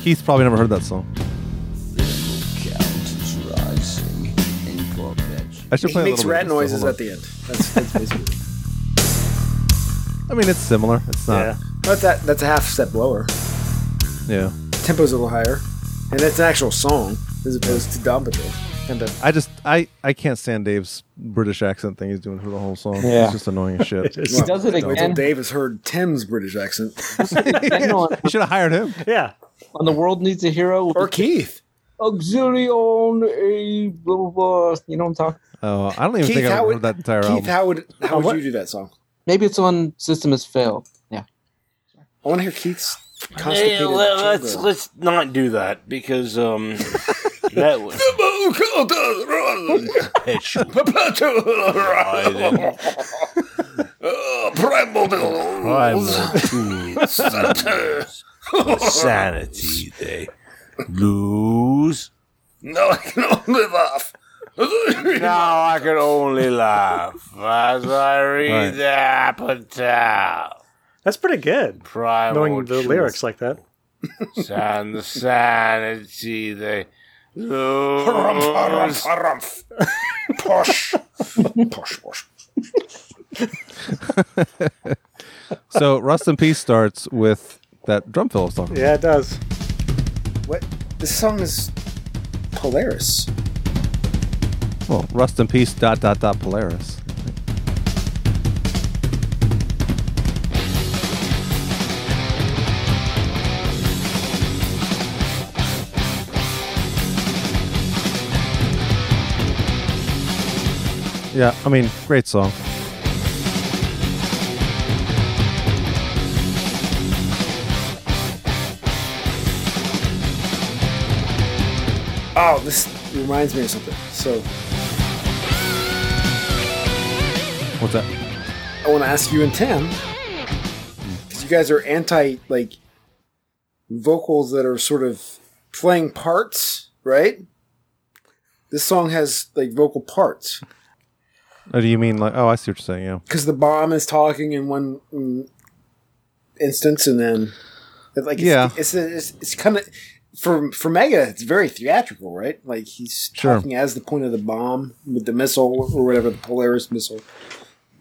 Speaker 2: Keith's probably never heard that song. I should
Speaker 3: He
Speaker 2: play a
Speaker 3: makes
Speaker 2: little bit just to hold
Speaker 3: rat noises
Speaker 2: on.
Speaker 3: at the end. That's, that's basically. it.
Speaker 2: I mean, it's similar. It's
Speaker 4: Yeah.
Speaker 2: not.
Speaker 3: But that that's a half step lower.
Speaker 2: Yeah.
Speaker 3: Tempo's a little higher, and that's an actual song as opposed to Dawn Patrol.
Speaker 4: And then
Speaker 2: I just I I can't stand Dave's British accent thing he's doing for the whole song.
Speaker 3: Yeah.
Speaker 2: It's just annoying as shit.
Speaker 3: Well, wait till Dave has heard Tim's British accent.
Speaker 2: you should have hired him.
Speaker 4: Yeah.
Speaker 1: On the world needs a hero.
Speaker 3: Or Keith.
Speaker 1: Auxilion, a blah, blah, blah. You know what I'm talking.
Speaker 2: Oh, I don't even
Speaker 1: Keith,
Speaker 2: think I've
Speaker 1: how
Speaker 2: heard
Speaker 1: would-
Speaker 2: that entire
Speaker 1: Keith,
Speaker 2: album.
Speaker 1: how would-
Speaker 3: How
Speaker 1: Uh,
Speaker 3: would
Speaker 1: what-
Speaker 3: you do that song?
Speaker 1: Maybe it's on System Has Failed. Yeah.
Speaker 3: I want to hear Keith's
Speaker 5: Hey, let, us let's not do that because um that would
Speaker 13: Oh, Sanity, they lose. No, I can only laugh.
Speaker 5: now I can only laugh as I read
Speaker 4: Right.
Speaker 5: the epitaph.
Speaker 4: That's pretty good.
Speaker 5: Primal
Speaker 4: knowing the
Speaker 5: truth.
Speaker 4: lyrics like that.
Speaker 5: San the sanity they Oh, lose.
Speaker 13: Harumph, harumph. Posh. Posh, posh.
Speaker 2: so Rust in Peace starts with that drum fill I was talking about.
Speaker 4: Yeah, it does.
Speaker 3: What? This song is Polaris.
Speaker 2: Well, Rust in Peace dot dot dot Polaris. Yeah, I mean, great song.
Speaker 3: Oh, this reminds me of something. So
Speaker 2: What's that?
Speaker 3: I want to ask you and Tim, because you guys are anti like vocals that are sort of playing parts, right? This song has like vocal parts
Speaker 2: Oh, do you mean like? Oh, I see what you're saying. Yeah.
Speaker 3: because the bomb is talking in one mm, instance, and then it's like it's,
Speaker 2: Yeah.
Speaker 3: it's it's, it's kind of for for Mega, it's very theatrical, right? Like he's
Speaker 2: Sure.
Speaker 3: talking as the point of the bomb with the missile or whatever the Polaris missile,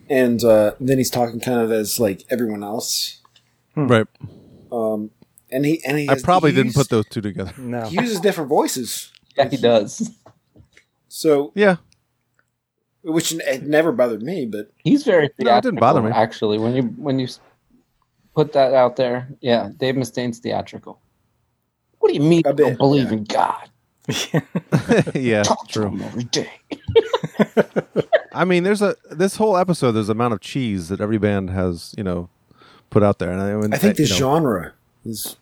Speaker 3: and uh, then he's talking kind of as like everyone else.
Speaker 2: Right.
Speaker 3: Um, and he and Hmm. he
Speaker 2: I
Speaker 3: has-
Speaker 2: probably
Speaker 3: he
Speaker 2: didn't
Speaker 3: uses-
Speaker 2: put those two together.
Speaker 4: No.
Speaker 3: He uses different voices.
Speaker 1: Yeah, he does.
Speaker 3: So
Speaker 2: yeah,
Speaker 3: which n- it never bothered me, but
Speaker 1: He's very
Speaker 3: No, it didn't
Speaker 1: theatrical,
Speaker 3: bother me.
Speaker 1: Actually, when you when you s- put that out there, yeah, Dave Mustaine's theatrical. What do you mean? I don't believe in God.
Speaker 2: yeah, true. I mean, there's a this whole episode. There's the amount of cheese that every band has, you know, put out there, and I, mean,
Speaker 3: I think
Speaker 2: that, you
Speaker 3: this
Speaker 2: know-
Speaker 3: genre is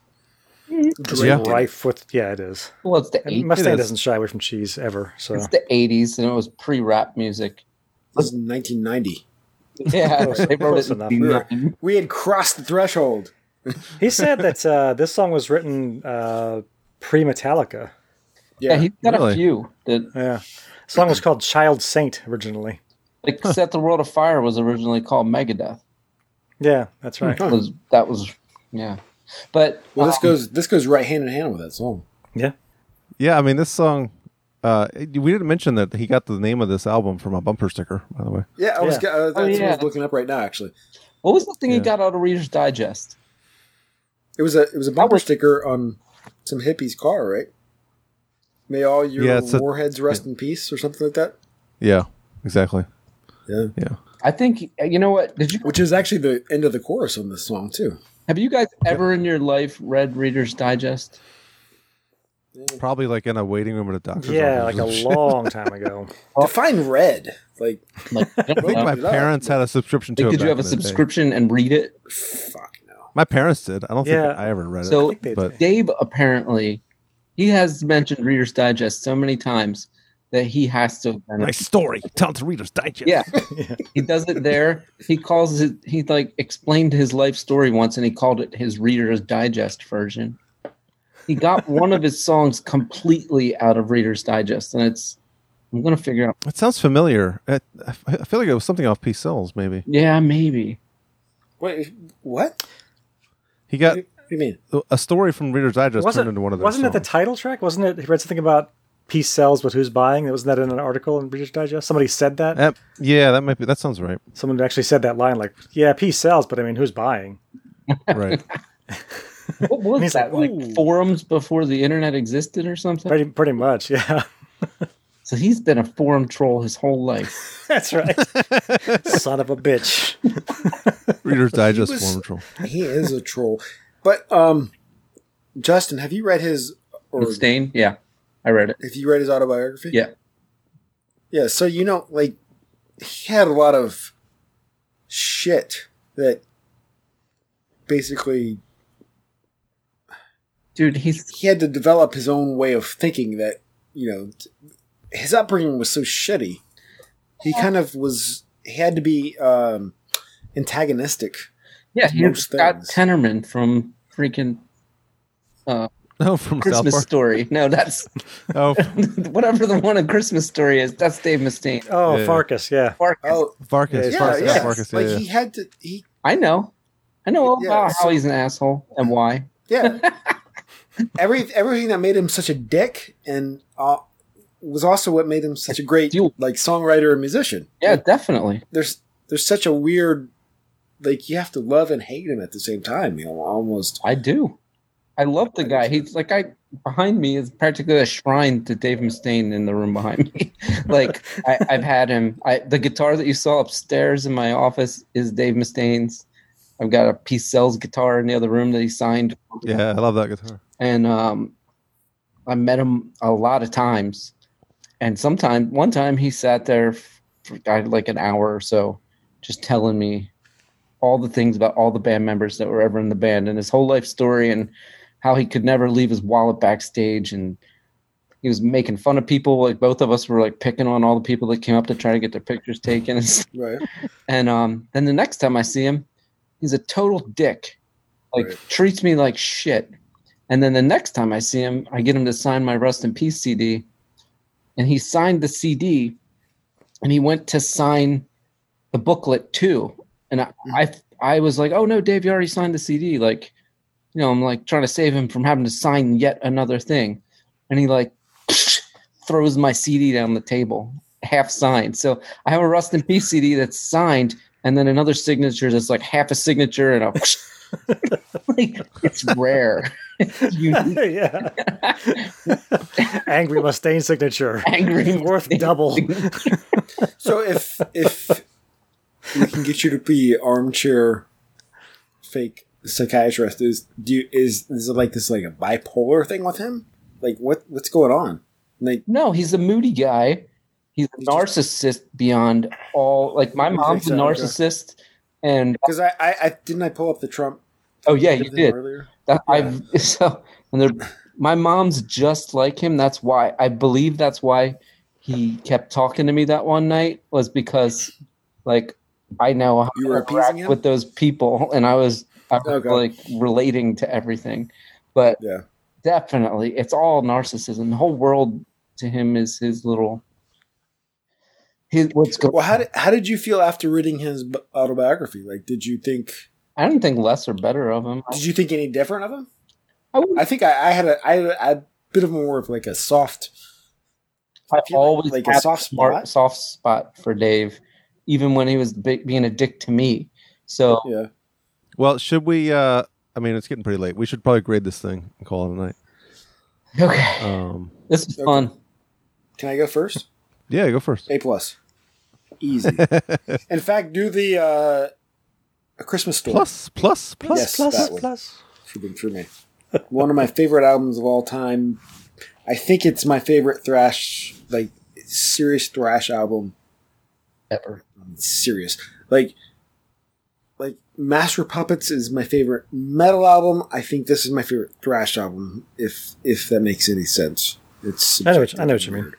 Speaker 4: It's
Speaker 2: Yeah.
Speaker 4: rife with yeah, it is.
Speaker 1: Well, it's the
Speaker 4: And
Speaker 1: 80s. It
Speaker 4: Mustang
Speaker 1: is.
Speaker 4: doesn't shy away from cheese ever. So
Speaker 1: It's the '80s, and it was pre-rap music.
Speaker 3: This is 1990.
Speaker 1: Yeah, they wrote it.
Speaker 4: Close
Speaker 1: in
Speaker 4: enough.
Speaker 1: 89.
Speaker 3: we had crossed the threshold.
Speaker 4: he said that uh, this song was written uh, pre-Metallica.
Speaker 1: Yeah, he's got a Really? few.
Speaker 4: Yeah, the song was called "Child Saint" originally.
Speaker 1: Like "Set the World Afire" was originally called Megadeth.
Speaker 4: Yeah, that's right.
Speaker 2: Hmm.
Speaker 1: That was that was yeah, but
Speaker 3: Well, this
Speaker 1: um,
Speaker 3: goes this goes right hand in hand with that song.
Speaker 2: Yeah, I mean, this song. Uh, we didn't mention that he got the name of this album from a bumper sticker, by the way.
Speaker 3: Yeah, I was
Speaker 1: Yeah.
Speaker 3: go- uh, that's
Speaker 1: Oh,
Speaker 3: what I
Speaker 1: yeah.
Speaker 3: was looking up right now. Actually,
Speaker 1: what was the thing he
Speaker 3: Yeah.
Speaker 1: got out of Reader's Digest?
Speaker 3: it was a it was a bumper sticker on some hippie's car, right? May all your
Speaker 2: Yeah, it's a-
Speaker 3: warheads rest in peace, or something like that.
Speaker 2: Yeah, exactly.
Speaker 3: Yeah,
Speaker 2: yeah.
Speaker 1: I think uh, you know what? Did you?
Speaker 3: Which is actually the end of the chorus on this song too.
Speaker 1: Have you guys ever in your life read Reader's Digest?
Speaker 2: Probably like in a waiting room at a doctor's.
Speaker 4: Yeah,
Speaker 2: office
Speaker 4: like a
Speaker 2: or some
Speaker 4: long time ago.
Speaker 3: Define red. Like,
Speaker 2: shit. I think my parents had a subscription to it.
Speaker 1: did you
Speaker 2: back
Speaker 1: have a
Speaker 2: in the day.
Speaker 1: subscription and read it?
Speaker 2: My parents did. I don't
Speaker 1: Yeah.
Speaker 2: think I ever read
Speaker 1: So
Speaker 2: it. but
Speaker 1: Dave apparently he has mentioned Reader's Digest so many times that he has to have been
Speaker 2: my story, tell it to Reader's Digest.
Speaker 1: Yeah. he does it there. He calls it he like explained his life story once and he called it his Reader's Digest version. He got one of his songs completely out of Reader's Digest and it's I'm gonna figure out
Speaker 2: It sounds familiar. I, I f- I feel like it was something off P Cells, maybe.
Speaker 1: Yeah, maybe.
Speaker 3: Wait, what?
Speaker 2: He got. What
Speaker 3: do you mean?
Speaker 2: A story from Reader's Digest
Speaker 4: wasn't
Speaker 2: turned into one of those.
Speaker 4: wasn't it the
Speaker 2: songs.
Speaker 4: title track? Wasn't it? He read something about peace sells, but who's buying? Wasn't that in an article in British Digest? Somebody said that.
Speaker 2: That- yeah, that might be. That sounds right.
Speaker 4: Someone actually said that line, like, "Yeah, peace sells, but I mean, who's buying?"
Speaker 2: Right.
Speaker 1: what was
Speaker 4: He's like,
Speaker 1: that? Like, forums before the internet existed or something?
Speaker 4: Pretty pretty much, yeah.
Speaker 1: So he's been a forum troll his whole life.
Speaker 4: That's right. Son of a bitch.
Speaker 2: Reader's Digest
Speaker 3: was-
Speaker 2: form troll.
Speaker 3: he is a troll. But um, Justin, have you read his or
Speaker 1: Stain? Yeah. I read it.
Speaker 3: Have you read his autobiography?
Speaker 1: Yeah.
Speaker 3: Yeah. So you know, like he had a lot of shit that basically,
Speaker 1: dude, he's
Speaker 3: he had to develop his own way of thinking that you know t- his upbringing was so shitty. He kind of was he had to be um, antagonistic.
Speaker 1: Yeah,
Speaker 3: to
Speaker 1: he's
Speaker 3: most
Speaker 1: Scott
Speaker 3: things.
Speaker 1: Tenorman from freaking uh,
Speaker 2: no Oh, from
Speaker 3: South
Speaker 1: Christmas
Speaker 3: Park.
Speaker 1: Story. No, that's
Speaker 2: oh
Speaker 1: whatever the one in Christmas Story is. That's Dave Mustaine.
Speaker 4: Oh, Farkas, yeah.
Speaker 1: Farkas.
Speaker 3: Oh,
Speaker 2: Farkas,
Speaker 1: Yeah,
Speaker 2: Farkas,
Speaker 1: yeah.
Speaker 2: Farkas.
Speaker 1: Like,
Speaker 2: yeah,
Speaker 3: He
Speaker 2: yeah.
Speaker 3: had to he
Speaker 1: I know. I know all
Speaker 3: Yeah,
Speaker 1: about
Speaker 3: so-
Speaker 1: how he's an asshole and why.
Speaker 3: Yeah. Every everything that made him such a dick and uh, was also what made him such a great like songwriter and musician.
Speaker 1: Yeah, definitely.
Speaker 3: There's there's such a weird like you have to love and hate him at the same time, you know, almost.
Speaker 1: I do. I love the guy. He's like I behind me is practically a shrine to Dave Mustaine in the room behind me. like I, I've had him. I the guitar that you saw upstairs in my office is Dave Mustaine's. I've got a P Cells guitar in the other room that he signed.
Speaker 2: Yeah, I love that guitar.
Speaker 1: and um, I met him a lot of times. And sometime, one time, he sat there for I had like an hour or so, just telling me all the things about all the band members that were ever in the band and his whole life story and how he could never leave his wallet backstage and he was making fun of people. Like both of us were like picking on all the people that came up to try to get their pictures taken.
Speaker 3: Right.
Speaker 1: And um, then the next time I see him, he's a total dick. Like treats me like shit. And then the next time I see him, I get him to sign my Rust in Peace CD, and he signed the CD, and he went to sign the booklet too. And I, I, I was like, oh no, Dave, you already signed the CD. Like, you know, I'm like trying to save him from having to sign yet another thing, and he like throws my CD down the table, half signed. So I have a Rust in Peace CD that's signed, and then another signature that's like half a signature and a. like, it's rare.
Speaker 4: yeah. Angry Mustaine signature.
Speaker 1: Angry
Speaker 4: worth double.
Speaker 3: So if if we can get you to be armchair fake psychiatrist is do you, is is it like this like a bipolar thing with him? Like what what's going on? Like
Speaker 1: no, he's a moody guy. He's a narcissist beyond all. Like my
Speaker 3: You
Speaker 1: mom's a
Speaker 3: think so, okay.
Speaker 1: narcissist, and
Speaker 3: because I, I I didn't I pull up the Trump
Speaker 1: Oh yeah, you
Speaker 3: thing
Speaker 1: did.
Speaker 3: earlier?
Speaker 1: That I've so and they're, my mom's just like him. That's why I believe that's why he kept talking to me that one night was because like I know how
Speaker 3: you were
Speaker 1: appeasing with those people, and I was I was like relating to everything, but
Speaker 3: yeah,
Speaker 1: definitely it's all narcissism. The whole world to him is his little. His, what's going?
Speaker 3: Well, how did, how did you feel after reading his b- autobiography? Like, did you think?
Speaker 1: I didn't think less or better of him.
Speaker 3: Did you think any different of him?
Speaker 1: I,
Speaker 3: think I, I had a I had a, a bit of a more of like a soft.
Speaker 1: I always
Speaker 3: like a
Speaker 1: had
Speaker 3: soft
Speaker 1: smart-
Speaker 3: spot?
Speaker 1: soft spot for Dave, even when he was be- being a dick to me. So
Speaker 3: yeah,
Speaker 2: Well, should we? uh I mean, it's getting pretty late. We should probably grade this thing and call it a night.
Speaker 1: Okay.
Speaker 2: Um,
Speaker 1: this is fun.
Speaker 3: Can I go first?
Speaker 2: Yeah, go first.
Speaker 3: A plus, easy. In fact, do the uh, a Christmas story.
Speaker 2: Plus, plus, plus, plus,
Speaker 3: plus. Should have been for me. One of my favorite albums of all time. I think it's my favorite thrash, like serious thrash album
Speaker 1: ever.
Speaker 3: serious, like like Master Puppets is my favorite metal album. I think this is my favorite thrash album. If if that makes any sense, it's
Speaker 4: I know what, I know what you mean.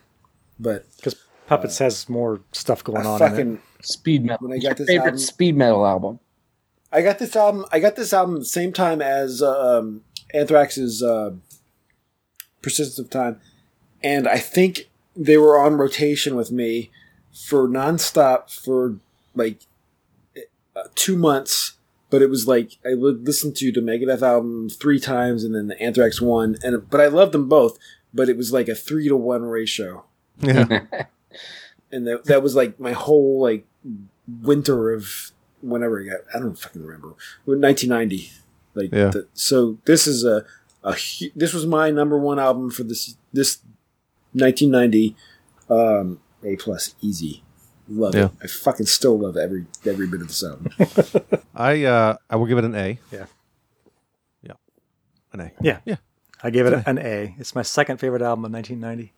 Speaker 3: But
Speaker 4: because Puppets has more stuff going
Speaker 3: I
Speaker 4: on.
Speaker 3: fucking-
Speaker 4: in
Speaker 1: speed metal.
Speaker 3: When I got this
Speaker 1: favorite
Speaker 3: album,
Speaker 1: speed metal album.
Speaker 3: I got this album. I got this album at the same time as um, Anthrax's uh, Persistence of Time, and I think they were on rotation with me for nonstop for like uh, two months. But it was like I would listen to the Megadeth album three times and then the Anthrax one, and but I loved them both. But it was like a three to one ratio
Speaker 2: Yeah.
Speaker 3: and that, that was like my whole like winter of whenever I got I don't fucking remember 1990 like
Speaker 2: Yeah.
Speaker 3: the- so this is a, a hu- this was my number one album for this this 1990 Um, a plus, easy. Love
Speaker 2: Yeah.
Speaker 3: it. I fucking still love every every bit of the sound.
Speaker 2: I uh, I will give it an A.
Speaker 4: Yeah.
Speaker 2: Yeah. An A.
Speaker 4: Yeah.
Speaker 2: Yeah.
Speaker 4: I gave it an A. It's my second favorite album of 1990.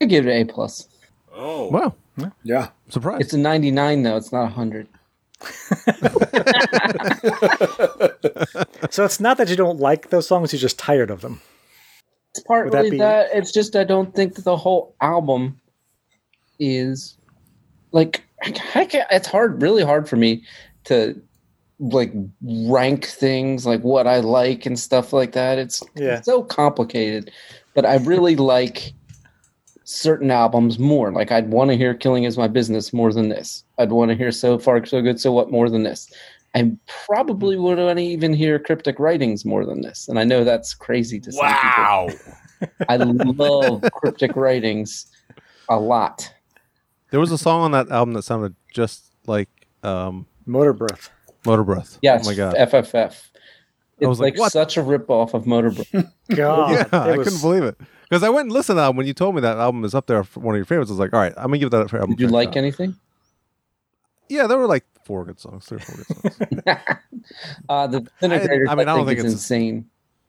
Speaker 1: I give it an A plus.
Speaker 5: Oh
Speaker 2: wow!
Speaker 3: Yeah,
Speaker 2: surprise.
Speaker 1: It's a 99 though. It's not 100.
Speaker 4: So it's not that you don't like those songs; you're just tired of them.
Speaker 1: It's partly
Speaker 4: that
Speaker 1: that,
Speaker 4: be-
Speaker 1: It's just I don't think that the whole album is like I can't, it's hard, really hard for me to like rank things like what I like and stuff like that. It's
Speaker 4: Yeah.
Speaker 1: so complicated, but I really like certain albums more. Like I'd want to hear "Killing Is My Business" more than this. I'd want to hear "So Far So Good So What" more than this. I probably
Speaker 4: Hmm.
Speaker 1: would want to even hear "Cryptic Writings" more than this. And I know that's crazy to say.
Speaker 5: Wow.
Speaker 1: I love cryptic writings a lot.
Speaker 2: There was a song on that album that sounded just like um,
Speaker 4: Motor Breath.
Speaker 2: Motor Breath.
Speaker 1: Yes,
Speaker 2: Oh my god.
Speaker 1: FFF. It's
Speaker 2: I was like,
Speaker 1: like,
Speaker 2: "What?"
Speaker 1: such a ripoff of Motorbro.
Speaker 4: God,
Speaker 2: yeah,
Speaker 4: it
Speaker 2: I
Speaker 4: was-
Speaker 2: couldn't believe it because I went and listened to that when you told me that album is up there for one of your favorites. I was like, all right, I'm gonna give that for album.
Speaker 1: Did you
Speaker 2: check
Speaker 1: like
Speaker 2: out.
Speaker 1: anything?
Speaker 2: Yeah, there were like four good songs. Three or four good songs.
Speaker 1: Uh, the Disintegrators, I, mean, I don't think, it's insane.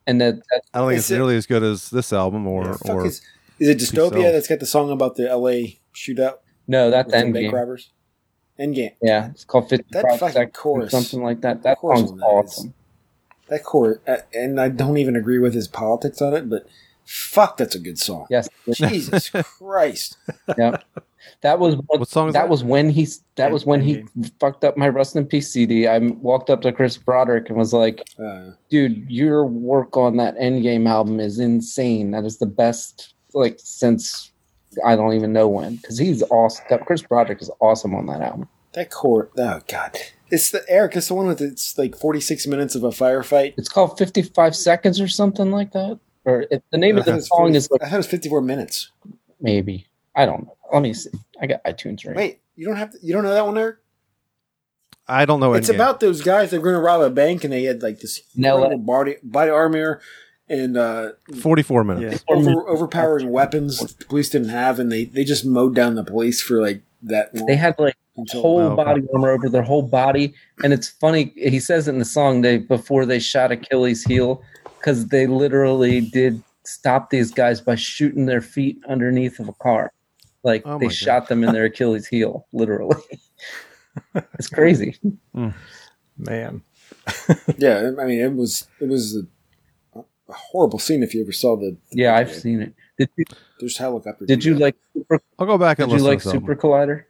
Speaker 1: And that, that
Speaker 2: I don't think it's
Speaker 3: Is it-
Speaker 2: nearly as good as this album or
Speaker 3: Fuck,
Speaker 2: or
Speaker 3: is, is it Dystopia
Speaker 2: Peace Out.
Speaker 3: that's got the song about the L.A. shootout?
Speaker 1: no, that's
Speaker 3: with the
Speaker 1: Endgame.
Speaker 3: bank robbers. Endgame.
Speaker 1: Yeah, it's called 50
Speaker 3: That
Speaker 1: Project
Speaker 3: fucking
Speaker 1: X or
Speaker 3: chorus.
Speaker 1: something like that. That
Speaker 3: chorus
Speaker 1: song's
Speaker 3: on that is-
Speaker 1: awesome.
Speaker 3: That chorus, uh, and I don't even agree with his politics on it, but fuck, that's a good song.
Speaker 1: Yes,
Speaker 3: Jesus Christ.
Speaker 1: Yep. That was what,
Speaker 2: song
Speaker 1: that, was when he that was when he fucked up my Rust in Peace CD. I walked up to Chris Broderick and was like,
Speaker 3: Uh,
Speaker 1: dude, your work on that Endgame album is insane. That is the best, like, since I don't even know when. Because he's awesome. That Chris Broderick is awesome on that album.
Speaker 3: that chorus. Oh God, it's the Eric. It's the one with it's like forty six minutes of a firefight.
Speaker 1: It's called Fifty Five Seconds or something like that. Or it, the name of the song is like
Speaker 3: I thought it was fifty four minutes.
Speaker 1: maybe I don't know. Let me see. I got iTunes right.
Speaker 3: Wait, you don't have to, you don't know that one, Eric?
Speaker 2: I don't know.
Speaker 3: it's
Speaker 2: Endgame.
Speaker 3: about those guys that were going to rob a bank and they had like this
Speaker 1: Nella.
Speaker 3: incredible body body armor and uh,
Speaker 2: forty-four minutes.
Speaker 3: over, overpowering weapons that the police didn't have, and they they just mowed down the police for like that. Long.
Speaker 1: They had like
Speaker 3: Until-
Speaker 1: whole
Speaker 3: Oh, okay.
Speaker 1: body armor over their whole body, and it's funny. He says it in the song they before they shot Achilles' heel because they literally did stop these guys by shooting their feet underneath of a car, like
Speaker 2: Oh
Speaker 1: they
Speaker 2: my God.
Speaker 1: shot them in their Achilles' heel, literally. it's crazy.
Speaker 4: Man,
Speaker 3: yeah, I mean it was it was a, a horrible scene if you ever saw the.
Speaker 1: Yeah, I've seen it. Did you,
Speaker 3: There's helicopters.
Speaker 1: did you like? Super,
Speaker 2: I'll go back and
Speaker 1: Did you
Speaker 2: listen to
Speaker 1: like
Speaker 2: this
Speaker 1: Super Collider?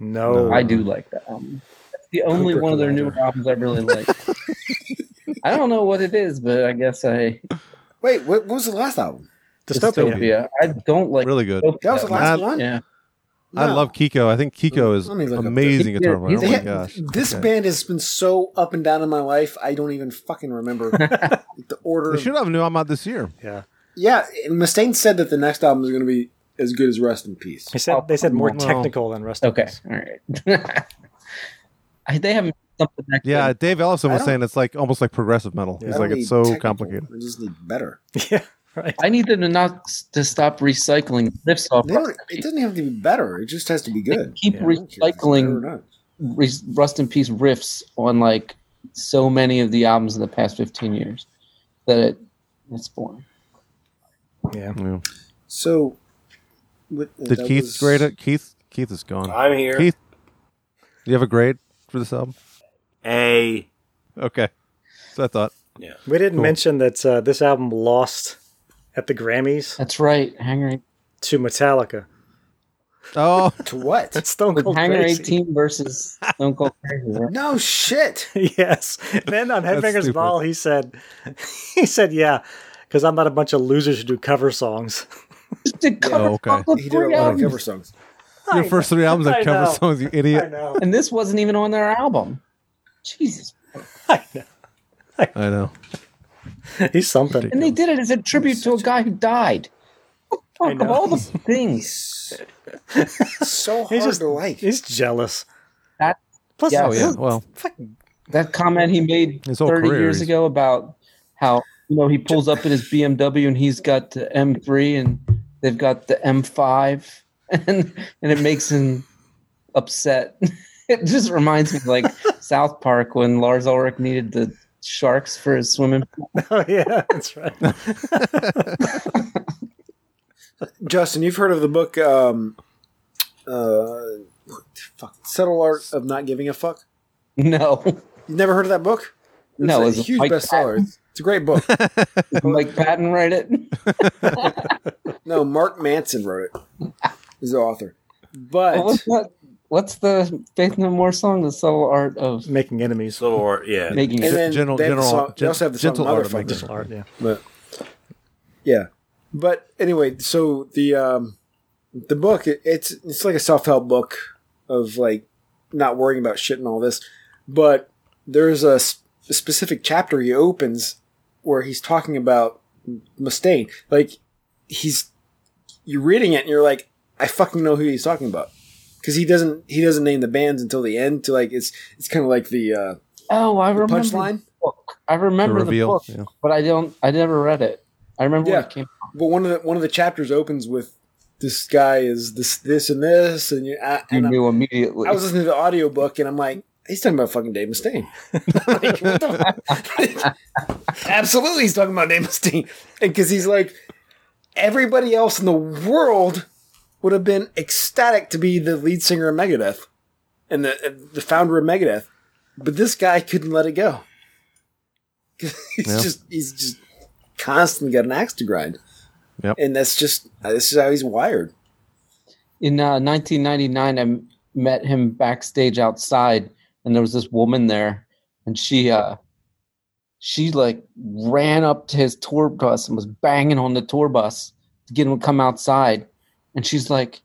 Speaker 4: No,
Speaker 1: I
Speaker 2: Uh,
Speaker 1: do like that album. That's the only
Speaker 4: Cooper
Speaker 1: one of their
Speaker 4: Collider.
Speaker 1: newer albums I really like. I don't know what it is, but I guess I
Speaker 3: Wait, what, what was the last album?
Speaker 1: Dystopia. I don't like
Speaker 2: really good.
Speaker 1: Dystopia
Speaker 3: That was the last
Speaker 2: I-
Speaker 3: one.
Speaker 1: Yeah.
Speaker 2: I love Kiko. I think Kiko is
Speaker 3: Let me look up the-
Speaker 2: amazing guitar player. Oh
Speaker 3: They
Speaker 2: my
Speaker 3: had-
Speaker 2: gosh!
Speaker 3: This
Speaker 2: Okay.
Speaker 3: band has been so up and down in my life. I don't even fucking remember the order.
Speaker 2: They
Speaker 3: of-
Speaker 2: should have knew I'm out this year.
Speaker 4: Yeah.
Speaker 3: Yeah, and Mustaine said that the next album is going to be as good as Rest in Peace.
Speaker 4: They said they said more
Speaker 2: Well-
Speaker 4: technical than Rust. in
Speaker 1: Okay.
Speaker 4: Peace.
Speaker 1: All right. I, they haven't done something that
Speaker 2: Yeah,
Speaker 1: good.
Speaker 2: Dave Ellison
Speaker 3: I
Speaker 2: was
Speaker 3: don't-
Speaker 2: saying it's like almost like progressive metal.
Speaker 3: I
Speaker 2: He's
Speaker 3: don't
Speaker 2: like
Speaker 3: need
Speaker 2: it's so
Speaker 3: technical,
Speaker 2: complicated.
Speaker 3: I just need better.
Speaker 4: Yeah. Right.
Speaker 1: I need them to not s- to stop recycling riffs off.
Speaker 3: They don't, it doesn't have to be better. It just has to be good.
Speaker 1: keep
Speaker 4: Yeah.
Speaker 1: recycling
Speaker 3: Better or not.
Speaker 1: re- Rust in Peace riffs on like so many of the albums in the past fifteen years that it, it's boring.
Speaker 4: Yeah.
Speaker 2: Yeah.
Speaker 3: So, what,
Speaker 2: Did
Speaker 3: that
Speaker 2: Keith
Speaker 3: was-
Speaker 2: grade it? Keith, Keith is gone.
Speaker 5: I'm here.
Speaker 2: Keith, do you have a grade for this album?
Speaker 5: A.
Speaker 2: Okay, so I thought.
Speaker 4: We didn't
Speaker 2: Cool.
Speaker 4: mention that uh, this album lost at the Grammys
Speaker 1: That's right, Hanger. Eight-
Speaker 4: to Metallica.
Speaker 2: Oh,
Speaker 3: To what?
Speaker 4: That's Stone Cold
Speaker 1: Hanger
Speaker 4: Oh, Crazy.
Speaker 1: eighteen versus Stone Cold Crazy. right?
Speaker 3: No shit.
Speaker 4: yes. Then on
Speaker 2: That's
Speaker 4: Headbangers
Speaker 2: stupid.
Speaker 4: Ball, he said, he said, yeah, because I'm not a bunch of losers who do cover songs.
Speaker 1: Just did cover
Speaker 2: okay.
Speaker 1: fuck with
Speaker 3: He did a
Speaker 1: three
Speaker 3: lot of
Speaker 1: albums,
Speaker 3: cover songs.
Speaker 2: your first three albums
Speaker 4: I
Speaker 2: have cover
Speaker 4: know.
Speaker 2: songs. You
Speaker 4: I
Speaker 2: idiot!
Speaker 4: know.
Speaker 1: and this wasn't even on their album. Jesus.
Speaker 4: I know.
Speaker 2: I know.
Speaker 4: He's something.
Speaker 1: And they did it as a tribute to a guy who died.
Speaker 4: I
Speaker 1: Fuck
Speaker 4: know.
Speaker 1: of all the things.
Speaker 3: So hard
Speaker 4: He's just
Speaker 3: to like.
Speaker 4: he's jealous.
Speaker 1: That-
Speaker 4: Plus,
Speaker 1: yeah,
Speaker 2: Oh yeah. Well,
Speaker 1: that comment he made
Speaker 2: His whole
Speaker 1: 30
Speaker 2: career,
Speaker 1: years
Speaker 2: he's-
Speaker 1: ago about how you know he pulls up in his BMW and he's got the M3 and
Speaker 12: They've got the M5, and and it makes him upset. It just reminds me of, like South Park when Lars Ulrich needed the sharks for his swimming pool.
Speaker 4: Oh yeah, that's right.
Speaker 3: Justin, you've heard of the book, um, uh, fuck, Subtle Art of Not Giving a Fuck?
Speaker 12: No.
Speaker 3: You've never heard of that book?
Speaker 12: No,
Speaker 3: it's
Speaker 12: is
Speaker 3: a
Speaker 12: it
Speaker 3: huge
Speaker 12: Mike
Speaker 3: bestseller.
Speaker 12: Patton?
Speaker 3: It's, it's a great book.
Speaker 12: Mike Patton write it?
Speaker 3: no, Mark Manson wrote it. He's the author. But
Speaker 12: what's, that, what's the Faith No More song? The subtle art of
Speaker 4: making enemies.
Speaker 5: Subtle art, yeah.
Speaker 12: Making
Speaker 3: And then
Speaker 12: enemies.
Speaker 3: they have the song- they also have the song Motherfucker.
Speaker 4: Gentle art, yeah.
Speaker 3: But yeah, but anyway, so the um, the book it, it's it's like a self help book of like not worrying about shit and all this, but there's a, s- a specific chapter he opens where he's talking about Mustaine. Like he's you're reading it and you're like, I fucking know who he's talking about because he doesn't he doesn't name the bands until the end. To like it's it's kind of like the uh,
Speaker 12: Oh, I remember.
Speaker 3: punchline?
Speaker 12: the book. I remember
Speaker 3: The
Speaker 12: the,
Speaker 3: reveal,
Speaker 12: book,
Speaker 3: yeah.
Speaker 12: but I don't. I never read it. I remember
Speaker 3: Yeah.
Speaker 12: when it came.
Speaker 3: But one of the one of the chapters opens with this guy is this this and this and you. I,
Speaker 12: You
Speaker 3: and I'm-
Speaker 12: knew immediately.
Speaker 3: I was listening to the audiobook and I'm like, he's talking about fucking Dave Mustaine. Like, what the- Absolutely, he's talking about Dave Mustaine, and because he's like, everybody else in the world would have been ecstatic to be the lead singer of Megadeth and the and the founder of Megadeth, but this guy couldn't let it go. 'Cause he's
Speaker 2: Yeah.
Speaker 3: just he's just constantly got an axe to grind.
Speaker 2: Yep.
Speaker 3: And that's just this is how he's wired.
Speaker 12: In uh, 1999, I m- met him backstage outside, and there was this woman there, and she, uh, she like ran up to his tour bus and was banging on the tour bus to get him to come outside, and she's like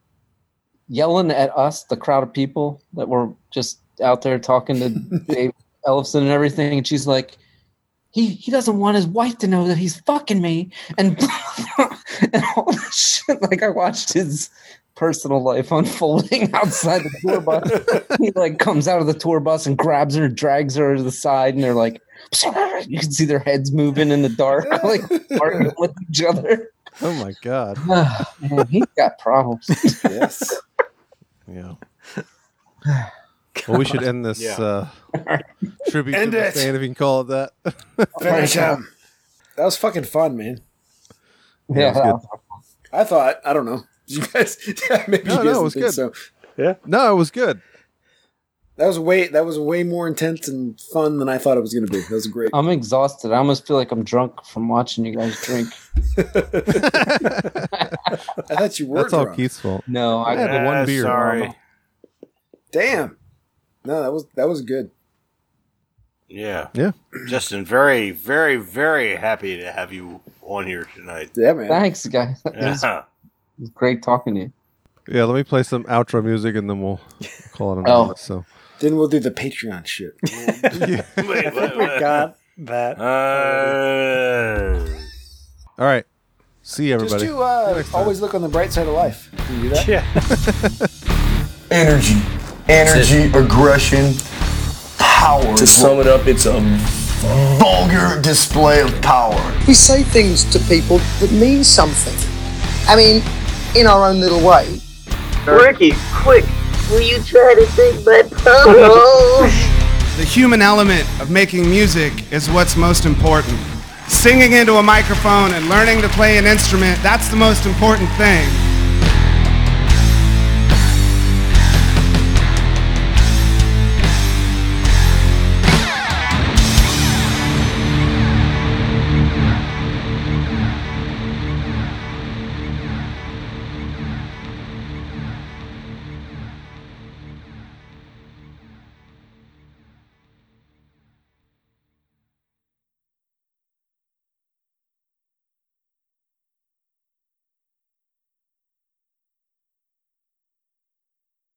Speaker 12: yelling at us, the crowd of people that were just out there talking to Dave Ellison and everything, and she's like. He, he doesn't want his wife to know that he's fucking me and, and all this shit. Like I watched his personal life unfolding outside the tour bus. he like comes out of the tour bus and grabs her, drags her to the side, and they're like, you can see their heads moving in the dark, like arguing with each other.
Speaker 2: Oh my god.
Speaker 12: Man, he's got problems.
Speaker 3: Yes.
Speaker 2: Yeah. Well, we should end this
Speaker 3: Yeah.
Speaker 2: uh, tribute
Speaker 3: End
Speaker 2: to
Speaker 3: it.
Speaker 2: Mustaine, if you can call it that.
Speaker 3: Finish him. That was fucking fun, man.
Speaker 2: Yeah, it was good.
Speaker 3: I thought I don't know. You guys, maybe
Speaker 2: No,
Speaker 3: you
Speaker 2: no,
Speaker 3: guys
Speaker 2: it was
Speaker 3: think
Speaker 2: good.
Speaker 3: so.
Speaker 4: Yeah.
Speaker 2: No, it was good.
Speaker 3: That was way that was way more intense and fun than I thought it was going to be. That was
Speaker 2: Oh,
Speaker 3: great.
Speaker 12: I'm exhausted. I almost feel like I'm drunk from watching you guys drink.
Speaker 3: I thought you were.
Speaker 2: That's all
Speaker 3: drunk.
Speaker 2: Keith's fault.
Speaker 12: No, I,
Speaker 2: I had the one beer.
Speaker 3: Damn. No, that was that was good.
Speaker 5: Yeah.
Speaker 2: Yeah.
Speaker 5: Justin, very, very, very happy to have you on here tonight.
Speaker 3: Yeah, man.
Speaker 12: Thanks, guys. It was-
Speaker 5: Yeah.
Speaker 12: it was great talking to you.
Speaker 2: Yeah, let me play some outro music and then we'll call it a
Speaker 12: Oh.
Speaker 2: night. So
Speaker 3: Then we'll do the Patreon shit.
Speaker 5: Wait, wait, wait.
Speaker 4: Got that.
Speaker 5: Uh,
Speaker 2: all right. See you everybody.
Speaker 3: Just to uh, always look on the bright side of life. Can you do that?
Speaker 4: Yeah.
Speaker 14: energy, energy, aggression, power. To sum it up, it's a vulgar display of power.
Speaker 8: We say things to people that mean something. I mean, in our own little way.
Speaker 15: Ricky, quick, will you try to take my photos?
Speaker 16: The human element of making music is what's most important. Singing into a microphone and learning to play an instrument, that's the most important thing.